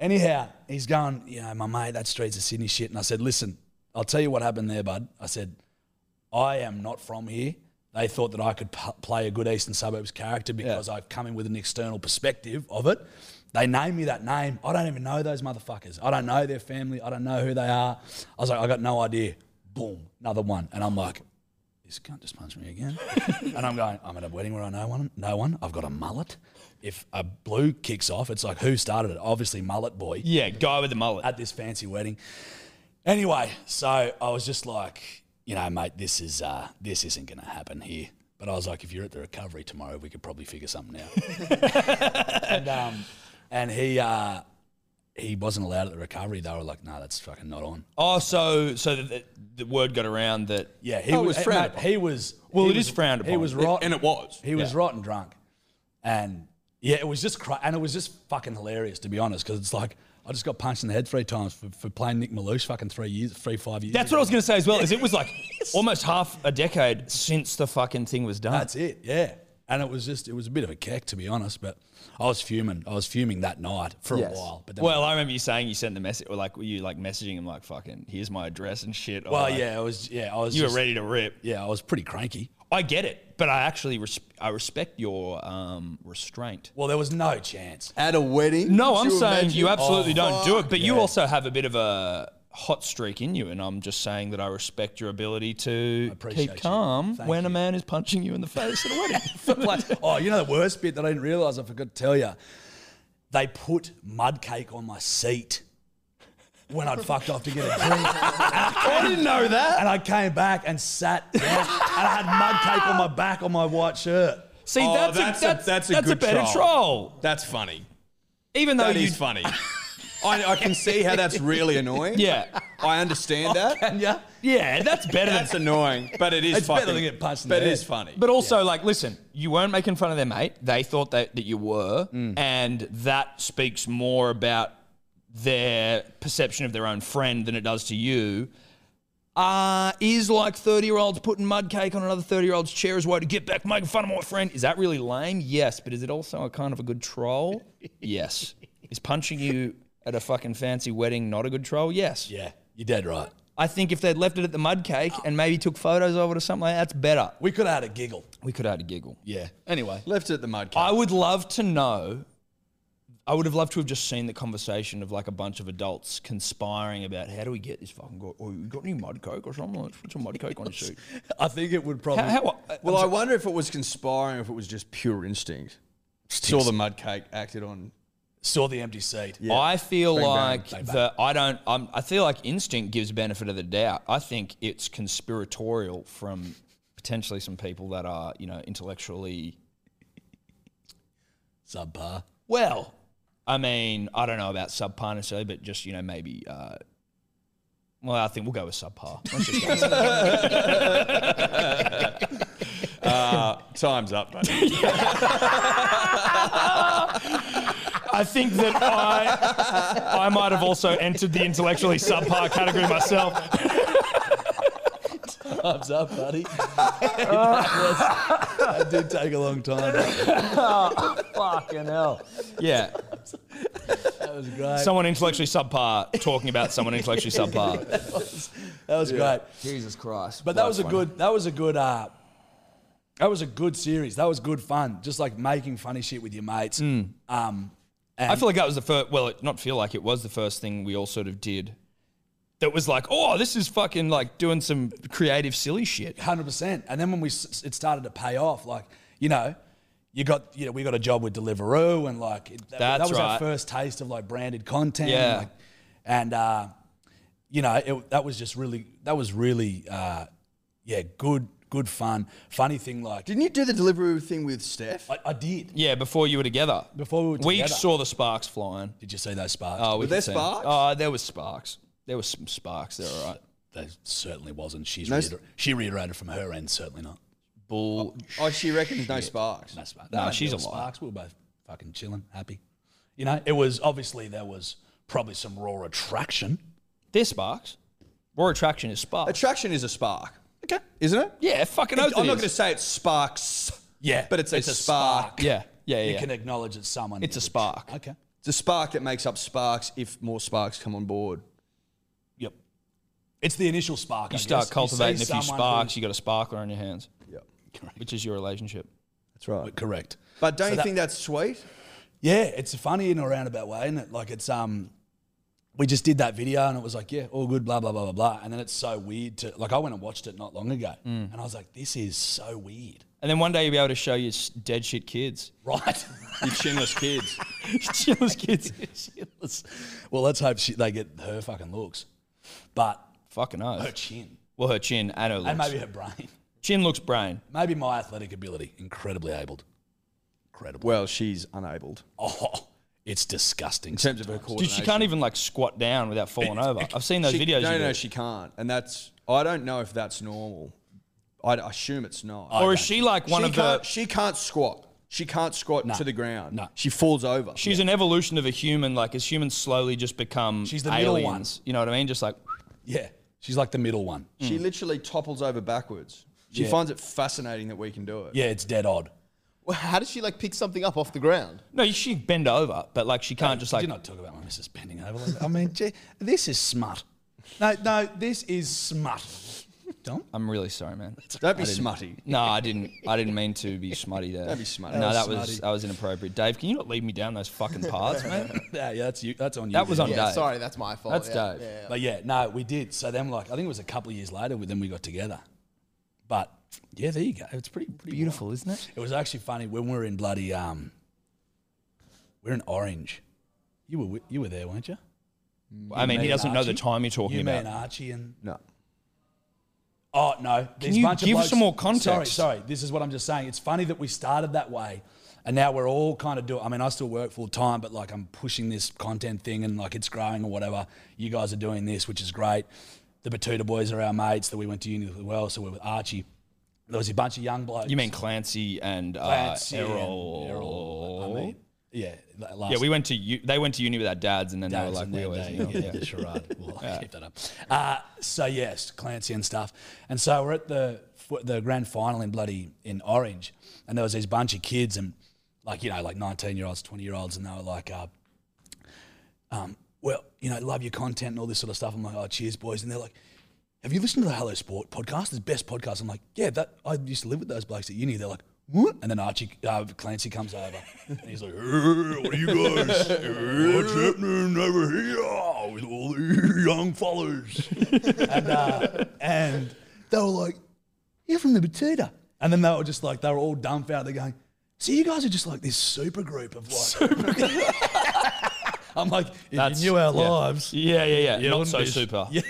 [SPEAKER 2] anyhow, he's going, you know, my mate, that street's a Sydney shit. And I said, listen, I'll tell you what happened there, bud. I said, I am not from here. They thought that I could p- play a good Eastern Suburbs character because I've come in with an external perspective of it. They named me that name. I don't even know those motherfuckers. I don't know their family. I don't know who they are. I was like, I got no idea. Boom, another one. And I'm like, this cunt just punched me again. (laughs) and I'm going, I'm at a wedding where I know one, no one. I've got a mullet. If a blue kicks off, it's like, who started it? Obviously, mullet boy
[SPEAKER 3] Yeah, guy with the mullet.
[SPEAKER 2] at this fancy wedding. Anyway, so I was just like, you know, mate, this is uh, this isn't going to happen here. But I was like, if you're at the recovery tomorrow, we could probably figure something out. (laughs) and um, and he uh, he wasn't allowed at the recovery. They were like, no, that's fucking not on.
[SPEAKER 3] Oh, so so the, the, the word got around that.
[SPEAKER 2] Yeah, he
[SPEAKER 6] Oh, it
[SPEAKER 2] was,
[SPEAKER 6] was frowned
[SPEAKER 2] mate, He was
[SPEAKER 3] Well,
[SPEAKER 2] he
[SPEAKER 3] it
[SPEAKER 2] was,
[SPEAKER 3] is frowned
[SPEAKER 2] He
[SPEAKER 3] upon.
[SPEAKER 2] was rotten,
[SPEAKER 4] and it was.
[SPEAKER 2] He was rotten drunk, and yeah, it was just cra- and it was just fucking hilarious to be honest because it's like I just got punched in the head three times for, for playing Nick Malouche fucking three years, three five years.
[SPEAKER 3] That's what I was going to say as well. Is it
[SPEAKER 8] (laughs)
[SPEAKER 3] was like almost half a decade since the fucking thing was done.
[SPEAKER 2] That's it, yeah. And it was just it was a bit of a keck to be honest, but I was fuming. I was fuming that night for a while. But then
[SPEAKER 3] well, I remember you saying you sent the message, or like were you like messaging him like fucking here's my address and shit. Or
[SPEAKER 2] well,
[SPEAKER 3] like,
[SPEAKER 2] yeah, I was yeah I was
[SPEAKER 3] you were
[SPEAKER 2] just-
[SPEAKER 3] ready to rip.
[SPEAKER 2] Yeah, I was pretty cranky.
[SPEAKER 3] I get it, but I actually res- I respect your um, restraint.
[SPEAKER 2] Well, there was no (laughs) chance.
[SPEAKER 6] At a wedding.
[SPEAKER 3] No,
[SPEAKER 6] Could
[SPEAKER 3] I'm saying
[SPEAKER 6] imagine?
[SPEAKER 3] you
[SPEAKER 4] Oh,
[SPEAKER 3] absolutely don't do
[SPEAKER 6] fuck.
[SPEAKER 3] it, but you also have a bit of a hot streak in you, and I'm just saying that I respect your ability to
[SPEAKER 2] appreciate
[SPEAKER 3] keep
[SPEAKER 2] you.
[SPEAKER 3] calm
[SPEAKER 2] Thank
[SPEAKER 3] when a
[SPEAKER 2] you.
[SPEAKER 3] man is punching you in the face at a
[SPEAKER 2] (laughs)
[SPEAKER 3] wedding. (laughs)
[SPEAKER 2] Like, oh, you know the worst bit that I didn't realize I forgot to tell you. They put mud cake on my seat when I'd fucked off to get a drink. I didn't know that. And I came back and sat down, and I had mud cake on my back on my white shirt.
[SPEAKER 3] See,
[SPEAKER 4] Oh,
[SPEAKER 3] that's,
[SPEAKER 4] that's
[SPEAKER 3] a, that's, that's, a,
[SPEAKER 4] good
[SPEAKER 3] better troll.
[SPEAKER 4] That's funny.
[SPEAKER 3] Even though
[SPEAKER 4] That
[SPEAKER 3] you
[SPEAKER 4] is funny. I, I can see how that's really annoying.
[SPEAKER 3] Yeah.
[SPEAKER 4] I understand that.
[SPEAKER 2] yeah.
[SPEAKER 9] Yeah, that's better than
[SPEAKER 4] (laughs) That's annoying, but it is
[SPEAKER 2] It's
[SPEAKER 4] fucking,
[SPEAKER 2] better than get punched in
[SPEAKER 4] But
[SPEAKER 2] the
[SPEAKER 4] it
[SPEAKER 2] head.
[SPEAKER 4] is funny.
[SPEAKER 3] But also, like, listen, you weren't making fun of their mate. They thought that, that you were. And that speaks more about their perception of their own friend than it does to you. Uh, is like 30 year olds putting mud cake on another 30 year old's chair as a way to get back making fun of my friend. Is that really lame? Yes. But is it also a kind of a good troll? yes. Is punching you at a fucking fancy wedding not a good troll? Yes.
[SPEAKER 2] Yeah, you're dead right.
[SPEAKER 3] I think if they'd left it at the mud cake and maybe took photos of it or something like that, that's better.
[SPEAKER 2] We could have had a giggle.
[SPEAKER 3] We could have had a giggle.
[SPEAKER 2] Yeah. Anyway, (laughs)
[SPEAKER 4] Left it at the mud.
[SPEAKER 3] I would love to know. I would have loved to have just seen the conversation of like a bunch of adults conspiring about how do we get this fucking guy? Oh, you got any mud coke or something? Let's put some mud coke on your
[SPEAKER 4] (laughs)
[SPEAKER 3] suit.
[SPEAKER 2] I think it would
[SPEAKER 4] Um,
[SPEAKER 2] probably.
[SPEAKER 3] How, how,
[SPEAKER 4] Well, I wonder if it was conspiring, or if it was just pure instinct. Saw the mud cake acted on.
[SPEAKER 2] saw the empty seat.
[SPEAKER 3] I feel
[SPEAKER 4] bang.
[SPEAKER 3] like the I don't. I'm, I feel like instinct gives benefit of the doubt. I think it's conspiratorial from potentially some people that are you know intellectually
[SPEAKER 2] Subpar.
[SPEAKER 3] Well, I mean, I don't know about subpar necessarily, but just you know maybe. Uh, well, I think we'll go with subpar. Let's just go with subpar.
[SPEAKER 4] (laughs) Uh, Time's up, buddy.
[SPEAKER 9] (laughs) I think that I I might have also entered the intellectually subpar category myself.
[SPEAKER 2] Thumbs up, (laughs) buddy. that, was, that did take a long time. (laughs) fucking hell.
[SPEAKER 3] yeah,
[SPEAKER 2] That was great.
[SPEAKER 9] Someone intellectually subpar talking about someone intellectually subpar.
[SPEAKER 2] that was great.
[SPEAKER 3] Jesus Christ!
[SPEAKER 2] But that was a
[SPEAKER 3] funny.
[SPEAKER 2] good. That was a good. Uh, that was a good series. That was good fun. Just like making funny shit with your mates. Um,
[SPEAKER 3] I feel like that was the first. Well, it, not feel like it was the first thing we all sort of did. That was like, oh, this is fucking like doing some creative silly shit.
[SPEAKER 2] hundred percent. And then when we s- it started to pay off, like you know, you got you know we got a job with Deliveroo, and like it, that, that
[SPEAKER 3] That's
[SPEAKER 2] was our
[SPEAKER 3] right.
[SPEAKER 2] first taste of like branded content.
[SPEAKER 3] Yeah.
[SPEAKER 2] and, like, and uh, you know it, that was just really that was really uh, yeah good good fun funny thing like
[SPEAKER 4] Didn't you do the delivery thing with Steph?
[SPEAKER 2] I, I did
[SPEAKER 3] Yeah, before you were together.
[SPEAKER 2] before we were
[SPEAKER 3] we
[SPEAKER 2] together.
[SPEAKER 3] saw the sparks flying.
[SPEAKER 2] Did you see those sparks?
[SPEAKER 3] Oh, we
[SPEAKER 4] there
[SPEAKER 3] could see 'em.
[SPEAKER 4] sparks?
[SPEAKER 3] Oh, there was sparks. There was some sparks. They're all right.
[SPEAKER 2] There certainly wasn't. She's
[SPEAKER 4] No s-
[SPEAKER 2] reiter- she reiterated from her end, certainly not.
[SPEAKER 3] Bull.
[SPEAKER 4] Oh, she reckons no sparks.
[SPEAKER 2] That's fine.
[SPEAKER 3] No, she's
[SPEAKER 2] there
[SPEAKER 3] a
[SPEAKER 2] was
[SPEAKER 3] liar.
[SPEAKER 2] Sparks. We were both fucking chilling, happy. You know, it was obviously there was probably some raw attraction.
[SPEAKER 3] They're sparks. Raw attraction is sparks.
[SPEAKER 4] Attraction is a spark. Okay. Isn't it?
[SPEAKER 3] Yeah, fucking oath.
[SPEAKER 4] I'm
[SPEAKER 3] it
[SPEAKER 4] not
[SPEAKER 3] is.
[SPEAKER 4] going to say it sparks.
[SPEAKER 2] Yeah,
[SPEAKER 4] But it's a spark.
[SPEAKER 3] Yeah, yeah, yeah.
[SPEAKER 2] You can acknowledge that someone.
[SPEAKER 3] it's a spark.
[SPEAKER 2] Okay.
[SPEAKER 4] It's a spark that makes up sparks if more sparks come on board.
[SPEAKER 2] Yep. It's the initial spark.
[SPEAKER 3] You
[SPEAKER 2] I
[SPEAKER 3] start
[SPEAKER 2] guess. see
[SPEAKER 3] cultivating a few
[SPEAKER 2] someone
[SPEAKER 3] sparks.
[SPEAKER 2] who-
[SPEAKER 3] You got a sparkler on your hands,
[SPEAKER 4] Yep.
[SPEAKER 3] which is your relationship.
[SPEAKER 4] That's right.
[SPEAKER 2] Correct.
[SPEAKER 4] But don't
[SPEAKER 2] So
[SPEAKER 4] you
[SPEAKER 2] that-
[SPEAKER 4] think that's sweet?
[SPEAKER 2] Yeah, it's funny in a roundabout way, isn't it? Like it's um, we just did that video and it was like, yeah, all good, blah blah blah blah blah, and then it's so weird to like. I went and watched it not long ago,
[SPEAKER 3] Mm.
[SPEAKER 2] and I was like, this is so weird,
[SPEAKER 3] And then one day you'll be able to show your s- dead
[SPEAKER 2] (laughs)
[SPEAKER 3] shit kids. (laughs)
[SPEAKER 2] right?
[SPEAKER 4] You chinless kids.
[SPEAKER 3] Chillers kids.
[SPEAKER 2] well, let's hope she, they get her fucking looks, but
[SPEAKER 3] Fucking
[SPEAKER 2] her
[SPEAKER 3] oath.
[SPEAKER 2] chin
[SPEAKER 3] Well, her chin and her looks.
[SPEAKER 2] and maybe her brain, (laughs)
[SPEAKER 3] chin looks brain.
[SPEAKER 2] maybe my athletic ability, incredibly abled, incredible.
[SPEAKER 4] (laughs) Well, she's unabled.
[SPEAKER 2] Oh, it's disgusting.
[SPEAKER 4] In terms of her
[SPEAKER 3] Dude,
[SPEAKER 4] coordination.
[SPEAKER 3] she can't even like squat down without falling over. I've seen those
[SPEAKER 4] She-
[SPEAKER 3] videos.
[SPEAKER 4] No,
[SPEAKER 3] you
[SPEAKER 4] no,
[SPEAKER 3] do.
[SPEAKER 4] she can't. And that's, I don't know if that's normal. I I assume it's not.
[SPEAKER 3] or is she like one
[SPEAKER 4] she
[SPEAKER 3] of
[SPEAKER 4] can't,
[SPEAKER 3] the?
[SPEAKER 4] She can't squat. She can't squat to the ground.
[SPEAKER 2] No.
[SPEAKER 4] She falls over.
[SPEAKER 3] She's an evolution of a human. Like as humans slowly just become
[SPEAKER 2] She's the middle
[SPEAKER 3] aliens.
[SPEAKER 2] one.
[SPEAKER 3] You know what I mean? Just like
[SPEAKER 2] Yeah, she's like the middle one.
[SPEAKER 4] she literally topples over backwards. She finds it fascinating that we can do it.
[SPEAKER 2] Yeah, it's dead odd.
[SPEAKER 5] Well, how does she like pick something up off the ground?
[SPEAKER 3] no, she bend over, but like she can't just
[SPEAKER 2] do
[SPEAKER 3] like
[SPEAKER 2] not talk about my missus bending over. Like that. I mean, gee, this is smut. No, no, this is
[SPEAKER 3] (laughs)
[SPEAKER 2] smut. Don't.
[SPEAKER 3] I'm really sorry, man.
[SPEAKER 4] Don't be smutty.
[SPEAKER 3] No, I didn't. I didn't mean to be smutty there.
[SPEAKER 4] Don't be smutty.
[SPEAKER 3] No,
[SPEAKER 2] That
[SPEAKER 3] that
[SPEAKER 2] was
[SPEAKER 3] was
[SPEAKER 2] smutty.
[SPEAKER 3] that was inappropriate. Dave, can you not lead me down
[SPEAKER 2] (laughs)
[SPEAKER 3] those fucking paths, man?
[SPEAKER 2] Yeah, yeah, that's you. That's on you.
[SPEAKER 3] That was
[SPEAKER 2] dude.
[SPEAKER 3] on
[SPEAKER 5] Yeah,
[SPEAKER 3] Dave.
[SPEAKER 5] sorry, that's my fault.
[SPEAKER 3] That's
[SPEAKER 5] yeah,
[SPEAKER 3] Dave.
[SPEAKER 5] yeah.
[SPEAKER 2] But yeah, no, we did. So then, like, I think it was a couple of years later. Then we got together. But yeah, there you go. It's pretty, pretty
[SPEAKER 3] Beautiful, isn't it?
[SPEAKER 2] It was actually funny when we were in bloody um. We're in Orange. You were wi- you were there, weren't you?
[SPEAKER 3] I mean, he
[SPEAKER 2] me
[SPEAKER 3] doesn't know the
[SPEAKER 2] Archie?
[SPEAKER 3] time you're
[SPEAKER 2] You
[SPEAKER 3] talking
[SPEAKER 2] me and
[SPEAKER 3] about.
[SPEAKER 2] Archie and
[SPEAKER 4] No.
[SPEAKER 2] Oh no! There's
[SPEAKER 3] you
[SPEAKER 2] bunch of
[SPEAKER 3] give
[SPEAKER 2] blokes-
[SPEAKER 3] some more context?
[SPEAKER 2] Sorry, sorry. This is what I'm just saying. It's funny that we started that way, and now we're all kind of doing. I mean, I still work full time, but like I'm pushing this content thing, and like it's growing or whatever. You guys are doing this, which is great. The Batuta boys are our mates that we went to uni with as well, so we're with Archie. There was a bunch of young blokes.
[SPEAKER 3] You mean Clancy and uh,
[SPEAKER 2] Clancy and
[SPEAKER 3] Errol?
[SPEAKER 2] Errol, I mean, yeah, la- last
[SPEAKER 3] yeah, we went to u- they went to uni with our dads, and then
[SPEAKER 2] dads and
[SPEAKER 3] they were like,
[SPEAKER 2] then
[SPEAKER 3] we
[SPEAKER 2] they- (laughs)
[SPEAKER 3] always.
[SPEAKER 2] yeah, the charade. We'll keep that up. Uh, so yes, Clancy and stuff. And so we're at the fo- the grand final in bloody in Orange, and there was these bunch of kids and like you know like nineteen year olds, twenty year olds, and they were like, uh, um, well, you know, love your content and all this sort of stuff. I'm like, oh, cheers, boys. And they're like, have you listened to the Hello Sport podcast? It's the best podcast. I'm like, yeah, that I used to live with those blokes at uni. They're like, what? And then Archie uh, Clancy comes over and he's like, hey, what are you guys? What's happening over here with all the young fellas? and, uh, and they were like, you're from the Batuta. And then they were just like, they were all dumbfounded. They're going, so you guys are just like this super group of like. (laughs) I'm like, if
[SPEAKER 3] That's-
[SPEAKER 2] you knew our
[SPEAKER 3] yeah.
[SPEAKER 2] lives.
[SPEAKER 3] Yeah, yeah, yeah.
[SPEAKER 2] You
[SPEAKER 3] Not
[SPEAKER 2] wouldn't
[SPEAKER 3] so
[SPEAKER 2] be-
[SPEAKER 3] super.
[SPEAKER 2] Yeah.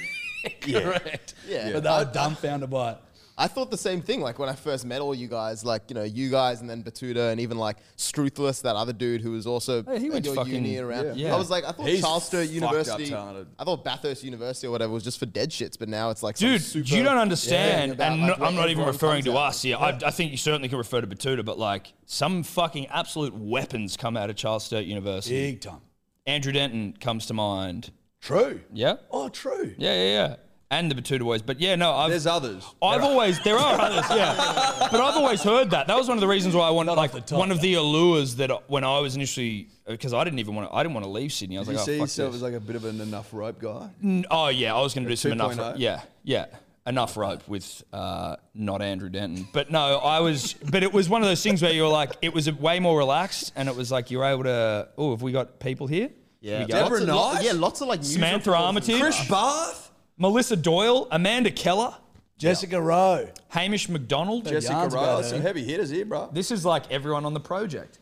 [SPEAKER 2] Correct.
[SPEAKER 5] Yeah.
[SPEAKER 2] But they were dumbfounded by it.
[SPEAKER 5] I thought the same thing. Like when I first met all you guys, like you know, you guys, and then Batuta, and even like Struthless, that other dude who was also
[SPEAKER 3] Hey, Oh, he
[SPEAKER 5] at
[SPEAKER 3] went
[SPEAKER 5] your
[SPEAKER 3] fucking-
[SPEAKER 5] uni around.
[SPEAKER 3] yeah. Yeah.
[SPEAKER 5] I was like, I thought
[SPEAKER 10] He's
[SPEAKER 5] Charles Sturt
[SPEAKER 10] fucked up
[SPEAKER 5] University,
[SPEAKER 10] talented.
[SPEAKER 5] I thought Bathurst University or whatever was just for dead shits, but now it's like, some
[SPEAKER 3] Dude,
[SPEAKER 5] super
[SPEAKER 3] you don't
[SPEAKER 5] thing
[SPEAKER 3] understand,
[SPEAKER 5] about,
[SPEAKER 3] and
[SPEAKER 5] like,
[SPEAKER 3] no,
[SPEAKER 5] where
[SPEAKER 3] I'm not even
[SPEAKER 5] everyone
[SPEAKER 3] referring
[SPEAKER 5] comes
[SPEAKER 3] to
[SPEAKER 5] out.
[SPEAKER 3] us here. I, I think you certainly can refer to Batuta, but like some fucking absolute weapons come out of Charles Sturt University.
[SPEAKER 2] Big time.
[SPEAKER 3] Andrew Denton comes to mind.
[SPEAKER 2] True.
[SPEAKER 3] Yeah,
[SPEAKER 2] Oh, true.
[SPEAKER 3] yeah, yeah, yeah. And the Batuta boys, but yeah, no, I've
[SPEAKER 10] There's others.
[SPEAKER 3] I've always there are others, yeah. But I've always heard that. That was one of the reasons why I wanted like
[SPEAKER 2] the top,
[SPEAKER 3] one of the allures that uh, when I was initially because I didn't even want to, I didn't want to leave Sydney. I was
[SPEAKER 4] You
[SPEAKER 3] like, oh,
[SPEAKER 4] see
[SPEAKER 3] fuck
[SPEAKER 4] yourself
[SPEAKER 3] this.
[SPEAKER 4] as like a bit of an enough rope guy.
[SPEAKER 3] N- Oh yeah, I was going to do some enough.
[SPEAKER 4] 2.0?
[SPEAKER 3] Rope.
[SPEAKER 5] oh.
[SPEAKER 3] Yeah, yeah, enough rope with uh, not Andrew Denton. But no, I was. But it was one of those things where you were like, it was way more relaxed, and it was like you were able to. Oh, have we got people here?
[SPEAKER 5] Yeah,
[SPEAKER 3] Here we go.
[SPEAKER 5] lots of,
[SPEAKER 10] Deborah
[SPEAKER 5] lot-
[SPEAKER 10] Knight?
[SPEAKER 5] yeah, lots of like news
[SPEAKER 3] Samantha
[SPEAKER 5] reports and
[SPEAKER 3] Armitage,
[SPEAKER 5] stuff.
[SPEAKER 10] Chris Barth.
[SPEAKER 3] Melissa Doyle, Amanda Keller,
[SPEAKER 2] Jessica Rowe.
[SPEAKER 3] Hamish McDonald.
[SPEAKER 4] Jessica
[SPEAKER 2] yarns about
[SPEAKER 4] Rowe,
[SPEAKER 2] her.
[SPEAKER 4] some heavy hitters here, bro.
[SPEAKER 3] This is like everyone on the project.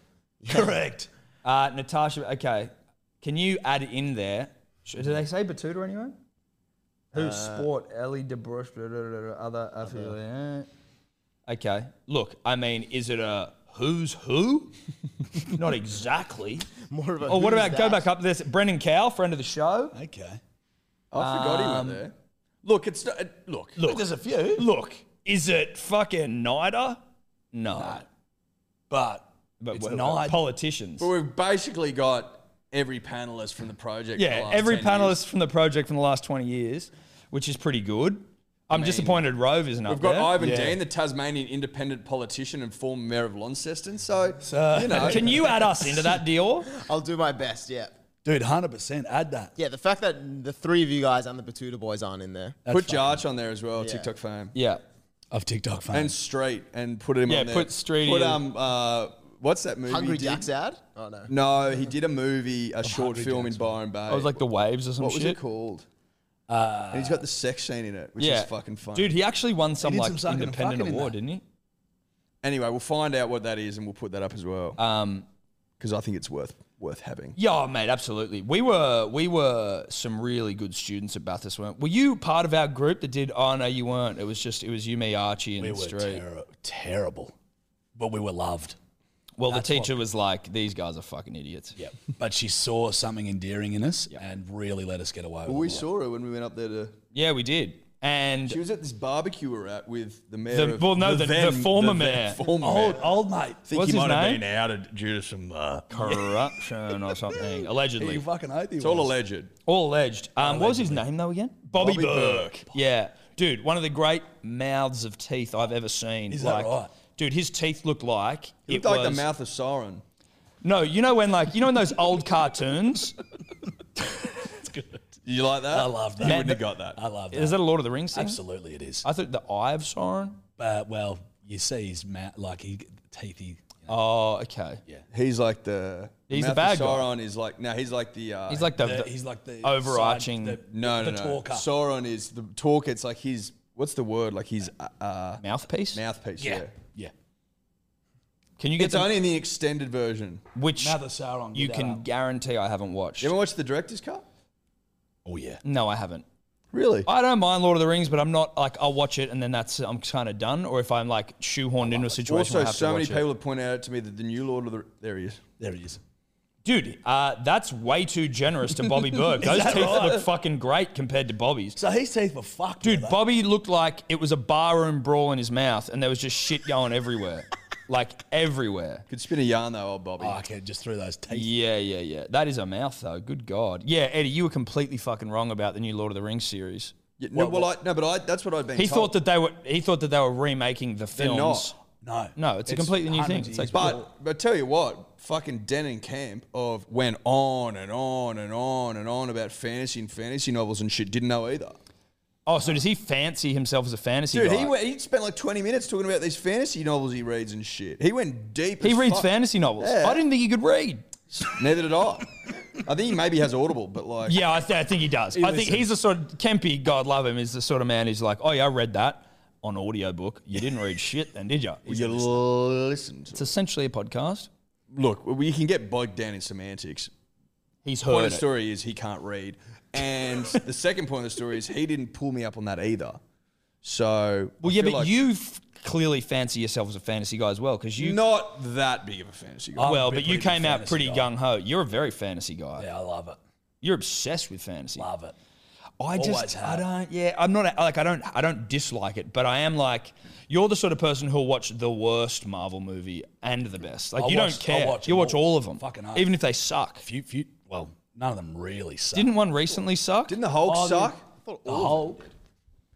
[SPEAKER 2] Correct.
[SPEAKER 3] Uh, Natasha, okay, can you add in there? sh- Did they say Batuta anyone? Who sport Ellie DeBrush? blah, blah, blah, blah, Other affiliate. Okay, look, I mean, is it a who's who? (laughs) Not exactly.
[SPEAKER 5] More of a
[SPEAKER 3] Or what
[SPEAKER 5] who's
[SPEAKER 3] about go
[SPEAKER 5] that?
[SPEAKER 3] back up? There's Brendan Cow, friend of the show.
[SPEAKER 2] Okay.
[SPEAKER 4] I forgot
[SPEAKER 3] Um,
[SPEAKER 4] he went there. Look, it's not, it- look.
[SPEAKER 3] Look, there's a (laughs) few. Look, is it fucking NIDA? No,
[SPEAKER 2] But,
[SPEAKER 3] but
[SPEAKER 2] it's
[SPEAKER 3] we're-
[SPEAKER 2] night.
[SPEAKER 3] politicians.
[SPEAKER 4] But we've basically got every panelist from the project. for the
[SPEAKER 3] Yeah,
[SPEAKER 4] last
[SPEAKER 3] every
[SPEAKER 4] 10
[SPEAKER 3] panelist
[SPEAKER 4] years.
[SPEAKER 3] from the project from the last 20 years, which is pretty good. I'm disappointed Rove isn't up
[SPEAKER 4] We've got
[SPEAKER 3] there.
[SPEAKER 4] Ivan Dean, the Tasmanian independent politician and former mayor of Launceston. So,
[SPEAKER 2] Uh, (laughs)
[SPEAKER 4] you know,
[SPEAKER 3] (laughs) Can you add us into that, Dior?
[SPEAKER 5] I'll do my best. Yeah,
[SPEAKER 2] dude, 100% add that.
[SPEAKER 5] yeah. The fact that the three of you guys and the Batuta boys aren't in there.
[SPEAKER 4] put Jarch on there as well, TikTok fame.
[SPEAKER 3] Yeah.
[SPEAKER 2] Of TikTok fame.
[SPEAKER 4] And Street, and put him
[SPEAKER 3] Yeah,
[SPEAKER 4] on there.
[SPEAKER 3] put Street
[SPEAKER 4] Put,
[SPEAKER 3] in.
[SPEAKER 4] um, uh, what's that movie?
[SPEAKER 5] Hungry
[SPEAKER 4] he did?
[SPEAKER 5] Jack's ad? Oh no.
[SPEAKER 4] No, he did a movie,
[SPEAKER 3] Oh,
[SPEAKER 4] a short film in Byron Bay.
[SPEAKER 3] I was like the waves or some
[SPEAKER 4] what was
[SPEAKER 3] shit.
[SPEAKER 4] it called? and he's got the sex scene in it, which
[SPEAKER 3] Yeah.
[SPEAKER 4] is fucking funny.
[SPEAKER 3] Dude, he actually won some
[SPEAKER 2] did
[SPEAKER 3] like
[SPEAKER 2] some sucking and
[SPEAKER 3] independent
[SPEAKER 2] fucking in
[SPEAKER 3] award,
[SPEAKER 2] that.
[SPEAKER 3] didn't he?
[SPEAKER 4] Anyway, we'll find out what that is, and we'll put that up as well.
[SPEAKER 3] Um,
[SPEAKER 4] because I think it's worth worth having.
[SPEAKER 3] yeah, oh, mate, absolutely. We were we were some really good students at Bathurst, weren't? Were you part of our group that did? Oh no, you weren't. It was just it was you, me, Archie, and
[SPEAKER 2] we were
[SPEAKER 3] Street.
[SPEAKER 2] terri terrible. But we were
[SPEAKER 3] (laughs)
[SPEAKER 2] loved.
[SPEAKER 3] well, the teacher was like, "These guys are fucking idiots."
[SPEAKER 2] Yep. but she saw something endearing in us and really let us get away with
[SPEAKER 4] Well, we
[SPEAKER 2] it.
[SPEAKER 4] saw her when we went up there to.
[SPEAKER 3] Yeah, we did. And
[SPEAKER 4] She was at this barbecue we're at with the mayor.
[SPEAKER 3] The-
[SPEAKER 4] of,
[SPEAKER 3] well, no, oh, the- the
[SPEAKER 4] then-
[SPEAKER 3] former
[SPEAKER 4] then
[SPEAKER 3] mayor.
[SPEAKER 4] former
[SPEAKER 2] Old,
[SPEAKER 4] mayor.
[SPEAKER 2] old mate.
[SPEAKER 3] What's his name?
[SPEAKER 11] outed due to some uh,
[SPEAKER 3] corruption or something, allegedly.
[SPEAKER 2] You fucking oath he
[SPEAKER 4] It's all alleged.
[SPEAKER 3] All alleged. Um, what was his name though again? Bobby,
[SPEAKER 4] Bobby
[SPEAKER 3] Burke. Yeah, dude, one of the great mouths of teeth I've ever seen.
[SPEAKER 2] Is that
[SPEAKER 3] like,
[SPEAKER 2] right?
[SPEAKER 3] Dude, his teeth looked like it
[SPEAKER 4] It looked like
[SPEAKER 3] was.
[SPEAKER 4] the mouth of Sauron.
[SPEAKER 3] No, you know when like you know in those old cartoons.
[SPEAKER 4] Did you like that?
[SPEAKER 2] I love that.
[SPEAKER 3] You wouldn't have
[SPEAKER 4] got that.
[SPEAKER 2] I love that.
[SPEAKER 3] Is that a Lord of the Rings thing?
[SPEAKER 2] Absolutely it is.
[SPEAKER 3] I thought the eye of Sauron.
[SPEAKER 2] Uh, well, you see his mouth, like he teethy.
[SPEAKER 3] Oh, okay. Yeah.
[SPEAKER 4] He's like the.
[SPEAKER 3] He's the
[SPEAKER 4] mouth
[SPEAKER 3] bad
[SPEAKER 4] of
[SPEAKER 3] guy.
[SPEAKER 4] Sauron is like no, he's like the. Uh,
[SPEAKER 3] He's like the,
[SPEAKER 2] The,
[SPEAKER 3] the-
[SPEAKER 2] he's like the
[SPEAKER 3] overarching-
[SPEAKER 2] side- the,
[SPEAKER 4] no,
[SPEAKER 2] the
[SPEAKER 4] no, no.
[SPEAKER 2] talker.
[SPEAKER 4] Sauron is the talker. It's like his. What's the word? Like his uh, uh,
[SPEAKER 3] mouthpiece.
[SPEAKER 4] mouthpiece. Yeah.
[SPEAKER 2] yeah, yeah.
[SPEAKER 3] Can you get
[SPEAKER 4] It's
[SPEAKER 3] the
[SPEAKER 4] only in the extended version.
[SPEAKER 3] which
[SPEAKER 2] Mouth of Sauron.
[SPEAKER 3] you
[SPEAKER 2] get
[SPEAKER 3] can
[SPEAKER 2] that um, up.
[SPEAKER 3] guarantee I haven't watched.
[SPEAKER 4] You ever watch the director's cut?
[SPEAKER 2] Oh yeah.
[SPEAKER 3] No, I haven't.
[SPEAKER 4] Really?
[SPEAKER 3] I don't mind Lord of the Rings, but I'm not like I'll watch it and then that's I'm kind of done. Or if I'm like shoehorned into a situation, where I
[SPEAKER 4] Oh, Also,
[SPEAKER 3] have
[SPEAKER 4] so
[SPEAKER 3] to
[SPEAKER 4] many
[SPEAKER 3] watch it.
[SPEAKER 4] people have pointed out to me that the new Lord of the there he is.
[SPEAKER 2] There it is.
[SPEAKER 3] Dude, uh, that's way too generous to Bobby
[SPEAKER 4] (laughs)
[SPEAKER 3] Berg. Those teeth look fucking great compared to Bobby's.
[SPEAKER 2] So his teeth were fucked.
[SPEAKER 3] Dude,
[SPEAKER 2] were they?
[SPEAKER 3] Bobby looked like it was a barroom brawl in his mouth, and there was just shit going
[SPEAKER 4] (laughs)
[SPEAKER 3] everywhere, like everywhere.
[SPEAKER 4] Could spin a yarn though, old Bobby.
[SPEAKER 2] Oh, I can just through those teeth.
[SPEAKER 3] Yeah, yeah, yeah. That is a mouth, though. Good God. Yeah, Eddie, you were completely fucking wrong about the new Lord of the Rings series.
[SPEAKER 4] Yeah, no, well, I, no, but I, that's what I've been.
[SPEAKER 3] He
[SPEAKER 4] told.
[SPEAKER 3] thought that they were. He thought that they were remaking the
[SPEAKER 4] They're
[SPEAKER 3] films.
[SPEAKER 4] not.
[SPEAKER 2] No.
[SPEAKER 3] No, it's a completely new thing.
[SPEAKER 2] hundreds
[SPEAKER 3] It's
[SPEAKER 2] of
[SPEAKER 3] like-
[SPEAKER 2] years
[SPEAKER 4] But but tell you what, fucking Den and Camp of went on and on and on and on about fantasy and fantasy novels and shit. Didn't know either.
[SPEAKER 3] Oh, so does he fancy himself as a fantasy
[SPEAKER 4] Dude,
[SPEAKER 3] guy?
[SPEAKER 4] he went, he spent like twenty minutes talking about these fantasy novels he reads and shit. He went deep.
[SPEAKER 3] He
[SPEAKER 4] as
[SPEAKER 3] reads
[SPEAKER 4] fuck.
[SPEAKER 3] fantasy novels.
[SPEAKER 4] Yeah.
[SPEAKER 3] I didn't think he could read.
[SPEAKER 4] Neither did I. I think he maybe has Audible, but like,
[SPEAKER 3] Yeah, I, th- I think he does. I think he's the sort of Kempy, God love him, is the sort of man who's like, oh yeah, I read that on audiobook. You didn't read shit then, did you?
[SPEAKER 4] you listen. To
[SPEAKER 3] It's essentially a podcast.
[SPEAKER 4] Look, we can get bogged down in semantics.
[SPEAKER 3] He's
[SPEAKER 4] Point
[SPEAKER 3] heard
[SPEAKER 4] of the
[SPEAKER 3] it.
[SPEAKER 4] story is he can't read,
[SPEAKER 3] (laughs)
[SPEAKER 4] and the second point of the story is he didn't pull me up on that either. So
[SPEAKER 3] Well,
[SPEAKER 4] I
[SPEAKER 3] yeah,
[SPEAKER 4] feel
[SPEAKER 3] but
[SPEAKER 4] like
[SPEAKER 3] you f- clearly fancy yourself as a fantasy guy as well, because you. Oh.
[SPEAKER 4] not that big of a fantasy guy.
[SPEAKER 3] well,
[SPEAKER 2] I'm a
[SPEAKER 3] but
[SPEAKER 2] big
[SPEAKER 3] you
[SPEAKER 2] reading
[SPEAKER 3] came out
[SPEAKER 2] fantasy
[SPEAKER 3] pretty
[SPEAKER 2] guy.
[SPEAKER 3] gung ho. You're a very fantasy guy.
[SPEAKER 2] Yeah, I love it.
[SPEAKER 3] You're obsessed with fantasy.
[SPEAKER 2] Love it.
[SPEAKER 3] I
[SPEAKER 2] Always
[SPEAKER 3] just, I
[SPEAKER 2] have.
[SPEAKER 3] don't, yeah, I'm not a- like I don't, I don't dislike it, but I am like, you're the sort of person who'll watch the worst Marvel movie and the best. Like
[SPEAKER 2] I'll
[SPEAKER 3] you
[SPEAKER 2] watch-
[SPEAKER 3] don't care.
[SPEAKER 2] I'll watch
[SPEAKER 3] you
[SPEAKER 2] them
[SPEAKER 3] watch
[SPEAKER 2] all.
[SPEAKER 3] all of them,
[SPEAKER 2] Fucking oath.
[SPEAKER 3] even if they suck.
[SPEAKER 2] Few, few, well, none of them really suck.
[SPEAKER 3] Didn't one recently suck?
[SPEAKER 4] Didn't the Hulk
[SPEAKER 2] Oh,
[SPEAKER 4] suck?
[SPEAKER 2] the, the Hulk?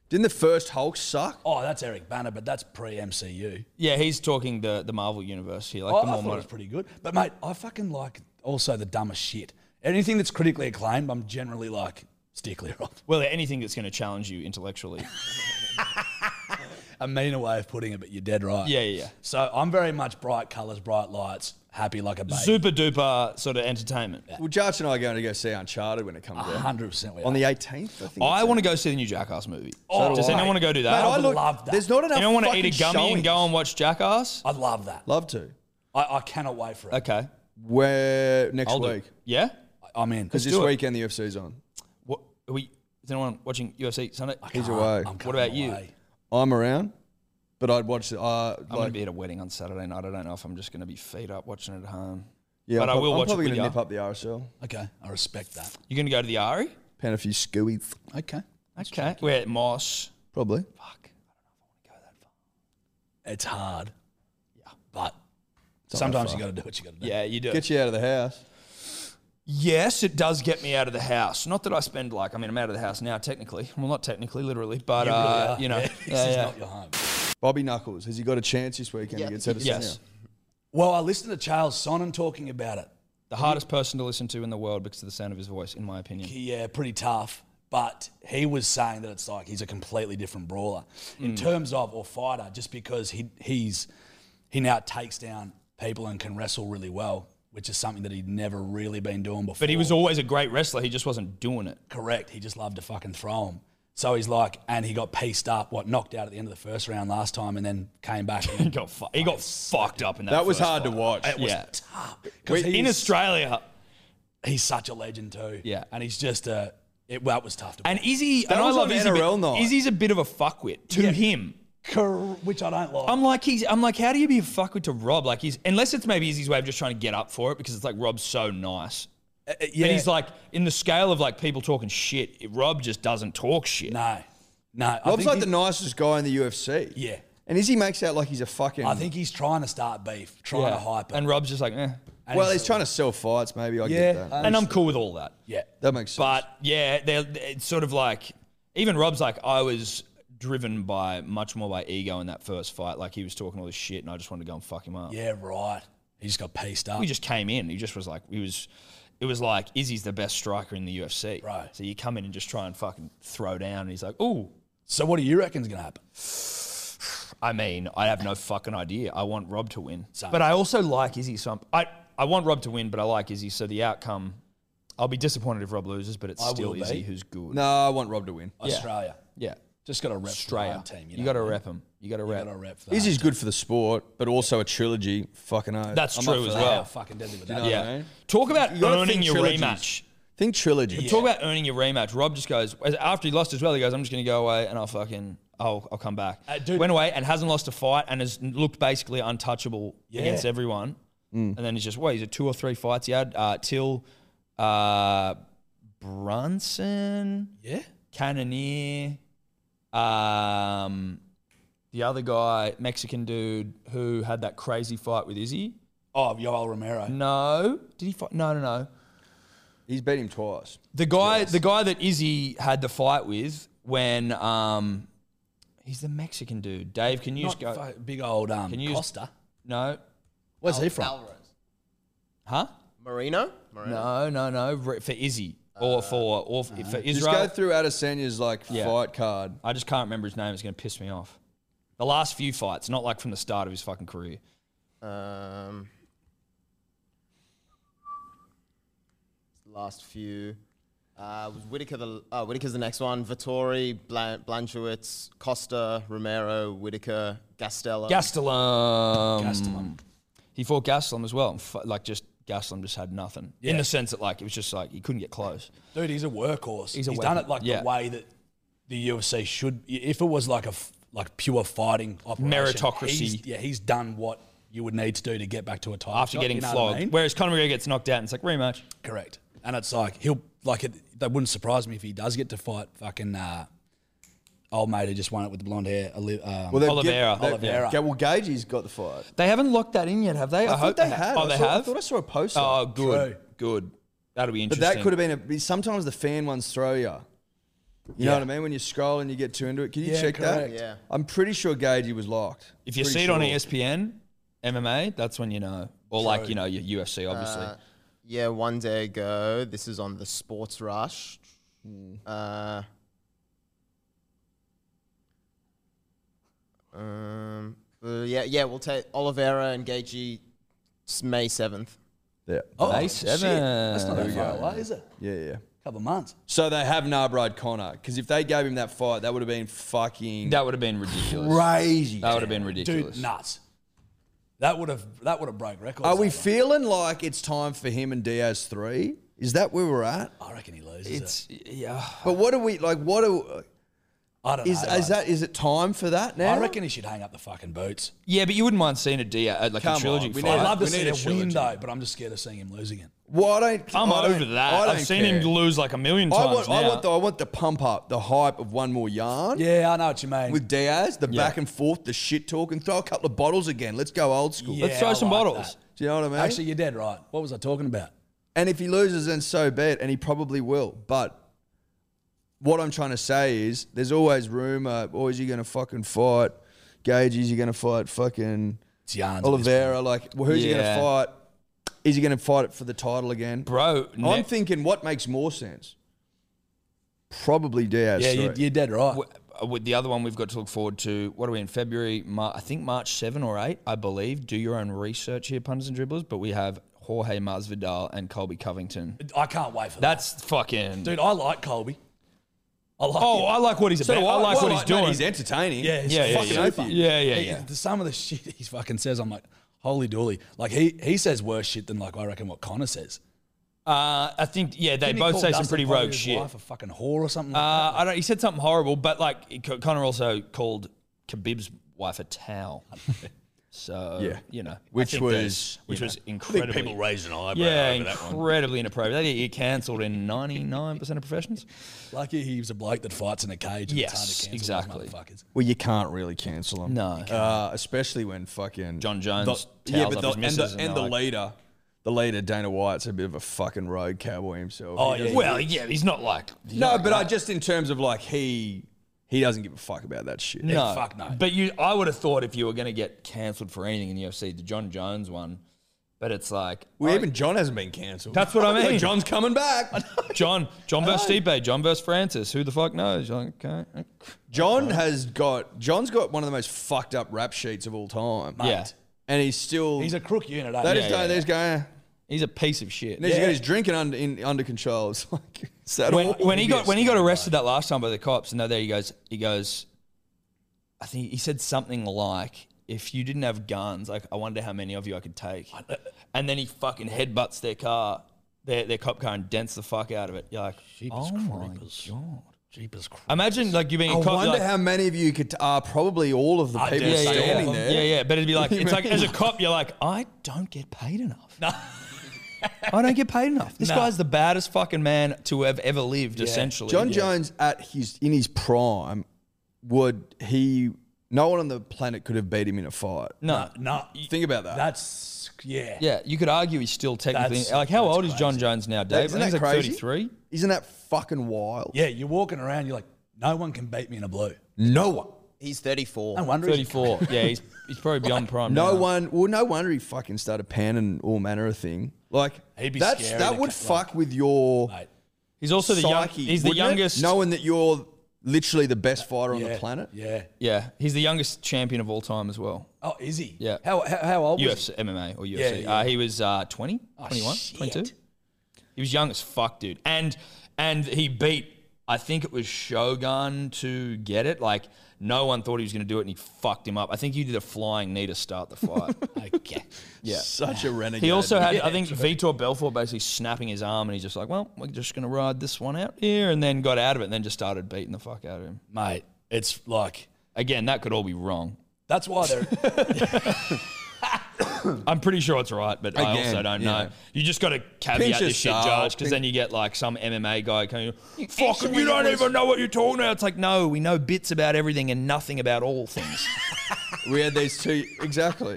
[SPEAKER 4] Didn't the first Hulk suck?
[SPEAKER 2] Oh, that's Eric Banner, but that's pre MCU.
[SPEAKER 3] yeah, he's talking the the Marvel universe here, like
[SPEAKER 2] Oh, I,
[SPEAKER 3] the
[SPEAKER 2] I
[SPEAKER 3] more
[SPEAKER 2] thought it was
[SPEAKER 3] modern.
[SPEAKER 2] pretty good. But mate, I fucking like also the dumbest shit. Anything that's critically acclaimed, I'm generally like steer clear of. (laughs)
[SPEAKER 3] Well, anything that's going to challenge you intellectually.
[SPEAKER 2] A meaner way of putting it, but you're dead right.
[SPEAKER 3] Yeah, yeah, yeah.
[SPEAKER 2] So I'm very much bright colours, bright lights, happy like a baby.
[SPEAKER 3] Super duper sort of entertainment.
[SPEAKER 4] Well, Jarch and I are going to go see Uncharted when it comes out.
[SPEAKER 2] hundred percent.
[SPEAKER 4] On the 18th, I think.
[SPEAKER 3] I
[SPEAKER 4] it's
[SPEAKER 3] want to go see the new Jackass movie.
[SPEAKER 2] Oh,
[SPEAKER 3] Does
[SPEAKER 2] mate.
[SPEAKER 3] anyone want to go do that?
[SPEAKER 2] Mate, I
[SPEAKER 4] out.
[SPEAKER 2] would
[SPEAKER 4] look,
[SPEAKER 2] love that.
[SPEAKER 4] There's not enough.
[SPEAKER 3] you don't want to
[SPEAKER 4] fucking
[SPEAKER 3] eat a gummy and
[SPEAKER 4] showings.
[SPEAKER 3] go and watch Jackass?
[SPEAKER 2] I love that.
[SPEAKER 4] Love to.
[SPEAKER 2] I, I cannot wait for it.
[SPEAKER 3] Okay,
[SPEAKER 4] Where next
[SPEAKER 3] I'll do.
[SPEAKER 4] week?
[SPEAKER 3] Yeah.
[SPEAKER 2] I'm in.
[SPEAKER 4] Because this
[SPEAKER 3] do it.
[SPEAKER 4] weekend the UFC's on.
[SPEAKER 3] What are we? Is anyone watching UFC Sunday?
[SPEAKER 4] He's away.
[SPEAKER 2] I'm
[SPEAKER 4] I'm,
[SPEAKER 2] coming
[SPEAKER 3] about you?
[SPEAKER 2] away.
[SPEAKER 4] around, but I'd watch the. Uh,
[SPEAKER 3] I'm
[SPEAKER 4] like,
[SPEAKER 3] gonna be at a wedding on Saturday night. I don't know if I'm just gonna be feet up watching it at home.
[SPEAKER 4] yeah,
[SPEAKER 3] but
[SPEAKER 4] I'm
[SPEAKER 3] I will
[SPEAKER 4] prob- I'm
[SPEAKER 3] watch it
[SPEAKER 4] probably
[SPEAKER 3] with
[SPEAKER 4] gonna
[SPEAKER 3] ya.
[SPEAKER 4] nip up the RSL,
[SPEAKER 2] Okay, I respect that.
[SPEAKER 3] You're gonna go to the Ari?
[SPEAKER 4] pan a few skewies,
[SPEAKER 2] Okay,
[SPEAKER 3] Okay. We're at Moss.
[SPEAKER 4] probably.
[SPEAKER 3] Fuck. I don't know if I want to go that far.
[SPEAKER 2] it's hard. Yeah, but sometimes you got to do what you got to do.
[SPEAKER 3] Yeah, you do.
[SPEAKER 4] Get you out of the house.
[SPEAKER 3] Yes, it does get me out of the house. Not that I spend like I mean I'm out of the house now technically. Well, not technically, literally, but
[SPEAKER 2] You really
[SPEAKER 3] uh,
[SPEAKER 2] are. (laughs)
[SPEAKER 3] (laughs) you
[SPEAKER 2] (laughs)
[SPEAKER 3] know,
[SPEAKER 2] Yeah,
[SPEAKER 3] yeah,
[SPEAKER 2] this is
[SPEAKER 3] yeah.
[SPEAKER 2] not your home.
[SPEAKER 4] Bobby Knuckles, has he got a chance this weekend
[SPEAKER 12] Yeah,
[SPEAKER 4] against Edison?
[SPEAKER 3] yes.
[SPEAKER 2] Well, I listened to Charles Sonnen talking about it.
[SPEAKER 3] The hardest person to listen to in the world because of the sound of his voice, in my opinion.
[SPEAKER 2] Yeah, pretty tough. But he was saying that it's like he's a completely different brawler
[SPEAKER 3] Hmm.
[SPEAKER 2] in terms of or fighter, just because he he's he now takes down people and can wrestle really well, which is something that he'd never really been doing before.
[SPEAKER 3] But he was always a great wrestler. He just wasn't doing it.
[SPEAKER 2] correct. He just loved to fucking throw him. So he's like, and he got pieced up, what knocked out at the end of the first round last time, and then came back.
[SPEAKER 3] He (laughs)
[SPEAKER 2] And
[SPEAKER 3] got fu- he got fucked up in that.
[SPEAKER 4] That was
[SPEAKER 3] first
[SPEAKER 4] hard to
[SPEAKER 3] fight.
[SPEAKER 4] watch.
[SPEAKER 3] It was
[SPEAKER 2] yeah. tough 'Cause
[SPEAKER 3] in
[SPEAKER 2] he's,
[SPEAKER 3] Australia.
[SPEAKER 2] he's such a legend too.
[SPEAKER 3] Yeah.
[SPEAKER 2] and he's just a it. Well, it was tough to.
[SPEAKER 3] And Izzy, and
[SPEAKER 4] was
[SPEAKER 3] I love
[SPEAKER 4] on
[SPEAKER 3] Izzy,
[SPEAKER 4] NRL
[SPEAKER 3] but
[SPEAKER 4] night.
[SPEAKER 3] Izzy's a bit of a fuckwit to him.
[SPEAKER 2] (laughs) Cor- which I don't like.
[SPEAKER 3] I'm like he's. I'm like, how do you be a fuckwit to Rob? Like he's unless it's maybe Izzy's way of just trying to get up for it because it's like Rob's so nice.
[SPEAKER 2] Uh, yeah.
[SPEAKER 3] And he's like in the scale of like people talking shit. Rob just doesn't talk shit.
[SPEAKER 2] No, no. I
[SPEAKER 4] Rob's
[SPEAKER 2] think
[SPEAKER 4] like
[SPEAKER 2] he-
[SPEAKER 4] the nicest guy in the UFC.
[SPEAKER 2] Yeah.
[SPEAKER 4] And Izzy makes out like he's a fucking.
[SPEAKER 2] I think he's trying to start beef, trying to hype it.
[SPEAKER 3] And Rob's just like, eh.
[SPEAKER 2] And
[SPEAKER 4] Well, he's trying to sell fights. Maybe I
[SPEAKER 2] Yeah,
[SPEAKER 4] get that.
[SPEAKER 3] And I'm cool with all that.
[SPEAKER 2] Yeah,
[SPEAKER 4] that makes sense.
[SPEAKER 3] uh, But yeah, they're, it's sort of like even Rob's like I was driven by much more by ego in that first fight. Like he was talking all this shit, and I just wanted to go and fuck him up.
[SPEAKER 2] yeah, right. He just got pieced up.
[SPEAKER 3] He just came in. He just was like he was. It was like Izzy's the best striker in the UFC.
[SPEAKER 2] Right.
[SPEAKER 3] So you come in and just try and fucking throw down, and he's like, "Ooh."
[SPEAKER 2] so, what do you reckon's gonna happen?
[SPEAKER 3] I mean, I have no fucking idea. I want Rob to win,
[SPEAKER 2] Same.
[SPEAKER 3] but I also like Izzy. So I'm, I I want Rob to win, but I like Izzy. So the outcome, I'll be disappointed if Rob loses, but it's
[SPEAKER 2] I
[SPEAKER 3] still
[SPEAKER 2] will be.
[SPEAKER 3] Izzy who's good.
[SPEAKER 4] no, I want Rob to win.
[SPEAKER 2] Australia
[SPEAKER 3] Yeah,
[SPEAKER 2] just got to rep
[SPEAKER 3] Australia.
[SPEAKER 2] the home team. You,
[SPEAKER 3] You,
[SPEAKER 2] know?
[SPEAKER 3] got to rep him. You got to rep.
[SPEAKER 2] got to rep. For the
[SPEAKER 4] Izzy's
[SPEAKER 2] home
[SPEAKER 4] good for the sport, but also a trilogy. Fucking oath.
[SPEAKER 3] That's
[SPEAKER 4] up
[SPEAKER 3] true
[SPEAKER 4] for
[SPEAKER 3] as
[SPEAKER 4] that.
[SPEAKER 2] team. They
[SPEAKER 3] well.
[SPEAKER 2] are fucking deadly with that.
[SPEAKER 3] yeah.
[SPEAKER 4] I mean?
[SPEAKER 3] Talk about
[SPEAKER 4] gotta
[SPEAKER 3] earning
[SPEAKER 4] think
[SPEAKER 3] your
[SPEAKER 4] trilogies.
[SPEAKER 3] rematch.
[SPEAKER 4] Think trilogy.
[SPEAKER 3] Talk about earning your rematch. Rob just goes as- after he lost as well. He goes, "I'm just going to go away and I'll fucking, I'll, I'll come back."
[SPEAKER 2] Uh, dude-
[SPEAKER 3] Went away and hasn't lost a fight and has looked basically untouchable
[SPEAKER 2] Yeah.
[SPEAKER 3] against everyone. And then he's just what? He's at two or three fights he had. Uh, Till, uh, Brunson,
[SPEAKER 2] Yeah.
[SPEAKER 3] Cannoneer, um, the other guy, Mexican dude who had that crazy fight with Izzy.
[SPEAKER 2] Oh, Yoel Romero.
[SPEAKER 3] No, did he fight? No, no, no.
[SPEAKER 4] He's beat him twice.
[SPEAKER 3] The guy, the guy that Izzy had the fight with when um, he's the Mexican dude. Dave, can you
[SPEAKER 2] Not
[SPEAKER 3] just go?
[SPEAKER 2] fu- big old um,
[SPEAKER 3] Can you just-
[SPEAKER 2] Costa.
[SPEAKER 3] No,
[SPEAKER 2] Where's he from?
[SPEAKER 5] Alvarez.
[SPEAKER 3] huh?
[SPEAKER 5] Marino?
[SPEAKER 3] No,
[SPEAKER 5] Marino.
[SPEAKER 3] no, no. re- For Izzy or for or for, for
[SPEAKER 4] Just
[SPEAKER 3] Israel.
[SPEAKER 4] go through Adesanya's like
[SPEAKER 3] Yeah.
[SPEAKER 4] fight card.
[SPEAKER 3] I just can't remember his name. It's going to piss me off. The last few fights, not like from the start of his fucking career.
[SPEAKER 5] Um, last few. Uh, was Whitaker the uh, Whitaker's the next one. Vittori, Blan- Blanchewicz, Costa, Romero, Whitaker, Gastello.
[SPEAKER 3] Gastelum.
[SPEAKER 2] Gastelum.
[SPEAKER 3] He fought Gastelum as well. and fu- Like just Gastelum just had nothing in the sense that like it was just like he couldn't get close.
[SPEAKER 2] Dude, he's a workhorse. He's,
[SPEAKER 3] He's a
[SPEAKER 2] done
[SPEAKER 3] weapon.
[SPEAKER 2] it like
[SPEAKER 3] Yeah.
[SPEAKER 2] the way that the UFC should. If it was like a f- like pure fighting operation,
[SPEAKER 3] Meritocracy.
[SPEAKER 2] he's- yeah, he's done what you would need to do to get back to a title
[SPEAKER 3] After
[SPEAKER 2] shot,
[SPEAKER 3] getting
[SPEAKER 2] you know what I
[SPEAKER 3] flogged,
[SPEAKER 2] mean?
[SPEAKER 3] whereas Conor McGregor gets knocked out, and it's like rematch.
[SPEAKER 2] Correct. And it's like he'll like it. That wouldn't surprise me if he does get to fight fucking uh, old mate who just won it with the blonde hair. Oli- Um,
[SPEAKER 4] they've
[SPEAKER 3] Oliveira.
[SPEAKER 4] they've-
[SPEAKER 2] Oliveira.
[SPEAKER 4] Ga- well, Gagey's got the fight.
[SPEAKER 3] They haven't locked that in yet, have they? I,
[SPEAKER 4] I,
[SPEAKER 3] hope
[SPEAKER 4] thought they had.
[SPEAKER 3] Oh,
[SPEAKER 4] I
[SPEAKER 3] they
[SPEAKER 4] saw- I
[SPEAKER 3] have.
[SPEAKER 4] thought I saw a poster.
[SPEAKER 3] oh, good,
[SPEAKER 2] True.
[SPEAKER 3] good. That'll be
[SPEAKER 4] but
[SPEAKER 3] interesting.
[SPEAKER 4] that could have been a. be- Sometimes the fan ones throw you. You know what I mean? When you scroll and you get too into it. Can you
[SPEAKER 2] Yeah,
[SPEAKER 4] check
[SPEAKER 2] correct.
[SPEAKER 4] that?
[SPEAKER 5] Yeah.
[SPEAKER 4] I'm pretty sure Gagey was locked.
[SPEAKER 3] If you
[SPEAKER 4] Pretty
[SPEAKER 3] see it on E
[SPEAKER 4] sure.
[SPEAKER 3] ESPN, MMA, that's when you know, or like you know your UFC, obviously.
[SPEAKER 5] Uh, yeah, one day ago. This is on the Sports Rush. Uh, um, uh, yeah, yeah, we'll take Oliveira and Gaethje s- May seventh.
[SPEAKER 4] Yeah.
[SPEAKER 2] oh,
[SPEAKER 3] May
[SPEAKER 2] shit. That's not that far away, is it?
[SPEAKER 4] Yeah, yeah.
[SPEAKER 2] couple of months.
[SPEAKER 4] So they have Narbride Connor because if they gave him that fight, that would have been fucking
[SPEAKER 3] that would have been ridiculous.
[SPEAKER 4] crazy.
[SPEAKER 3] That would have been
[SPEAKER 2] Dude,
[SPEAKER 3] ridiculous.
[SPEAKER 2] nuts. That would have that would have broke records.
[SPEAKER 4] Are we
[SPEAKER 2] that one.
[SPEAKER 4] feeling like it's time for him and Diaz three? Is that where we're at?
[SPEAKER 2] I reckon he loses. it.
[SPEAKER 3] It's yeah.
[SPEAKER 4] But what are we like? What are
[SPEAKER 2] I don't
[SPEAKER 4] is
[SPEAKER 2] know.
[SPEAKER 4] is that? Is it time for that now?
[SPEAKER 2] I reckon he should hang up the fucking boots.
[SPEAKER 3] Yeah, but you wouldn't mind seeing a Dia like
[SPEAKER 4] Come
[SPEAKER 3] a
[SPEAKER 4] on,
[SPEAKER 3] trilogy
[SPEAKER 4] we need-
[SPEAKER 3] fight.
[SPEAKER 2] I love to
[SPEAKER 4] we
[SPEAKER 2] see
[SPEAKER 4] need
[SPEAKER 2] a,
[SPEAKER 4] a
[SPEAKER 2] win
[SPEAKER 4] trilogy.
[SPEAKER 2] though, but I'm just scared of seeing him losing it.
[SPEAKER 4] Well, I don't.
[SPEAKER 3] I'm
[SPEAKER 4] I don't-
[SPEAKER 3] over that.
[SPEAKER 4] I don't
[SPEAKER 3] I've seen him
[SPEAKER 4] care.
[SPEAKER 3] lose like a million
[SPEAKER 4] I
[SPEAKER 3] times
[SPEAKER 4] want,
[SPEAKER 3] now.
[SPEAKER 4] I want the I want the pump up, the hype of one more yarn
[SPEAKER 2] Yeah, I know what you mean.
[SPEAKER 4] with Diaz, the back and forth, the shit talk, and throw a couple of bottles again. Let's go old school.
[SPEAKER 2] Yeah,
[SPEAKER 3] Let's throw
[SPEAKER 2] I
[SPEAKER 3] some
[SPEAKER 2] like
[SPEAKER 3] bottles.
[SPEAKER 2] that.
[SPEAKER 4] Do you know what I mean?
[SPEAKER 2] Actually, you're dead right. What was I talking about?
[SPEAKER 4] And if he loses, then so be it, and he probably will. But what I'm trying to say is, there's always rumor. Oh, is he going to fucking fight? Gage, is he going to fight fucking
[SPEAKER 2] It's yarns.
[SPEAKER 4] Oliveira? Like, well, who's he going
[SPEAKER 3] Yeah.
[SPEAKER 4] to fight? Is he going to fight it for the title again?
[SPEAKER 3] Bro,
[SPEAKER 4] I'm
[SPEAKER 3] ne-
[SPEAKER 4] thinking, what makes more sense? Probably Diaz.
[SPEAKER 2] Yeah, you're,
[SPEAKER 4] three.
[SPEAKER 2] you're dead right.
[SPEAKER 3] w- uh, with the other one we've got to look forward to. What are we in February? Mar- I think March seven or eight, I believe. Do your own research here, punters and dribblers. But we have Jorge Masvidal and Colby Covington.
[SPEAKER 2] I can't wait for that.
[SPEAKER 3] That's fucking.
[SPEAKER 2] Dude, I like Colby. I like
[SPEAKER 3] oh,
[SPEAKER 2] him.
[SPEAKER 3] I like what he's
[SPEAKER 2] So
[SPEAKER 3] about.
[SPEAKER 2] do
[SPEAKER 3] I
[SPEAKER 2] I.
[SPEAKER 3] like
[SPEAKER 2] Well,
[SPEAKER 3] what
[SPEAKER 2] I-
[SPEAKER 3] he's
[SPEAKER 2] no,
[SPEAKER 3] doing.
[SPEAKER 4] he's entertaining.
[SPEAKER 2] Yeah, he's
[SPEAKER 3] Yeah, yeah,
[SPEAKER 2] fucking
[SPEAKER 3] yeah.
[SPEAKER 2] open.
[SPEAKER 3] Yeah, yeah,
[SPEAKER 2] He-
[SPEAKER 3] yeah.
[SPEAKER 2] the- some of the (laughs) shit he fucking says, I'm like, holy dooly. Like he he says worse shit than like I reckon what Connor says.
[SPEAKER 3] Uh, I think yeah, they
[SPEAKER 2] Didn't he
[SPEAKER 3] both
[SPEAKER 2] call
[SPEAKER 3] say some
[SPEAKER 2] Dustin
[SPEAKER 3] pretty
[SPEAKER 2] Poirier
[SPEAKER 3] rogue
[SPEAKER 2] his
[SPEAKER 3] shit.
[SPEAKER 2] Wife a fucking whore or something.
[SPEAKER 3] Uh, I don't. He said something horrible, but like Co- Connor also called Khabib's wife a towel. (laughs) So
[SPEAKER 4] Yeah.
[SPEAKER 3] you know, I
[SPEAKER 4] Which
[SPEAKER 3] think
[SPEAKER 4] was,
[SPEAKER 3] there's-
[SPEAKER 4] you
[SPEAKER 3] which
[SPEAKER 4] know,
[SPEAKER 3] was incredibly
[SPEAKER 2] raise an eyebrow
[SPEAKER 3] yeah, incredibly inappropriate. That he cancelled in ninety nine percent of professions.
[SPEAKER 2] Lucky he was a bloke that fights in a cage. And it's
[SPEAKER 3] Yes,
[SPEAKER 2] hard to cancel
[SPEAKER 3] exactly.
[SPEAKER 2] those motherfuckers.
[SPEAKER 4] Well, you can't really cancel him.
[SPEAKER 3] No,
[SPEAKER 4] Uh, especially when fucking
[SPEAKER 3] John
[SPEAKER 4] The-
[SPEAKER 3] Jones.
[SPEAKER 4] yeah, but the,
[SPEAKER 3] the,
[SPEAKER 4] and the, and the leader, the leader Dana White's a bit of a fucking rogue cowboy himself.
[SPEAKER 2] Oh,
[SPEAKER 4] He
[SPEAKER 2] yeah.
[SPEAKER 4] doesn't-
[SPEAKER 3] Well, yeah, he's not like he's
[SPEAKER 4] no,
[SPEAKER 3] not like
[SPEAKER 4] but
[SPEAKER 3] that.
[SPEAKER 4] I just in terms of like he he doesn't give a fuck about that shit.
[SPEAKER 3] no,
[SPEAKER 2] fuck no.
[SPEAKER 3] But you, I would have thought if you were going to get cancelled for anything in the UFC, the John Jones one. But it's like oh,
[SPEAKER 4] Well, even John hasn't been cancelled.
[SPEAKER 3] That's what I
[SPEAKER 4] Like,
[SPEAKER 3] mean.
[SPEAKER 4] John's coming back.
[SPEAKER 3] John, John versus Stipe, John versus Francis. Who the fuck knows? You're like, okay,
[SPEAKER 4] John has got John's got one of the most fucked up rap sheets of all time.
[SPEAKER 3] Yeah.
[SPEAKER 4] and he's still
[SPEAKER 2] He's a crook unit. ain't
[SPEAKER 4] they
[SPEAKER 2] he?
[SPEAKER 4] just
[SPEAKER 3] yeah,
[SPEAKER 4] don't- they just go, eh. and
[SPEAKER 3] he's a piece of shit.
[SPEAKER 4] he's got his drinking under in, under control. (laughs) It's like is that
[SPEAKER 3] When,
[SPEAKER 4] all?
[SPEAKER 3] when he got when he got arrested that last time by the cops, and there he goes, he goes. I think he said something like, "If you didn't have guns, like I wonder how many of you I could take." And then he fucking headbutts their car, their, their cop car and dents the fuck out of it. You're like,
[SPEAKER 2] Jeepers
[SPEAKER 3] oh my
[SPEAKER 2] creepers.
[SPEAKER 3] god. Uh,
[SPEAKER 2] Jeepers Christ.
[SPEAKER 3] Imagine like you being
[SPEAKER 4] I
[SPEAKER 3] a cop.
[SPEAKER 4] wonder
[SPEAKER 3] like,
[SPEAKER 4] how many of you could are probably all of the
[SPEAKER 2] I
[SPEAKER 4] people
[SPEAKER 2] dare say
[SPEAKER 4] standing
[SPEAKER 3] yeah.
[SPEAKER 4] there.
[SPEAKER 3] Yeah, yeah. But it'd be
[SPEAKER 4] (laughs)
[SPEAKER 3] like it's like as a cop, you're like, I don't get paid enough. (laughs) I don't get paid enough. This
[SPEAKER 2] No.
[SPEAKER 3] guy's the baddest fucking man to have ever lived, essentially.
[SPEAKER 4] John
[SPEAKER 3] Yeah.
[SPEAKER 4] Jones at his in his prime would he no one on the planet could have beat him in a fight.
[SPEAKER 3] No.
[SPEAKER 2] no,
[SPEAKER 4] Think about that.
[SPEAKER 2] that's yeah.
[SPEAKER 3] Yeah, you could argue he's still technically
[SPEAKER 2] That's-
[SPEAKER 3] like how
[SPEAKER 2] that's
[SPEAKER 3] old is John
[SPEAKER 2] crazy.
[SPEAKER 3] Jones now, Dave?
[SPEAKER 4] Isn't
[SPEAKER 3] I think he's
[SPEAKER 4] that
[SPEAKER 3] like
[SPEAKER 4] crazy?
[SPEAKER 3] 33.
[SPEAKER 4] Isn't that fucking wild?
[SPEAKER 2] Yeah, you're walking around. You're like, no one can beat me in a blue.
[SPEAKER 4] No one.
[SPEAKER 5] He's 34.
[SPEAKER 2] No wonder. he's-
[SPEAKER 4] (laughs)
[SPEAKER 3] 34. yeah, he's he's probably beyond prime.
[SPEAKER 4] No
[SPEAKER 3] now.
[SPEAKER 4] one. Well, no wonder he fucking started panning all manner of thing. Like
[SPEAKER 2] He'd be
[SPEAKER 4] that's
[SPEAKER 2] scary
[SPEAKER 4] that
[SPEAKER 2] to
[SPEAKER 4] would
[SPEAKER 2] cut,
[SPEAKER 4] fuck with
[SPEAKER 2] (laughs)
[SPEAKER 4] your
[SPEAKER 2] Mate,
[SPEAKER 3] He's also the young,
[SPEAKER 4] psyche.
[SPEAKER 3] he's the
[SPEAKER 4] wouldn't it?
[SPEAKER 3] youngest.
[SPEAKER 4] knowing that you're literally the best fighter on
[SPEAKER 2] yeah,
[SPEAKER 4] the planet.
[SPEAKER 2] Yeah.
[SPEAKER 3] Yeah, he's the youngest champion of all time as well.
[SPEAKER 2] Oh, is he?
[SPEAKER 3] Yeah.
[SPEAKER 2] How how, how old was he?
[SPEAKER 3] UFC, MMA or UFC.
[SPEAKER 2] Yeah,
[SPEAKER 3] Uh, he was uh, 20,
[SPEAKER 4] Oh,
[SPEAKER 3] 21,
[SPEAKER 2] shit.
[SPEAKER 3] 22. He was young as fuck, dude. And and he beat, I think it was Shogun to get it. Like, no one thought he was going to do it, and he fucked him up. I think he did a flying knee to start the fight.
[SPEAKER 2] Okay.
[SPEAKER 3] (laughs) yeah.
[SPEAKER 4] Such a renegade.
[SPEAKER 3] He also had, I think, Vitor Belfort basically snapping his arm, and he's just like, well, we're just going to ride this one out here, and then got out of it, and then just started beating the fuck out of him.
[SPEAKER 2] Mate, it's like
[SPEAKER 3] Again, that could all be wrong.
[SPEAKER 2] that's why they're
[SPEAKER 3] I'm pretty sure it's right, but I
[SPEAKER 13] Again,
[SPEAKER 3] also don't
[SPEAKER 13] yeah.
[SPEAKER 3] know. You just got to
[SPEAKER 4] Pinch
[SPEAKER 3] caveat this shit,
[SPEAKER 4] yourself,
[SPEAKER 3] Judge, because
[SPEAKER 4] pin-
[SPEAKER 3] then you get like some MMA guy coming, fucking, you don't even know what you're talking about. It's like, no, we know bits about everything and nothing about all things.
[SPEAKER 4] we had these two (laughs) exactly.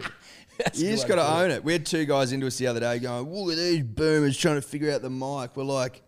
[SPEAKER 4] you just got to own it. We had two guys into us the other day going, "Look at these boomers trying to figure out the mic." We're like,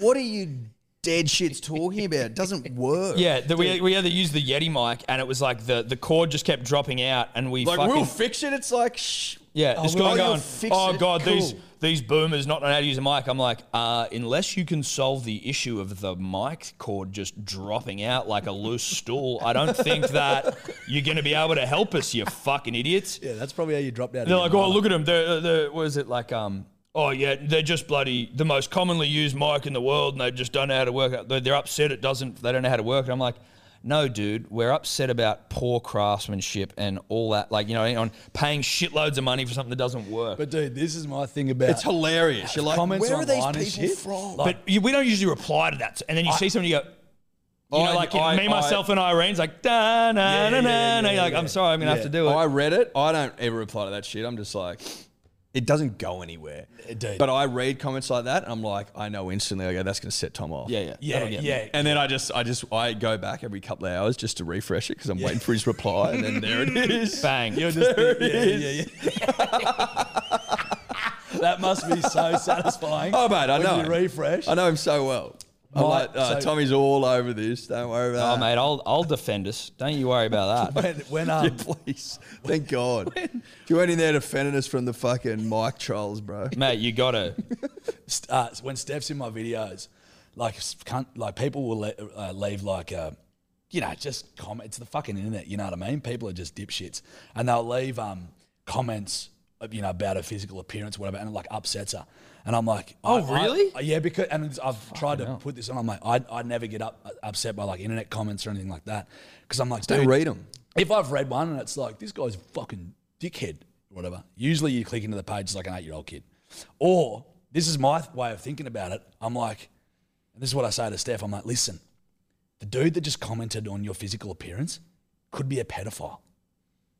[SPEAKER 4] "What are you dead shits talking about? It (laughs) doesn't work."
[SPEAKER 3] (laughs) yeah, the, we, we had to use the Yeti mic, and it was like the, the cord just kept dropping out, and we
[SPEAKER 4] Like
[SPEAKER 3] fucking.
[SPEAKER 4] we'll fix it. It's like, shh.
[SPEAKER 3] yeah, this
[SPEAKER 4] we'll-
[SPEAKER 3] guy
[SPEAKER 4] oh, you'll
[SPEAKER 3] going,
[SPEAKER 4] fix
[SPEAKER 3] oh
[SPEAKER 4] it?
[SPEAKER 3] god, these
[SPEAKER 4] Cool.
[SPEAKER 3] these boomers not know how to use a mic. I'm like, uh, unless you can solve the issue of the mic cord just dropping out like a loose stool, I don't think that you're going to be able to help us, you fucking
[SPEAKER 4] (laughs)
[SPEAKER 3] idiots.
[SPEAKER 2] yeah. That's probably how you dropped out. of
[SPEAKER 3] They're
[SPEAKER 2] your
[SPEAKER 3] like, oh,
[SPEAKER 2] mind.
[SPEAKER 3] look at them. They're, they're, what is it like? Um, oh yeah, they're just bloody the most commonly used mic in the world, and they just don't know how to work it. They're, they're upset it doesn't. They don't know how to work it. I'm like. No, dude, we're upset about poor craftsmanship and all that. Like, you know, on paying shitloads of money for something that doesn't work.
[SPEAKER 2] But
[SPEAKER 3] But,
[SPEAKER 2] dude, this is my thing about
[SPEAKER 4] It's hilarious. You're like,
[SPEAKER 2] comments
[SPEAKER 4] where are
[SPEAKER 2] online and
[SPEAKER 4] these people
[SPEAKER 2] shit.
[SPEAKER 4] from?
[SPEAKER 2] Like,
[SPEAKER 3] you, we don't usually reply to that. And then you see somebody you go, you know,
[SPEAKER 4] I-
[SPEAKER 3] like
[SPEAKER 4] I-
[SPEAKER 3] me,
[SPEAKER 4] I-
[SPEAKER 3] myself, and Irene's like, da na
[SPEAKER 2] Yeah,
[SPEAKER 3] na
[SPEAKER 2] yeah, yeah,
[SPEAKER 3] na na.
[SPEAKER 2] yeah,
[SPEAKER 3] You're Like,
[SPEAKER 2] yeah.
[SPEAKER 3] I'm sorry, I'm gonna
[SPEAKER 2] Yeah.
[SPEAKER 3] have to do it.
[SPEAKER 4] I read it. I don't ever reply to that shit. I'm just like, it doesn't go anywhere.
[SPEAKER 2] dude.
[SPEAKER 4] But I read comments like that, and I'm like, I know instantly. I go, that's gonna set Tom off.
[SPEAKER 3] yeah, yeah,
[SPEAKER 2] yeah,
[SPEAKER 3] that'll get me.
[SPEAKER 2] yeah.
[SPEAKER 4] And then I just, I just, I go back every couple of hours just to refresh it because I'm waiting for his reply, and then there it is.
[SPEAKER 3] bang.
[SPEAKER 2] You're just yeah, yeah, yeah, that must
[SPEAKER 4] (laughs)
[SPEAKER 2] be so satisfying.
[SPEAKER 4] Oh, mate, I
[SPEAKER 2] when
[SPEAKER 4] Oh, know
[SPEAKER 2] You
[SPEAKER 4] him.
[SPEAKER 2] refresh.
[SPEAKER 4] I know him so well. I'm
[SPEAKER 2] Mate,
[SPEAKER 4] like,
[SPEAKER 2] so-
[SPEAKER 4] uh, Tommy's all over this. Don't worry
[SPEAKER 3] Oh,
[SPEAKER 4] about it.
[SPEAKER 3] mate, I'll, I'll defend us. Don't you worry about
[SPEAKER 4] (laughs)
[SPEAKER 3] that.
[SPEAKER 2] When, when um,
[SPEAKER 4] Please, thank (laughs) God. you went in there defending us from the fucking Mike trolls, bro.
[SPEAKER 3] Mate, you gotta.
[SPEAKER 2] st- uh, when Steph's in my videos, like s- cunt, like people will le- uh, leave like, uh, you know, just comment. It's the fucking internet. You know what I mean? People are just dipshits, and they'll leave um, comments, uh, you know, about her physical appearance, whatever, and it like upsets her. And I'm like,
[SPEAKER 3] Oh,
[SPEAKER 2] I- I-
[SPEAKER 3] really?
[SPEAKER 2] I- yeah, because and it's, I've tried to put this on. I'm like, I I never get up uh, upset by like internet comments or anything like that because I'm like,
[SPEAKER 4] Don't
[SPEAKER 2] dude,
[SPEAKER 4] read them.
[SPEAKER 2] if I've read one and it's like this guy's a fucking dickhead, or whatever. Usually you click into the page it's like an eight year old kid, or this is my th- way of thinking about it. I'm like, and this is what I say to Steph. I'm like, listen, the dude that just commented on your physical appearance could be a pedophile.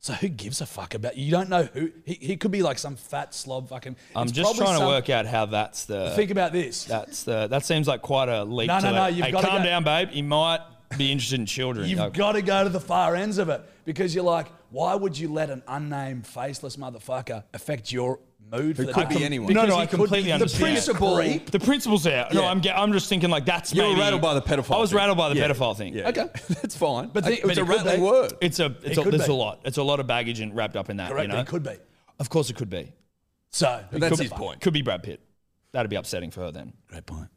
[SPEAKER 2] So who gives a fuck about you? Don't know who he, he could be like some fat slob fucking.
[SPEAKER 3] I'm
[SPEAKER 2] it's
[SPEAKER 3] just
[SPEAKER 2] probably
[SPEAKER 3] trying to
[SPEAKER 2] some-
[SPEAKER 3] work out how that's the.
[SPEAKER 2] Think about this.
[SPEAKER 3] that's the. That seems like quite a leap.
[SPEAKER 2] No,
[SPEAKER 3] to
[SPEAKER 2] no,
[SPEAKER 3] it.
[SPEAKER 2] no, you've
[SPEAKER 3] hey,
[SPEAKER 2] gotta
[SPEAKER 3] calm
[SPEAKER 2] go-
[SPEAKER 3] down, babe. He might be interested in children.
[SPEAKER 2] You've
[SPEAKER 3] Like,
[SPEAKER 2] got to go to the far ends of it because you're like, why would you let an unnamed, faceless motherfucker affect your mood? Who for the
[SPEAKER 4] could
[SPEAKER 2] day?
[SPEAKER 4] be anyone.
[SPEAKER 2] Because
[SPEAKER 3] No, no,
[SPEAKER 2] he
[SPEAKER 3] I
[SPEAKER 2] could
[SPEAKER 3] completely
[SPEAKER 2] be
[SPEAKER 3] understand.
[SPEAKER 2] The principle.
[SPEAKER 4] Creep.
[SPEAKER 3] the principle's there. No, I'm. Get, I'm just thinking like that's.
[SPEAKER 4] You were
[SPEAKER 3] maybe-
[SPEAKER 4] rattled by the pedophile.
[SPEAKER 3] I was
[SPEAKER 4] thing.
[SPEAKER 3] rattled by the
[SPEAKER 4] Yeah.
[SPEAKER 3] pedophile thing.
[SPEAKER 4] Yeah. Okay, (laughs) that's fine.
[SPEAKER 2] But
[SPEAKER 4] But
[SPEAKER 2] the-
[SPEAKER 4] it
[SPEAKER 2] but
[SPEAKER 4] was a
[SPEAKER 2] it could
[SPEAKER 4] rattling
[SPEAKER 2] be-
[SPEAKER 4] word.
[SPEAKER 3] It's a. It's
[SPEAKER 2] It
[SPEAKER 3] a
[SPEAKER 2] could
[SPEAKER 3] there's
[SPEAKER 2] be.
[SPEAKER 3] a lot. It's a lot of baggage and wrapped up in that.
[SPEAKER 2] Correct,
[SPEAKER 3] you know?
[SPEAKER 2] it could be.
[SPEAKER 3] Of course, it could be.
[SPEAKER 2] So
[SPEAKER 4] that's
[SPEAKER 3] could
[SPEAKER 4] his
[SPEAKER 3] be-
[SPEAKER 4] point.
[SPEAKER 3] Could be Brad Pitt. That'd be upsetting for her then.
[SPEAKER 2] Great point.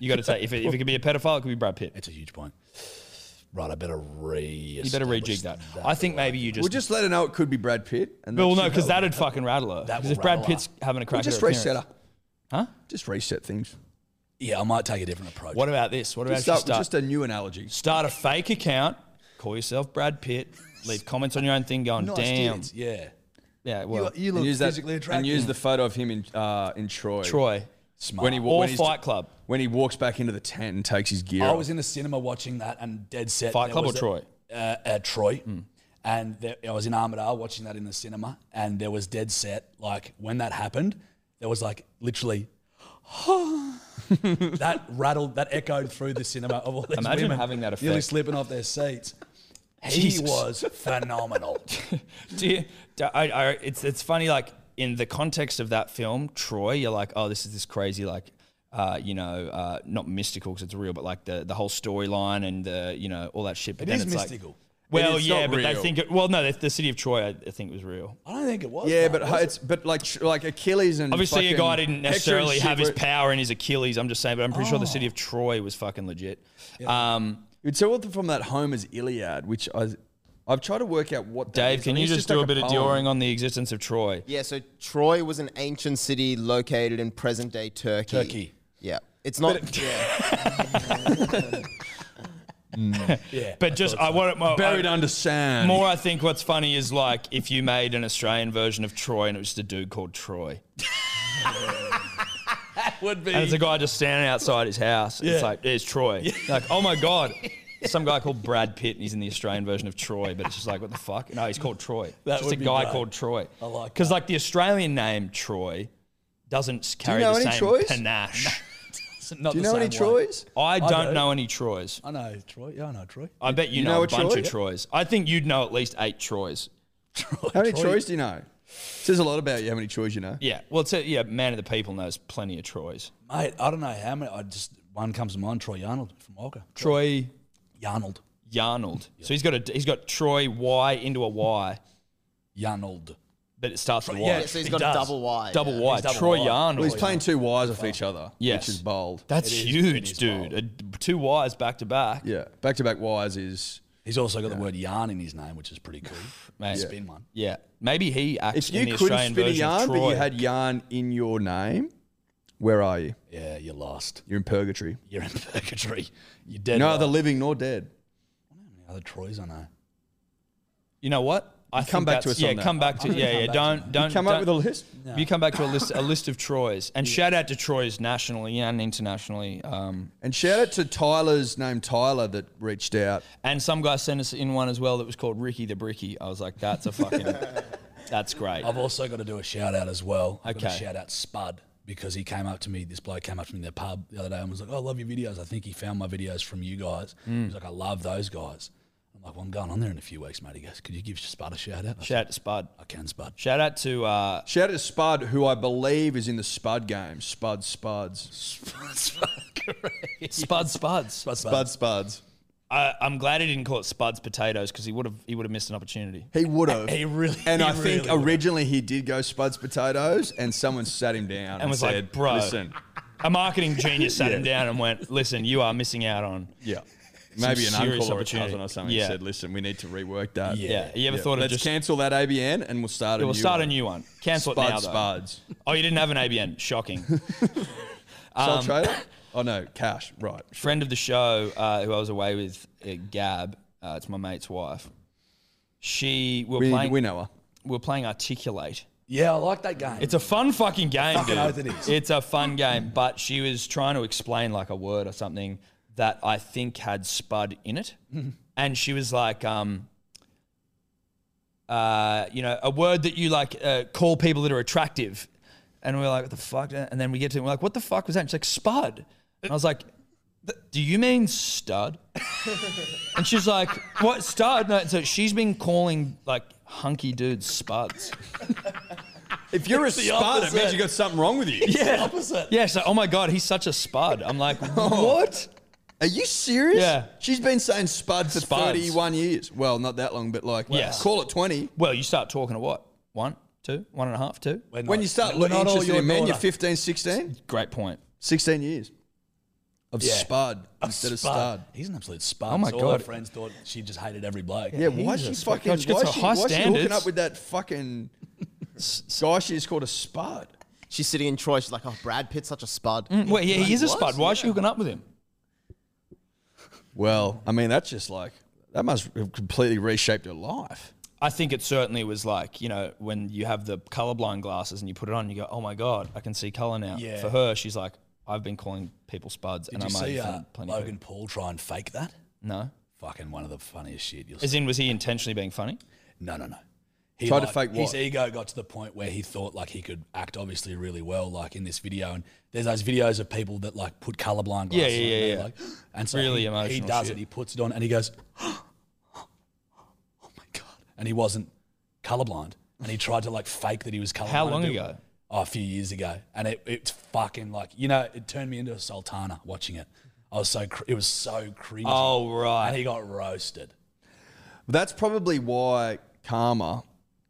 [SPEAKER 3] You got to say if it, if it could be a pedophile, it could be Brad Pitt.
[SPEAKER 2] It's a huge point. Right, I better re.
[SPEAKER 3] You better rejig that. I think maybe you
[SPEAKER 4] We'll
[SPEAKER 3] just.
[SPEAKER 4] just let her know it could be Brad Pitt. And
[SPEAKER 3] Well,
[SPEAKER 4] that
[SPEAKER 3] no,
[SPEAKER 4] should
[SPEAKER 3] because
[SPEAKER 4] help.
[SPEAKER 3] that'd fucking rattle her.
[SPEAKER 2] That
[SPEAKER 3] Because
[SPEAKER 2] will
[SPEAKER 3] if Brad
[SPEAKER 2] rattle
[SPEAKER 3] Pitt's
[SPEAKER 2] her.
[SPEAKER 3] having a crack
[SPEAKER 4] We'll just
[SPEAKER 3] at her
[SPEAKER 4] reset her.
[SPEAKER 3] appearance. Huh?
[SPEAKER 4] Just reset things.
[SPEAKER 2] Yeah, I might take a different approach.
[SPEAKER 3] What about this? What about
[SPEAKER 4] Just,
[SPEAKER 3] if you
[SPEAKER 4] start,
[SPEAKER 3] start,
[SPEAKER 4] just a new analogy.
[SPEAKER 3] start a
[SPEAKER 2] (laughs)
[SPEAKER 3] fake account, call yourself Brad Pitt, leave comments on your own thing going,
[SPEAKER 2] Nice
[SPEAKER 3] damn,
[SPEAKER 2] dudes, Yeah.
[SPEAKER 3] Yeah, well,
[SPEAKER 2] you look
[SPEAKER 4] and use that-
[SPEAKER 2] physically attractive.
[SPEAKER 4] and use the photo of him in uh, in Troy.
[SPEAKER 3] Troy
[SPEAKER 4] When he wa-
[SPEAKER 3] or
[SPEAKER 4] when he's-
[SPEAKER 3] Fight Club.
[SPEAKER 4] When he walks back into the tent and takes his gear.
[SPEAKER 2] I
[SPEAKER 4] off.
[SPEAKER 2] was in the cinema watching that and dead set.
[SPEAKER 3] Fight
[SPEAKER 2] there
[SPEAKER 3] Club or
[SPEAKER 2] was a-
[SPEAKER 3] Troy?
[SPEAKER 2] Uh, uh, Troy. And there, I was in Armidale watching that in the cinema, and there was dead set. Like when that happened, there was like literally. (gasps) that rattled, that echoed through the cinema of all these
[SPEAKER 3] Imagine
[SPEAKER 2] women
[SPEAKER 3] having that
[SPEAKER 2] nearly
[SPEAKER 3] effect.
[SPEAKER 2] slipping off their seats. He
[SPEAKER 3] Jesus.
[SPEAKER 2] was
[SPEAKER 3] (laughs)
[SPEAKER 2] phenomenal.
[SPEAKER 3] Do you, do- I, I, it's it's funny like in the context of that film, Troy. You're like, oh, this is this crazy like. Uh, you know, uh, not mystical because it's real, but like the, the whole storyline and the you know all that shit. But
[SPEAKER 2] It
[SPEAKER 3] then
[SPEAKER 2] is
[SPEAKER 3] it's like-
[SPEAKER 2] mystical.
[SPEAKER 3] well,
[SPEAKER 4] is
[SPEAKER 3] yeah,
[SPEAKER 4] not
[SPEAKER 3] but they
[SPEAKER 4] real.
[SPEAKER 3] think it, well, no, the, the city of Troy, I, I think it was real.
[SPEAKER 2] I don't think it was.
[SPEAKER 4] yeah,
[SPEAKER 2] no,
[SPEAKER 4] but
[SPEAKER 2] was it?
[SPEAKER 4] it's but like tr- like Achilles and
[SPEAKER 3] Obviously, a
[SPEAKER 4] fucking
[SPEAKER 3] guy didn't
[SPEAKER 4] Hector and
[SPEAKER 3] necessarily
[SPEAKER 4] shit
[SPEAKER 3] have his
[SPEAKER 4] were-
[SPEAKER 3] power in his Achilles. I'm just saying, but I'm pretty sure the
[SPEAKER 4] Oh.
[SPEAKER 3] city of Troy was fucking legit. Um,
[SPEAKER 4] It's all from that Homer's Iliad, which I I've tried to work out what. that
[SPEAKER 3] Dave,
[SPEAKER 4] is. I
[SPEAKER 3] can
[SPEAKER 4] think
[SPEAKER 3] you
[SPEAKER 4] it's
[SPEAKER 3] just, do
[SPEAKER 4] like
[SPEAKER 3] a bit of
[SPEAKER 4] poem.
[SPEAKER 3] dioring on the existence of Troy?
[SPEAKER 5] Yeah, so Troy was an ancient city located in present day Turkey.
[SPEAKER 2] Turkey.
[SPEAKER 5] Yeah. It's not.
[SPEAKER 3] (laughs)
[SPEAKER 5] yeah.
[SPEAKER 2] yeah.
[SPEAKER 3] But just I want it
[SPEAKER 4] Buried
[SPEAKER 3] I,
[SPEAKER 4] under sand.
[SPEAKER 3] More, I think what's funny is like if you made an Australian version of Troy and it was just a dude
[SPEAKER 2] (laughs)
[SPEAKER 3] called Troy.
[SPEAKER 2] would be.
[SPEAKER 3] And it's a guy just standing outside his house.
[SPEAKER 2] Yeah.
[SPEAKER 3] It's like, there's Troy. Like, oh my God.
[SPEAKER 2] (laughs)
[SPEAKER 3] Some guy called Brad Pitt and he's in the Australian version of Troy, but it's just like, what the fuck? No, he's called Troy.
[SPEAKER 2] That
[SPEAKER 3] It's just
[SPEAKER 2] would
[SPEAKER 3] a
[SPEAKER 2] be
[SPEAKER 3] guy
[SPEAKER 2] great.
[SPEAKER 3] called Troy.
[SPEAKER 2] I like
[SPEAKER 3] Because,
[SPEAKER 2] that.
[SPEAKER 3] like, the Australian name Troy doesn't carry
[SPEAKER 4] know
[SPEAKER 3] the
[SPEAKER 4] any
[SPEAKER 3] same
[SPEAKER 4] Troys?
[SPEAKER 3] panache.
[SPEAKER 2] not
[SPEAKER 4] Do you
[SPEAKER 2] the
[SPEAKER 4] know any
[SPEAKER 2] same way.
[SPEAKER 4] Troys?
[SPEAKER 3] I don't
[SPEAKER 2] do.
[SPEAKER 3] know any Troys.
[SPEAKER 2] I know Troy. Yeah, I know Troy. (laughs)
[SPEAKER 3] I bet you,
[SPEAKER 4] You
[SPEAKER 3] know,
[SPEAKER 4] know
[SPEAKER 3] a
[SPEAKER 4] a
[SPEAKER 3] bunch
[SPEAKER 4] Troy?
[SPEAKER 3] of Troys. I think you'd know at least eight Troys.
[SPEAKER 4] How many Troys do you know? says a lot about you. How many Troys you know?
[SPEAKER 3] Yeah. Well, it's a, yeah, man of the people knows plenty of Troys.
[SPEAKER 2] Mate, I don't know how many. I just one comes to mind. Troy Yarnold from Walker.
[SPEAKER 3] Troy
[SPEAKER 2] Yarnold.
[SPEAKER 3] Yarnold. So he's got a he's got Troy Y into a Y,
[SPEAKER 2] Yarnold.
[SPEAKER 3] but it starts with a Y.
[SPEAKER 2] yeah,
[SPEAKER 5] So he's
[SPEAKER 2] It
[SPEAKER 5] got
[SPEAKER 2] does.
[SPEAKER 5] a double Y.
[SPEAKER 3] double
[SPEAKER 5] yeah.
[SPEAKER 3] Y.
[SPEAKER 2] he's double
[SPEAKER 3] Troy
[SPEAKER 2] Y.
[SPEAKER 3] Yarnold.
[SPEAKER 4] Well, he's playing two Ys off each other,
[SPEAKER 3] Yes.
[SPEAKER 4] which is bold.
[SPEAKER 3] That's
[SPEAKER 2] It is-
[SPEAKER 3] huge,
[SPEAKER 2] it is
[SPEAKER 3] dude.
[SPEAKER 2] wild.
[SPEAKER 3] A d- two Y's back to back.
[SPEAKER 4] yeah, back to back Ys is.
[SPEAKER 2] He's also got the word yarn in his name, which is pretty cool.
[SPEAKER 3] Mate. Yeah.
[SPEAKER 2] Spin one.
[SPEAKER 3] Yeah. Maybe he acts
[SPEAKER 4] If
[SPEAKER 3] in the
[SPEAKER 4] you couldn't
[SPEAKER 3] Australian
[SPEAKER 4] spin a
[SPEAKER 3] version of
[SPEAKER 4] yarn,
[SPEAKER 3] Troy.
[SPEAKER 4] but you had yarn in your name, where are you?
[SPEAKER 2] Yeah, you're lost.
[SPEAKER 4] You're in purgatory.
[SPEAKER 2] You're in (laughs) purgatory. You're dead.
[SPEAKER 4] No
[SPEAKER 2] right.
[SPEAKER 4] other living nor dead.
[SPEAKER 2] other Troys I know.
[SPEAKER 3] you know what? I think
[SPEAKER 4] come back to
[SPEAKER 3] that's-
[SPEAKER 4] us on
[SPEAKER 3] Yeah,
[SPEAKER 4] that.
[SPEAKER 3] come back (laughs) to yeah, yeah. Don't don't
[SPEAKER 4] Come
[SPEAKER 3] don't,
[SPEAKER 4] up with a list.
[SPEAKER 3] You come back to a list a list of Troys
[SPEAKER 4] (laughs)
[SPEAKER 3] and shout out to Troys nationally and internationally. Um,
[SPEAKER 4] And shout out to Tyler's name, Tyler, that reached out.
[SPEAKER 3] and some guy sent us in one as well that was called Ricky the Bricky. I was like, that's a fucking
[SPEAKER 4] (laughs)
[SPEAKER 3] that's great.
[SPEAKER 2] I've also got to do a shout out as well. I've got to
[SPEAKER 3] Okay.
[SPEAKER 2] shout out Spud because he came up to me. This bloke came up to me in the pub the other day and was like, oh, I love your videos. I think he found my videos from you guys. He was like, I love those guys. I'm like, well, I'm going on there in a few weeks, mate. He goes, could you give Spud a shout out? I
[SPEAKER 3] Shout out to Spud.
[SPEAKER 2] said, I can, Spud.
[SPEAKER 3] Shout out to uh,
[SPEAKER 4] Shout out to Spud, who I believe is in the Spud game. Spud Spuds.
[SPEAKER 3] Spud
[SPEAKER 4] (laughs)
[SPEAKER 3] Spuds.
[SPEAKER 2] Spud, Spud.
[SPEAKER 4] Spuds.
[SPEAKER 3] I, I'm glad he didn't call it Spuds Potatoes because he would have he would have missed an opportunity.
[SPEAKER 4] He would have.
[SPEAKER 2] He really- (laughs)
[SPEAKER 4] And
[SPEAKER 2] he
[SPEAKER 4] I think
[SPEAKER 2] really would've.
[SPEAKER 4] originally he did go Spuds Potatoes, and someone sat him down and,
[SPEAKER 3] was like,
[SPEAKER 4] said,
[SPEAKER 3] "Bro."
[SPEAKER 4] listen,
[SPEAKER 3] A marketing genius
[SPEAKER 4] (laughs)
[SPEAKER 3] sat him down and went, "Listen, you are missing out on."
[SPEAKER 4] yeah, maybe an
[SPEAKER 3] serious
[SPEAKER 4] uncle or a
[SPEAKER 3] opportunity.
[SPEAKER 4] cousin or something."
[SPEAKER 3] Yeah.
[SPEAKER 4] Said, "Listen, we need to rework that.
[SPEAKER 2] Yeah.
[SPEAKER 3] Yeah, you ever thought of
[SPEAKER 4] Let's
[SPEAKER 3] just?
[SPEAKER 4] cancel that ABN and we'll start
[SPEAKER 3] Yeah,
[SPEAKER 4] a
[SPEAKER 3] we'll
[SPEAKER 4] new
[SPEAKER 3] start
[SPEAKER 4] one.
[SPEAKER 3] a new one. Cancel it now
[SPEAKER 4] Spud
[SPEAKER 3] though.
[SPEAKER 4] Spuds.
[SPEAKER 3] Oh, you didn't have an ABN.
[SPEAKER 4] (laughs)
[SPEAKER 3] Shocking.
[SPEAKER 4] Sole trader? (laughs) Oh no, cash. Right.
[SPEAKER 3] Friend of the show uh, who I was away with, uh, Gab. Uh, it's my mate's wife. She we were
[SPEAKER 4] We,
[SPEAKER 3] playing.
[SPEAKER 4] we know her.
[SPEAKER 3] we were playing Articulate.
[SPEAKER 2] Yeah, I like that game.
[SPEAKER 3] It's a fun fucking game,
[SPEAKER 2] fucking oath
[SPEAKER 3] dude.
[SPEAKER 2] it is.
[SPEAKER 3] It's a fun game, but she was trying to explain like a word or something that I think had spud
[SPEAKER 2] (laughs)
[SPEAKER 3] in it, and she was like, um, uh, you know, a word that you like uh, call people that are attractive, and we're like, what the fuck? And then we get to, we're like, what the fuck was that? And she's like, spud. And I was like, "Th- do you
[SPEAKER 2] (laughs)
[SPEAKER 3] mean stud? and she's like, what stud? No, so she's been calling like hunky dudes spuds.
[SPEAKER 4] If you're a spud, it means
[SPEAKER 2] opposite.
[SPEAKER 4] you got something wrong
[SPEAKER 3] (laughs)
[SPEAKER 4] with you.
[SPEAKER 3] Yeah.
[SPEAKER 2] opposite.
[SPEAKER 3] Yeah, she's like, oh my God, he's such a spud. I'm like, what?
[SPEAKER 4] Are you serious?
[SPEAKER 3] Yeah.
[SPEAKER 4] She's been saying spud for
[SPEAKER 3] Spuds.
[SPEAKER 4] 31 years. Well, not that long, but like,
[SPEAKER 3] Yes.
[SPEAKER 4] call it 20.
[SPEAKER 3] Well, you start talking at what? One, two, one and a half, two?
[SPEAKER 2] We're
[SPEAKER 4] When
[SPEAKER 2] not-
[SPEAKER 4] you start
[SPEAKER 2] we're
[SPEAKER 4] looking
[SPEAKER 2] not all
[SPEAKER 4] interested
[SPEAKER 2] your
[SPEAKER 4] in men, you're
[SPEAKER 2] daughter.
[SPEAKER 4] 15, 16?
[SPEAKER 3] Great point.
[SPEAKER 4] 16 years of
[SPEAKER 2] Yeah.
[SPEAKER 4] spud instead of stud.
[SPEAKER 2] He's an absolute spud.
[SPEAKER 3] Oh my
[SPEAKER 2] So All her
[SPEAKER 3] God.
[SPEAKER 2] friends thought she just hated every bloke.
[SPEAKER 4] Yeah, why is she
[SPEAKER 3] Jesus.
[SPEAKER 4] fucking
[SPEAKER 3] God, she gets
[SPEAKER 4] why
[SPEAKER 3] a
[SPEAKER 4] is she,
[SPEAKER 3] high
[SPEAKER 4] why is she hooking
[SPEAKER 3] standards.
[SPEAKER 4] up with that
[SPEAKER 2] (laughs)
[SPEAKER 4] fucking guy she's called a spud?
[SPEAKER 5] She's sitting in Troy. She's like, oh, Brad Pitt's such a spud.
[SPEAKER 3] Wait, Mm, yeah, he is a spud. Why is she hooking up with him?
[SPEAKER 4] Well, I mean, that's just like, that must have completely reshaped her life.
[SPEAKER 3] I think it certainly was like, you know, when you have the colorblind glasses and you put it on, you go, oh my God, I can see color now.
[SPEAKER 2] Yeah.
[SPEAKER 3] For her, she's like, I've been calling people spuds
[SPEAKER 2] Did
[SPEAKER 3] and
[SPEAKER 2] you
[SPEAKER 3] I might
[SPEAKER 2] see
[SPEAKER 3] have
[SPEAKER 2] uh,
[SPEAKER 3] offended plenty of
[SPEAKER 2] Logan Paul try and fake that?
[SPEAKER 3] people. No.
[SPEAKER 2] Fucking one of the funniest shit you'll see.
[SPEAKER 3] As in, was he intentionally being funny?
[SPEAKER 2] No, no, no. He
[SPEAKER 4] Tried to
[SPEAKER 2] like-
[SPEAKER 4] fake what?
[SPEAKER 2] His ego got to the point where he thought like he could act obviously really well, like in this video. And there's those videos of people that like put colorblind glasses
[SPEAKER 3] Yeah,
[SPEAKER 2] on.
[SPEAKER 3] yeah,
[SPEAKER 2] and
[SPEAKER 3] yeah,
[SPEAKER 2] they're
[SPEAKER 3] yeah.
[SPEAKER 2] Like, (gasps) and so
[SPEAKER 3] Really
[SPEAKER 2] he, he
[SPEAKER 3] emotional
[SPEAKER 2] does
[SPEAKER 3] shit.
[SPEAKER 2] it. He puts it on and he goes, (gasps) "Oh my god!" And he wasn't colorblind, and he tried to like fake that he was colorblind.
[SPEAKER 3] How long
[SPEAKER 2] and do-
[SPEAKER 3] ago?
[SPEAKER 2] Oh, a few years ago, and it it's fucking like you know it turned me into a sultana watching it. I was so cr- it was so cringy.
[SPEAKER 3] Oh, right.
[SPEAKER 2] and he got roasted.
[SPEAKER 4] That's probably why Karma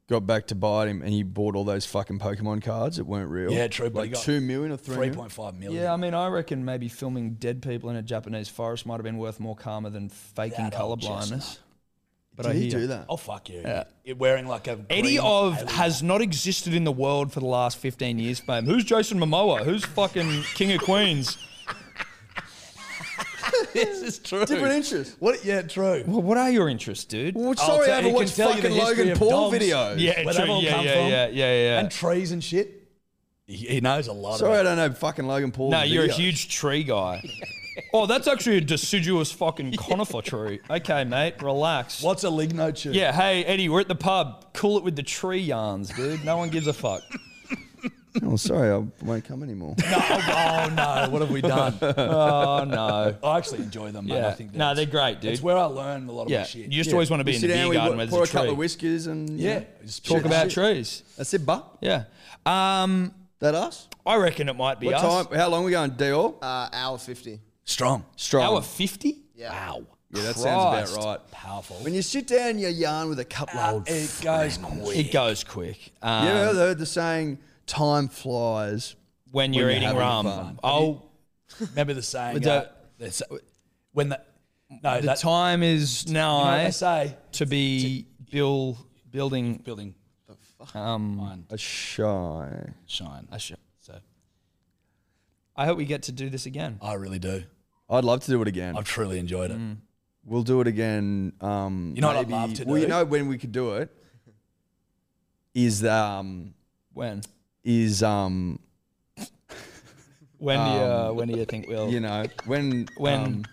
[SPEAKER 4] got back to bite him, and he bought all those fucking Pokemon cards that weren't real.
[SPEAKER 2] Yeah, true, but he
[SPEAKER 4] Like
[SPEAKER 2] got
[SPEAKER 4] two million or three.
[SPEAKER 2] Three
[SPEAKER 4] million?
[SPEAKER 2] point five million.
[SPEAKER 3] Yeah, I mean, I reckon maybe filming dead people in a Japanese forest might have been worth more karma than faking
[SPEAKER 2] That old
[SPEAKER 3] colorblindness.
[SPEAKER 2] chestnut.
[SPEAKER 3] But
[SPEAKER 4] Did he do that?
[SPEAKER 2] Oh fuck you! You're wearing like a
[SPEAKER 3] Eddie
[SPEAKER 2] green
[SPEAKER 3] Of
[SPEAKER 2] alien- (laughs)
[SPEAKER 3] has not existed in the world for the last 15 years, fame. Who's Jason Momoa? Who's fucking King of Queens? this is true.
[SPEAKER 4] Different interest.
[SPEAKER 2] what? Yeah, true.
[SPEAKER 3] Well, what are your interests, dude? Oh,
[SPEAKER 4] Well,
[SPEAKER 2] I'll tell-
[SPEAKER 4] sorry, I
[SPEAKER 2] he
[SPEAKER 4] haven't
[SPEAKER 2] can
[SPEAKER 4] watched
[SPEAKER 2] tell you the
[SPEAKER 4] fucking
[SPEAKER 2] history
[SPEAKER 4] Logan
[SPEAKER 2] of
[SPEAKER 4] Paul
[SPEAKER 2] dogs.
[SPEAKER 4] videos.
[SPEAKER 2] where
[SPEAKER 3] yeah, true.
[SPEAKER 2] they've all
[SPEAKER 3] Yeah,
[SPEAKER 2] come
[SPEAKER 3] yeah,
[SPEAKER 2] from.
[SPEAKER 3] yeah, yeah, yeah.
[SPEAKER 2] And trees and shit. He, he knows a lot.
[SPEAKER 4] Sorry, I
[SPEAKER 2] about
[SPEAKER 4] don't know fucking Logan Paul.
[SPEAKER 3] no, you're a huge tree guy. oh, that's actually a deciduous fucking conifer tree. Okay, mate, relax.
[SPEAKER 2] What's a lignoture?
[SPEAKER 3] Yeah, hey, Eddie, we're at the pub. Cool it with the tree yarns, dude. No one gives a fuck.
[SPEAKER 4] (laughs) Oh, sorry, I won't come anymore.
[SPEAKER 2] No, (laughs) oh no! What have we
[SPEAKER 3] (laughs)
[SPEAKER 2] done?
[SPEAKER 3] Oh, no.
[SPEAKER 2] I actually enjoy them. Mate. I
[SPEAKER 3] Yeah.
[SPEAKER 2] think
[SPEAKER 3] No,
[SPEAKER 2] that's-
[SPEAKER 3] they're great, dude.
[SPEAKER 2] It's where I learn a lot of
[SPEAKER 3] Yeah,
[SPEAKER 2] my shit.
[SPEAKER 3] you used to always want to be in the
[SPEAKER 4] sit down,
[SPEAKER 3] beer
[SPEAKER 4] we
[SPEAKER 3] garden
[SPEAKER 4] pour,
[SPEAKER 3] where
[SPEAKER 4] pour a
[SPEAKER 3] there's a
[SPEAKER 4] couple of
[SPEAKER 3] tree.
[SPEAKER 4] whiskers, and
[SPEAKER 2] yeah.
[SPEAKER 4] yeah.
[SPEAKER 2] Just
[SPEAKER 3] Talk
[SPEAKER 2] shit.
[SPEAKER 3] about
[SPEAKER 2] Shit.
[SPEAKER 3] trees.
[SPEAKER 4] that's it, but
[SPEAKER 3] Yeah. Um,
[SPEAKER 4] that us.
[SPEAKER 3] I reckon it might be
[SPEAKER 4] What
[SPEAKER 3] us.
[SPEAKER 4] time? How long we going, Dior?
[SPEAKER 5] Uh, hour 50.
[SPEAKER 3] (laughs)
[SPEAKER 2] strong,
[SPEAKER 4] Strong.
[SPEAKER 3] Hour 50?
[SPEAKER 2] wow,
[SPEAKER 4] yeah, that sounds
[SPEAKER 3] Christ.
[SPEAKER 4] about right.
[SPEAKER 2] powerful.
[SPEAKER 4] When you sit down and you yarn with a couple of old
[SPEAKER 2] it goes quick.
[SPEAKER 3] It goes quick. Um,
[SPEAKER 4] You ever heard the saying, time flies?
[SPEAKER 3] when you're
[SPEAKER 4] you're
[SPEAKER 3] eating
[SPEAKER 4] having
[SPEAKER 3] rum.
[SPEAKER 4] fun.
[SPEAKER 3] Oh,
[SPEAKER 2] Remember the saying?
[SPEAKER 3] the-
[SPEAKER 2] uh, the sa- when the no,
[SPEAKER 3] the
[SPEAKER 2] that,
[SPEAKER 3] time is
[SPEAKER 2] you know what
[SPEAKER 3] nigh
[SPEAKER 2] they say
[SPEAKER 3] to be build, building.
[SPEAKER 2] building
[SPEAKER 3] Um,
[SPEAKER 4] A shy.
[SPEAKER 2] shine.
[SPEAKER 3] I, sh- so. I hope we get to do this again.
[SPEAKER 2] I really do.
[SPEAKER 4] I'd love to do it again.
[SPEAKER 2] I've truly enjoyed it.
[SPEAKER 3] Mm.
[SPEAKER 4] We'll do it again. Um,
[SPEAKER 2] You know what I'd
[SPEAKER 4] maybe-
[SPEAKER 2] love to
[SPEAKER 4] Well, you
[SPEAKER 2] do?
[SPEAKER 4] know when we could do it is um
[SPEAKER 3] When?
[SPEAKER 4] is um
[SPEAKER 3] When do you, uh, when do you think we'll?
[SPEAKER 4] (laughs) you know when
[SPEAKER 3] When-
[SPEAKER 4] um,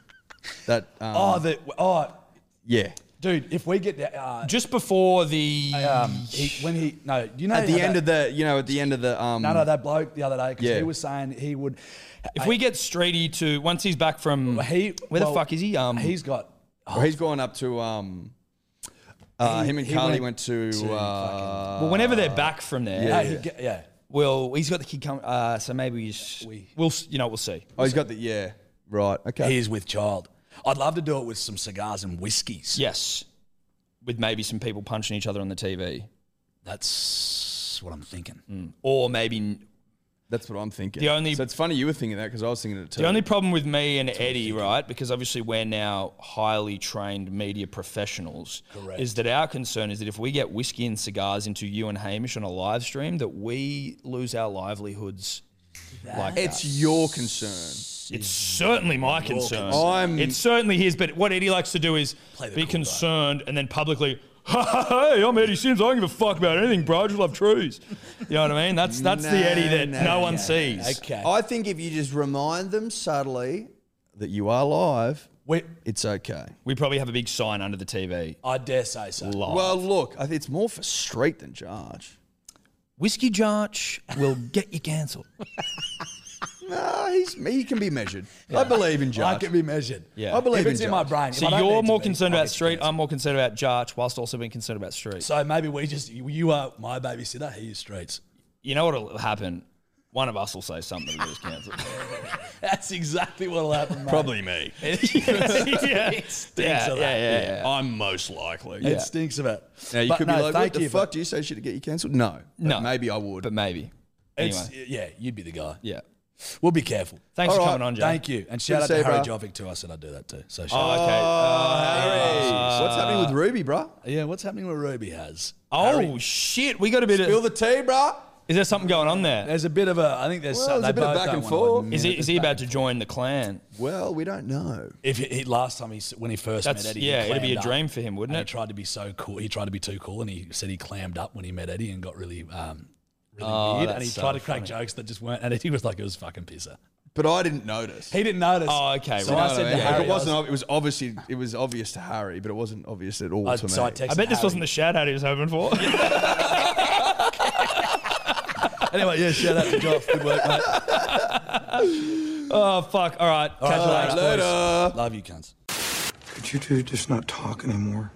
[SPEAKER 4] that um,
[SPEAKER 2] Oh, the oh,
[SPEAKER 4] yeah
[SPEAKER 2] dude, if we get the, uh,
[SPEAKER 3] just before the
[SPEAKER 2] um, he, when he no, you know
[SPEAKER 4] at the
[SPEAKER 2] how
[SPEAKER 4] end
[SPEAKER 2] that,
[SPEAKER 4] of the you know at the end of the um
[SPEAKER 2] no, no, that bloke the other day because
[SPEAKER 4] Yeah.
[SPEAKER 2] he was saying he would.
[SPEAKER 3] if we get Streety to once he's back from
[SPEAKER 2] He
[SPEAKER 3] where
[SPEAKER 2] well,
[SPEAKER 3] the fuck is he? Um,
[SPEAKER 2] he's got
[SPEAKER 4] well, Oh, he's going up to um uh,
[SPEAKER 2] He-
[SPEAKER 4] him and
[SPEAKER 2] he
[SPEAKER 4] Carly
[SPEAKER 2] went
[SPEAKER 4] went, to,
[SPEAKER 2] to
[SPEAKER 4] uh,
[SPEAKER 3] well, whenever they're back from there,
[SPEAKER 2] yeah,
[SPEAKER 4] Yeah.
[SPEAKER 2] uh, he, ge- yeah.
[SPEAKER 3] well, he's got the kid coming. Uh, so maybe we, just,
[SPEAKER 2] We-
[SPEAKER 3] we'll s- you know we'll see.
[SPEAKER 4] oh he's got the yeah right okay
[SPEAKER 2] He's with child. I'd love to do it with some cigars and whiskies.
[SPEAKER 3] Yes, with maybe some people punching each other on the TV,
[SPEAKER 2] That's what I'm thinking.
[SPEAKER 3] or maybe
[SPEAKER 4] that's what I'm thinking
[SPEAKER 3] The only-
[SPEAKER 4] so it's funny you were thinking that because I was thinking it too
[SPEAKER 3] the only problem with me and Eddie, right? Because obviously we're now highly trained media professionals.
[SPEAKER 2] Correct.
[SPEAKER 3] Is that our concern? Is that if we get whiskey and cigars into you and Hamish on a live stream, that we lose our livelihoods? Like that.
[SPEAKER 4] it's your concern
[SPEAKER 3] It's certainly my concern.
[SPEAKER 4] I'm-
[SPEAKER 3] it's certainly his, but what Eddie likes to do is
[SPEAKER 2] the
[SPEAKER 3] be
[SPEAKER 2] cool guy.
[SPEAKER 3] concerned and then publicly, hey, I'm Eddie Sims. I don't give a fuck about anything, bro. I just love trees. You know what I mean? That's that's the
[SPEAKER 4] No,
[SPEAKER 3] Eddie that no,
[SPEAKER 4] no,
[SPEAKER 3] one
[SPEAKER 4] no,
[SPEAKER 3] sees.
[SPEAKER 2] Okay.
[SPEAKER 4] I think if you just remind them subtly that you are live,
[SPEAKER 2] we,
[SPEAKER 4] it's okay.
[SPEAKER 3] We probably have a big sign under the TV.
[SPEAKER 2] I dare say so.
[SPEAKER 3] Live.
[SPEAKER 4] Well, look, I think it's more for street than charge.
[SPEAKER 3] Whiskey Jarch will get you (laughs) cancelled.
[SPEAKER 4] No, he's he can be measured. I believe in
[SPEAKER 2] I
[SPEAKER 4] charge.
[SPEAKER 2] can be measured.
[SPEAKER 3] Yeah.
[SPEAKER 4] I believe
[SPEAKER 2] if it's in, my
[SPEAKER 4] judge.
[SPEAKER 2] brain.
[SPEAKER 3] So
[SPEAKER 2] if I don't
[SPEAKER 3] you're
[SPEAKER 2] need to
[SPEAKER 3] more
[SPEAKER 2] be,
[SPEAKER 3] concerned
[SPEAKER 2] I'll
[SPEAKER 3] about
[SPEAKER 2] get
[SPEAKER 3] street.
[SPEAKER 2] cancer.
[SPEAKER 3] I'm more concerned about Jarch, whilst also being concerned about street.
[SPEAKER 2] So maybe we just you, you are my babysitter. He is streets. (laughs)
[SPEAKER 3] you know what'll happen? One of us will say something that gets
[SPEAKER 2] (laughs)
[SPEAKER 3] cancelled.
[SPEAKER 2] That's exactly what'll happen. Mate.
[SPEAKER 11] Probably me.
[SPEAKER 2] (laughs)
[SPEAKER 3] (laughs) yeah.
[SPEAKER 2] It stinks
[SPEAKER 3] Yeah,
[SPEAKER 2] of
[SPEAKER 3] yeah,
[SPEAKER 2] that.
[SPEAKER 3] yeah, yeah.
[SPEAKER 11] I'm most likely.
[SPEAKER 2] It stinks of it.
[SPEAKER 4] Now you
[SPEAKER 2] But
[SPEAKER 4] could
[SPEAKER 2] no,
[SPEAKER 4] be like,
[SPEAKER 2] thank
[SPEAKER 4] what the
[SPEAKER 2] you,
[SPEAKER 4] fuck
[SPEAKER 2] but
[SPEAKER 4] do you say shit to get you cancelled? No, But
[SPEAKER 3] No.
[SPEAKER 4] maybe I would.
[SPEAKER 3] But maybe.
[SPEAKER 2] It's,
[SPEAKER 3] Anyway.
[SPEAKER 2] yeah, you'd be the guy.
[SPEAKER 3] Yeah.
[SPEAKER 2] We'll be careful.
[SPEAKER 3] Thanks
[SPEAKER 4] All
[SPEAKER 3] for
[SPEAKER 4] right,
[SPEAKER 3] coming on, Joe.
[SPEAKER 2] Thank you, and shout out
[SPEAKER 4] to
[SPEAKER 2] to
[SPEAKER 4] see you,
[SPEAKER 2] Harry
[SPEAKER 4] bro.
[SPEAKER 2] Jovic too. I said I'd do that too. So shout
[SPEAKER 3] Oh,
[SPEAKER 2] out.
[SPEAKER 3] okay.
[SPEAKER 4] Jeez, what's happening
[SPEAKER 2] Uh,
[SPEAKER 4] with Ruby, bro?
[SPEAKER 2] yeah, what's happening with Ruby has?
[SPEAKER 3] Oh shit! We got a bit
[SPEAKER 4] Spill
[SPEAKER 3] of.
[SPEAKER 4] the tea, bro.
[SPEAKER 3] Is there something going on there?
[SPEAKER 2] There's a bit of a. I think there's.
[SPEAKER 4] Well,
[SPEAKER 2] some,
[SPEAKER 4] there's
[SPEAKER 2] they
[SPEAKER 4] a bit of
[SPEAKER 2] both
[SPEAKER 4] back
[SPEAKER 2] don't
[SPEAKER 4] and
[SPEAKER 2] wanna
[SPEAKER 4] forth.
[SPEAKER 2] admit
[SPEAKER 3] Is he
[SPEAKER 2] it.
[SPEAKER 3] is he about to join the clan?
[SPEAKER 4] Well, we don't know.
[SPEAKER 2] If he, he- last time he s- when he first
[SPEAKER 3] That's
[SPEAKER 2] met Eddie, he
[SPEAKER 3] yeah. It'd be
[SPEAKER 2] clammed
[SPEAKER 3] a
[SPEAKER 2] up.
[SPEAKER 3] dream for him, wouldn't
[SPEAKER 2] And he
[SPEAKER 3] it?
[SPEAKER 2] tried to be so cool. He tried to be too cool, and he said he clammed up when he met Eddie and got really, um, really weird. And
[SPEAKER 3] Oh, that's
[SPEAKER 2] he
[SPEAKER 3] so
[SPEAKER 2] tried to crack jokes that just weren't. And Eddie was like, "It was fucking pisser."
[SPEAKER 4] But I didn't notice.
[SPEAKER 2] He didn't notice.
[SPEAKER 3] Oh, okay,
[SPEAKER 2] So
[SPEAKER 3] right.
[SPEAKER 2] I said to
[SPEAKER 4] Yeah,
[SPEAKER 2] Harry,
[SPEAKER 4] it wasn't. ob- It was obviously. It was obvious to Harry, but it wasn't obvious at all
[SPEAKER 2] I, was-
[SPEAKER 4] to me.
[SPEAKER 2] so I texted
[SPEAKER 14] I bet this
[SPEAKER 2] Harry.
[SPEAKER 14] wasn't the shout out he was hoping for.
[SPEAKER 2] Anyway, Oh, yeah, shout out to Joff. Good work, mate.
[SPEAKER 14] oh fuck! All right, catch you later.
[SPEAKER 2] Thanks, boys. Love you, cunts.
[SPEAKER 15] Could you two just not talk anymore?